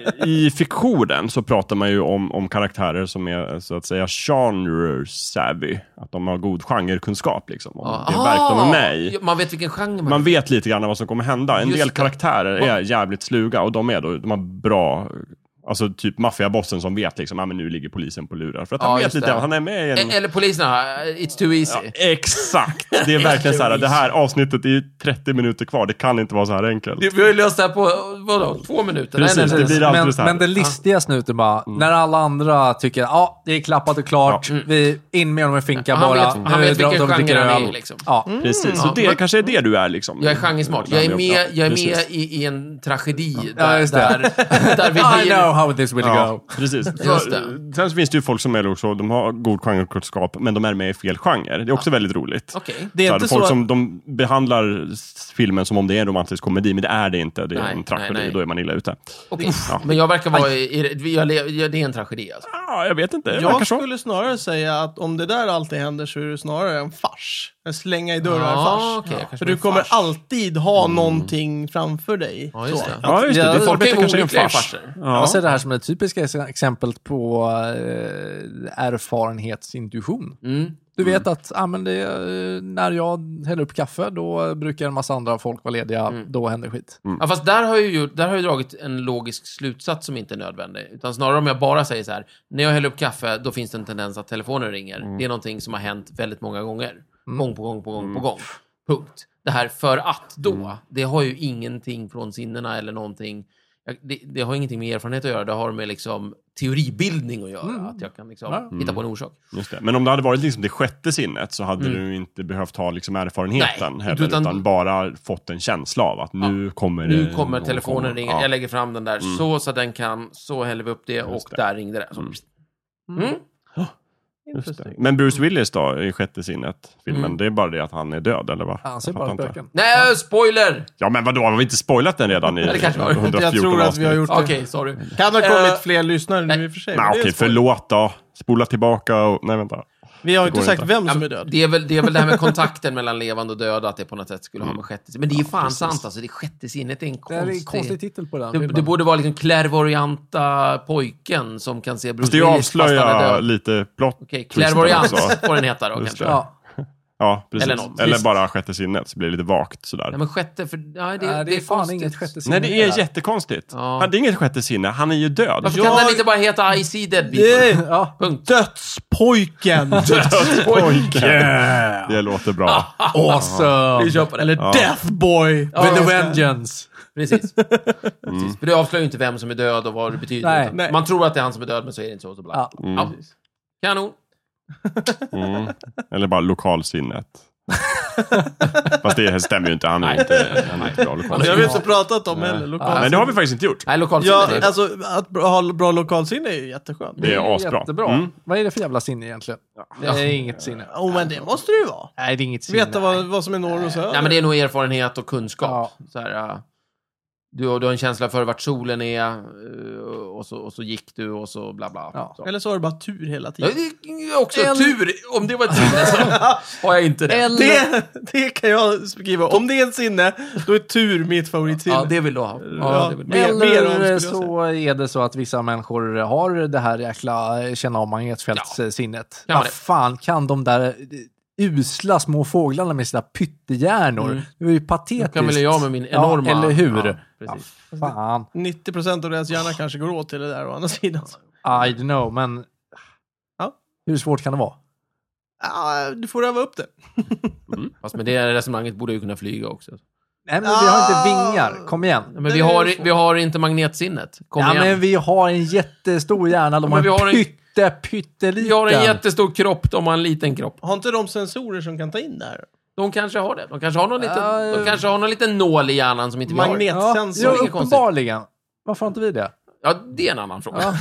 Speaker 3: i fiktionen så pratar man ju om, om karaktärer som är så att säga genre savvy. Att de har god genrekunskap liksom. Om det verk de är med i.
Speaker 2: Man vet vilken genre man
Speaker 3: Man vet lite grann vad som kommer hända. En
Speaker 2: Just
Speaker 3: del
Speaker 2: det.
Speaker 3: karaktärer
Speaker 2: Va-
Speaker 3: är jävligt sluga och de är då, de har bra, alltså typ maffiabossen som vet liksom, ah, men nu ligger polisen på lurar. För att
Speaker 2: Ja,
Speaker 3: han vet
Speaker 2: just
Speaker 3: lite,
Speaker 2: det.
Speaker 3: grann, han är med i en...
Speaker 2: E- Eller poliserna, it's too easy.
Speaker 3: Ja, exakt! Det är verkligen så här, det här avsnittet är ju 30 minuter kvar, det kan inte vara så här enkelt.
Speaker 2: Du, vi har ju löst det här på, vadå, två minuter?
Speaker 3: Precis,
Speaker 2: nej, nej,
Speaker 3: det
Speaker 2: nej.
Speaker 3: blir alltid
Speaker 4: men,
Speaker 3: så här. Ah. Mm.
Speaker 4: men den listiga snuten bara, när alla andra tycker ja, det är klappat och klart, vi in med honom i finka
Speaker 2: Han
Speaker 4: bara.
Speaker 2: vet- han
Speaker 4: Nu
Speaker 2: vet
Speaker 4: drar
Speaker 2: vilken
Speaker 4: de och dricker
Speaker 2: genre han är
Speaker 4: öl.
Speaker 2: i, liksom.
Speaker 4: Ja,
Speaker 3: Precis, så
Speaker 2: Ja,
Speaker 3: det
Speaker 2: men-
Speaker 3: kanske är det du är liksom.
Speaker 2: Jag är genresmart. Jag är med, jag är med
Speaker 3: Precis.
Speaker 2: i, i en tragedi
Speaker 4: Ja,
Speaker 2: där,
Speaker 4: just det.
Speaker 2: där, där vi
Speaker 4: *laughs* I
Speaker 2: blir...
Speaker 4: know how this will
Speaker 3: Ja,
Speaker 4: go.
Speaker 3: precis.
Speaker 2: Just det.
Speaker 3: Sen så finns det ju folk som är också, de har god genrekunskap, men de är med i fel genre. Det är också väldigt roligt.
Speaker 2: Okej.
Speaker 1: Det är
Speaker 3: så här,
Speaker 1: inte
Speaker 3: folk
Speaker 1: så att...
Speaker 3: som de behandlar s- filmen som om det är en romantisk komedi, men det är det inte. Det är
Speaker 2: Nej,
Speaker 3: en
Speaker 2: nej,
Speaker 3: tragedi,
Speaker 2: nej.
Speaker 3: då är man illa ute.
Speaker 2: okej. Men jag verkar vara i... i vi- jag, le- jag, det är en tragedi, alltså.
Speaker 3: Ah, jag vet inte, det verkar
Speaker 1: Jag
Speaker 3: så.
Speaker 1: skulle snarare säga att om det där alltid händer så är det snarare en fars. En slänga i
Speaker 2: Ja,
Speaker 1: dörrar-fars.
Speaker 2: okej. kanske
Speaker 1: För
Speaker 2: det är
Speaker 1: du kommer
Speaker 2: fars.
Speaker 1: alltid ha
Speaker 3: Mm.
Speaker 1: någonting framför dig.
Speaker 2: Ja, just
Speaker 1: Så.
Speaker 2: det.
Speaker 3: Ja, just det.
Speaker 4: Ja,
Speaker 3: det
Speaker 2: Folk är
Speaker 3: arbetet
Speaker 2: ju
Speaker 3: kanske är en
Speaker 2: olyckliga
Speaker 3: fars.
Speaker 2: farser.
Speaker 4: Jag
Speaker 3: Ja.
Speaker 4: ser det här som det typiska ex- exemplet på eh, erfarenhetsintuition.
Speaker 2: Mm.
Speaker 4: Du vet att ah, men det, eh, när jag häller upp kaffe, då brukar en massa andra folk vara lediga. Då händer skit.
Speaker 3: Mm.
Speaker 2: Ja, fast där har, jag ju, där har jag dragit en logisk slutsats som inte är nödvändig. Utan snarare om jag bara säger så här, när jag häller upp kaffe, då finns det en tendens att telefonen ringer. Det är någonting som har hänt väldigt många gånger. Gång på gång på gång på gång. Punkt. Det här för att då, det har ju ingenting från sinnena eller någonting. Jag- Det, det har ingenting med erfarenhet att göra, det har med liksom teoribildning att göra. Att jag kan liksom
Speaker 4: Ja.
Speaker 2: hitta på en orsak.
Speaker 3: Just det. Men om det hade varit liksom det sjätte sinnet så hade du inte behövt ha liksom erfarenheten
Speaker 2: Mm. Nej,
Speaker 3: heller,
Speaker 2: utan-
Speaker 3: utan, bara fått en känsla av att nu kommer det
Speaker 2: Nu kommer
Speaker 3: någon
Speaker 2: telefonen
Speaker 3: form av-
Speaker 2: ringa,
Speaker 3: Mm. Ja.
Speaker 2: jag lägger fram den där så, så att den kan, så häller vi upp det och
Speaker 3: det.
Speaker 2: där ringde det. Så, mm.
Speaker 3: Just det.
Speaker 1: Interesting.
Speaker 3: Men Bruce Willis då, i sjätte sinnet, filmen,
Speaker 2: Mm.
Speaker 3: det är bara det att han är död, eller vad?
Speaker 4: Han ser
Speaker 3: Jag
Speaker 4: bara
Speaker 3: fattar inte.
Speaker 4: spöken.
Speaker 2: Nej, spoiler!
Speaker 3: Ja, men vadå, har vi inte spoilat den redan i
Speaker 2: *laughs* Ja, det kanske vi har.
Speaker 3: 114
Speaker 1: Jag tror att vi har
Speaker 3: avsnitt?
Speaker 1: gjort det.
Speaker 2: Okej, sorry.
Speaker 1: Kan ha kommit
Speaker 2: Eh,
Speaker 1: fler lyssnare nu
Speaker 2: nej.
Speaker 1: i och för sig. men
Speaker 3: Nej,
Speaker 1: det är
Speaker 3: okej,
Speaker 1: en spoiler.
Speaker 3: förlåt då. Spola tillbaka och... Nej, vänta.
Speaker 1: Vi har ju
Speaker 3: går
Speaker 1: inte sagt
Speaker 3: inte.
Speaker 1: vem
Speaker 2: Ja,
Speaker 1: som är
Speaker 2: men
Speaker 1: död.
Speaker 2: det, är väl, det är väl det här med kontakten mellan levande och döda, att det på något sätt skulle ha med sjätte sinnet. Men det är ju fan sant alltså, det sjätte sinnet är en
Speaker 4: Det är en
Speaker 2: konstig...
Speaker 4: konstig titel på den.
Speaker 2: det, det borde vara liksom klärvoarianta pojken som kan se
Speaker 3: Fast
Speaker 2: Bruce
Speaker 3: det
Speaker 2: Willis fast han är
Speaker 3: avslöjar
Speaker 2: död.
Speaker 3: lite plott.
Speaker 2: Okej,
Speaker 3: twisten
Speaker 2: klärvoariant
Speaker 3: också.
Speaker 2: får den heta då
Speaker 3: Just
Speaker 2: kanske.
Speaker 3: det.
Speaker 2: Ja.
Speaker 4: Ja.
Speaker 3: Ja, precis.
Speaker 2: Eller
Speaker 3: Eller,
Speaker 2: något.
Speaker 3: bara sjätte sinnet, så blir det lite vagt sådär.
Speaker 2: Nej, men sjätte, för... Nej, det,
Speaker 4: Det, Nej, det är fan
Speaker 2: konstigt.
Speaker 4: inget sjätte sinne
Speaker 3: Nej, det
Speaker 4: i
Speaker 3: är
Speaker 4: här.
Speaker 3: jättekonstigt.
Speaker 2: Ja.
Speaker 3: Han, det är inget sjätte sinne, han är ju död.
Speaker 2: Varför
Speaker 1: Jag-
Speaker 2: kan den inte bara heta I see dead
Speaker 1: *laughs*
Speaker 2: people?
Speaker 1: Det-
Speaker 4: *laughs* Ja.
Speaker 2: Punkt.
Speaker 1: Dödspojken!
Speaker 3: Pojke! Det
Speaker 2: *laughs*
Speaker 3: låter bra.
Speaker 2: Vi
Speaker 4: Awesome!
Speaker 2: kör på det.
Speaker 1: Eller Deathboy!
Speaker 2: Ja,
Speaker 1: With the
Speaker 2: just det.
Speaker 4: Vengeance!
Speaker 2: Precis. Precis. För det avslöjar ju inte vem som är död och vad det betyder.
Speaker 4: Nej.
Speaker 2: utan
Speaker 1: Nej.
Speaker 2: Man tror att det är han som är död, men så är det inte så. så bla.
Speaker 4: Ja.
Speaker 2: Ja. Kanon.
Speaker 3: Mm. Eller bara
Speaker 2: *laughs*
Speaker 3: lokalsinnet. Fast det stämmer ju inte, han är inte, han är inte bra
Speaker 1: Det har
Speaker 3: lokalsinne.
Speaker 1: vi inte pratat om heller.
Speaker 3: Men
Speaker 1: Lokal.
Speaker 3: det har vi faktiskt inte gjort.
Speaker 2: Nej, lokalsinne.
Speaker 1: Ja, alltså att bra- ha bra lokalsinne är ju jätteskönt.
Speaker 3: Det är asbra.
Speaker 4: Jättebra.
Speaker 3: Mm.
Speaker 4: Vad är det för jävla sinne egentligen? Det är inget sinne.
Speaker 1: Jo, men det måste det ju vara.
Speaker 4: Nej, det är inget sinne.
Speaker 1: Veta vad, vad som är norr och
Speaker 4: alltså-
Speaker 1: söder.
Speaker 2: Nej, men det är nog erfarenhet och kunskap. Så här, äh, du, har- du har en känsla för vart solen är eh, och så, och så gick du och så bla bla.
Speaker 4: Ja.
Speaker 2: Så.
Speaker 1: Eller så har du bara tur hela
Speaker 2: Ja,
Speaker 1: tiden.
Speaker 2: det är också
Speaker 4: En-
Speaker 2: tur. Om det var ett sinne
Speaker 4: *laughs*
Speaker 2: så har jag inte det.
Speaker 4: Eller...
Speaker 1: Det, det kan jag skriva. Om det är ett sinne, då är tur mitt favoritsinne.
Speaker 2: Ja, det vill du ha. Ja,
Speaker 1: Ja.
Speaker 2: det vill du.
Speaker 1: Mer- mer av det skulle
Speaker 4: Eller
Speaker 1: jag
Speaker 4: så är det så att vissa människor har det här jäkla eh, känna av magnetfältssinnet.
Speaker 2: Ja,
Speaker 4: Vad
Speaker 2: det-
Speaker 4: fan kan de där eh, usla små fåglarna med sina pyttehjärnor?
Speaker 2: Mm.
Speaker 4: Det var ju patetiskt.
Speaker 2: kan väl jag med min enorma...
Speaker 4: Ja, eller hur?
Speaker 2: Ja,
Speaker 4: Ja,
Speaker 2: precis.
Speaker 4: fan,
Speaker 1: 90% av deras hjärna kanske går åt till det där å andra sidan.
Speaker 4: I don't know, men
Speaker 1: Ja.
Speaker 4: hur svårt kan det vara?
Speaker 1: Ja, du får öva upp det.
Speaker 2: Fast med det resonemanget borde jag ju kunna flyga också.
Speaker 4: Nej, men vi har
Speaker 1: Ah.
Speaker 4: inte vingar. Kom igen.
Speaker 2: Ja, Men vi
Speaker 1: Det är
Speaker 2: har,
Speaker 1: så.
Speaker 2: vi har inte magnetsinnet. Kom
Speaker 4: Ja,
Speaker 2: igen.
Speaker 4: men vi har en jättestor hjärna. De
Speaker 2: men vi
Speaker 4: har
Speaker 2: har
Speaker 4: en
Speaker 2: en-
Speaker 4: pytte, pytteliten.
Speaker 2: Vi har en jättestor kropp, de har en liten kropp.
Speaker 1: Har inte de sensorer som kan ta in det här?
Speaker 2: De kanske har det. De kanske har någon liten,
Speaker 4: Ja, eh.
Speaker 2: de kanske har någon liten nål i hjärnan som inte vi har.
Speaker 1: Magnet-
Speaker 4: ja,
Speaker 1: sensor.
Speaker 4: ja,
Speaker 2: Det är konstigt.
Speaker 4: uppenbarligen. Varför har inte vi det?
Speaker 2: Ja, det är en annan fråga.
Speaker 4: Ja.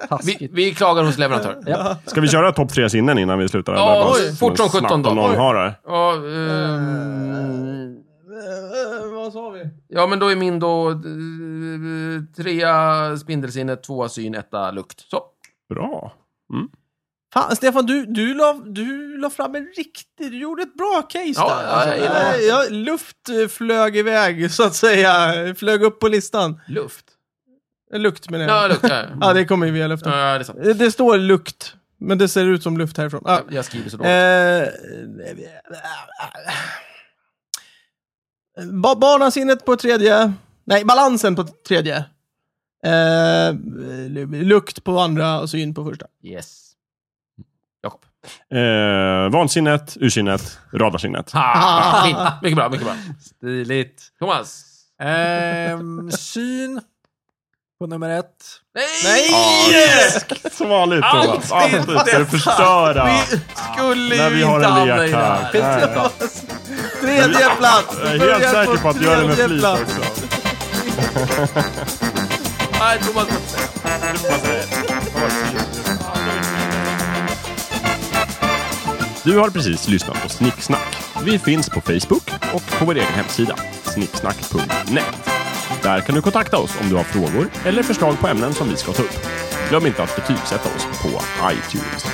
Speaker 2: Vi,
Speaker 4: Taskigt.
Speaker 2: vi klagar hos leverantören.
Speaker 4: Ja.
Speaker 3: Ska vi köra topp tre sinnen innan vi slutar?
Speaker 2: Ja,
Speaker 3: Eller bara
Speaker 2: oj, fort som
Speaker 3: snabbt
Speaker 2: 17 då.
Speaker 3: Om någon
Speaker 2: Oj.
Speaker 3: har det.
Speaker 2: Ja, ehm,
Speaker 1: Eh, eh, vad sa vi?
Speaker 2: ja, men då är min då eh, trea spindelsinne, tvåa syn, etta lukt. Så.
Speaker 3: Bra.
Speaker 1: Fan, Stefan, du, du, la, du la fram en riktig... Du gjorde ett bra case
Speaker 2: Ja,
Speaker 1: där. alltså.
Speaker 2: ja, jag gillar det.
Speaker 1: ja, luft eh, flög iväg, så att säga. Flög upp på listan.
Speaker 2: Luft.
Speaker 1: Eh, Lukt, menar jag.
Speaker 2: Ja, lukt. Ja,
Speaker 1: *laughs* Ja, det kommer ju via luften.
Speaker 2: ja det är sant.
Speaker 1: Eh, Det står lukt, men det ser ut som luft härifrån. Ja.
Speaker 2: Jag skriver så dåligt.
Speaker 1: Eh, Eh, ba- Barnasinnet på tredje. Nej, balansen på tredje. Eh, lukt på andra och syn på första.
Speaker 2: Yes. Jakob.
Speaker 3: Eh, vansinnet, ursinnet,
Speaker 1: *laughs*
Speaker 3: radarsinnet.
Speaker 2: Ha, fint. Mycket bra, mycket bra.
Speaker 4: Stiligt.
Speaker 2: Thomas.
Speaker 4: Ehm, syn på nummer ett.
Speaker 2: Nej!
Speaker 1: Yes!
Speaker 3: Som vanligt Thomas.
Speaker 1: Alltid
Speaker 3: Alltid ska du förstöra.
Speaker 1: Vi skulle
Speaker 3: När
Speaker 1: ju
Speaker 3: vi har
Speaker 1: inte
Speaker 3: en
Speaker 1: hamna i
Speaker 3: lek
Speaker 1: det
Speaker 3: här.
Speaker 1: här.
Speaker 3: Nej,
Speaker 1: *laughs*
Speaker 3: nej.
Speaker 1: Tredje plats!
Speaker 3: Jag är helt säker på att du gör det med flit också.
Speaker 2: Nej, Thomas får inte säga.
Speaker 3: Du har precis lyssnat på Snicksnack. Vi finns på Facebook och på vår egen hemsida, snicksnack.net. Där kan du kontakta oss om du har frågor eller förslag på ämnen som vi ska ta upp. Glöm inte att betygsätta oss på iTunes.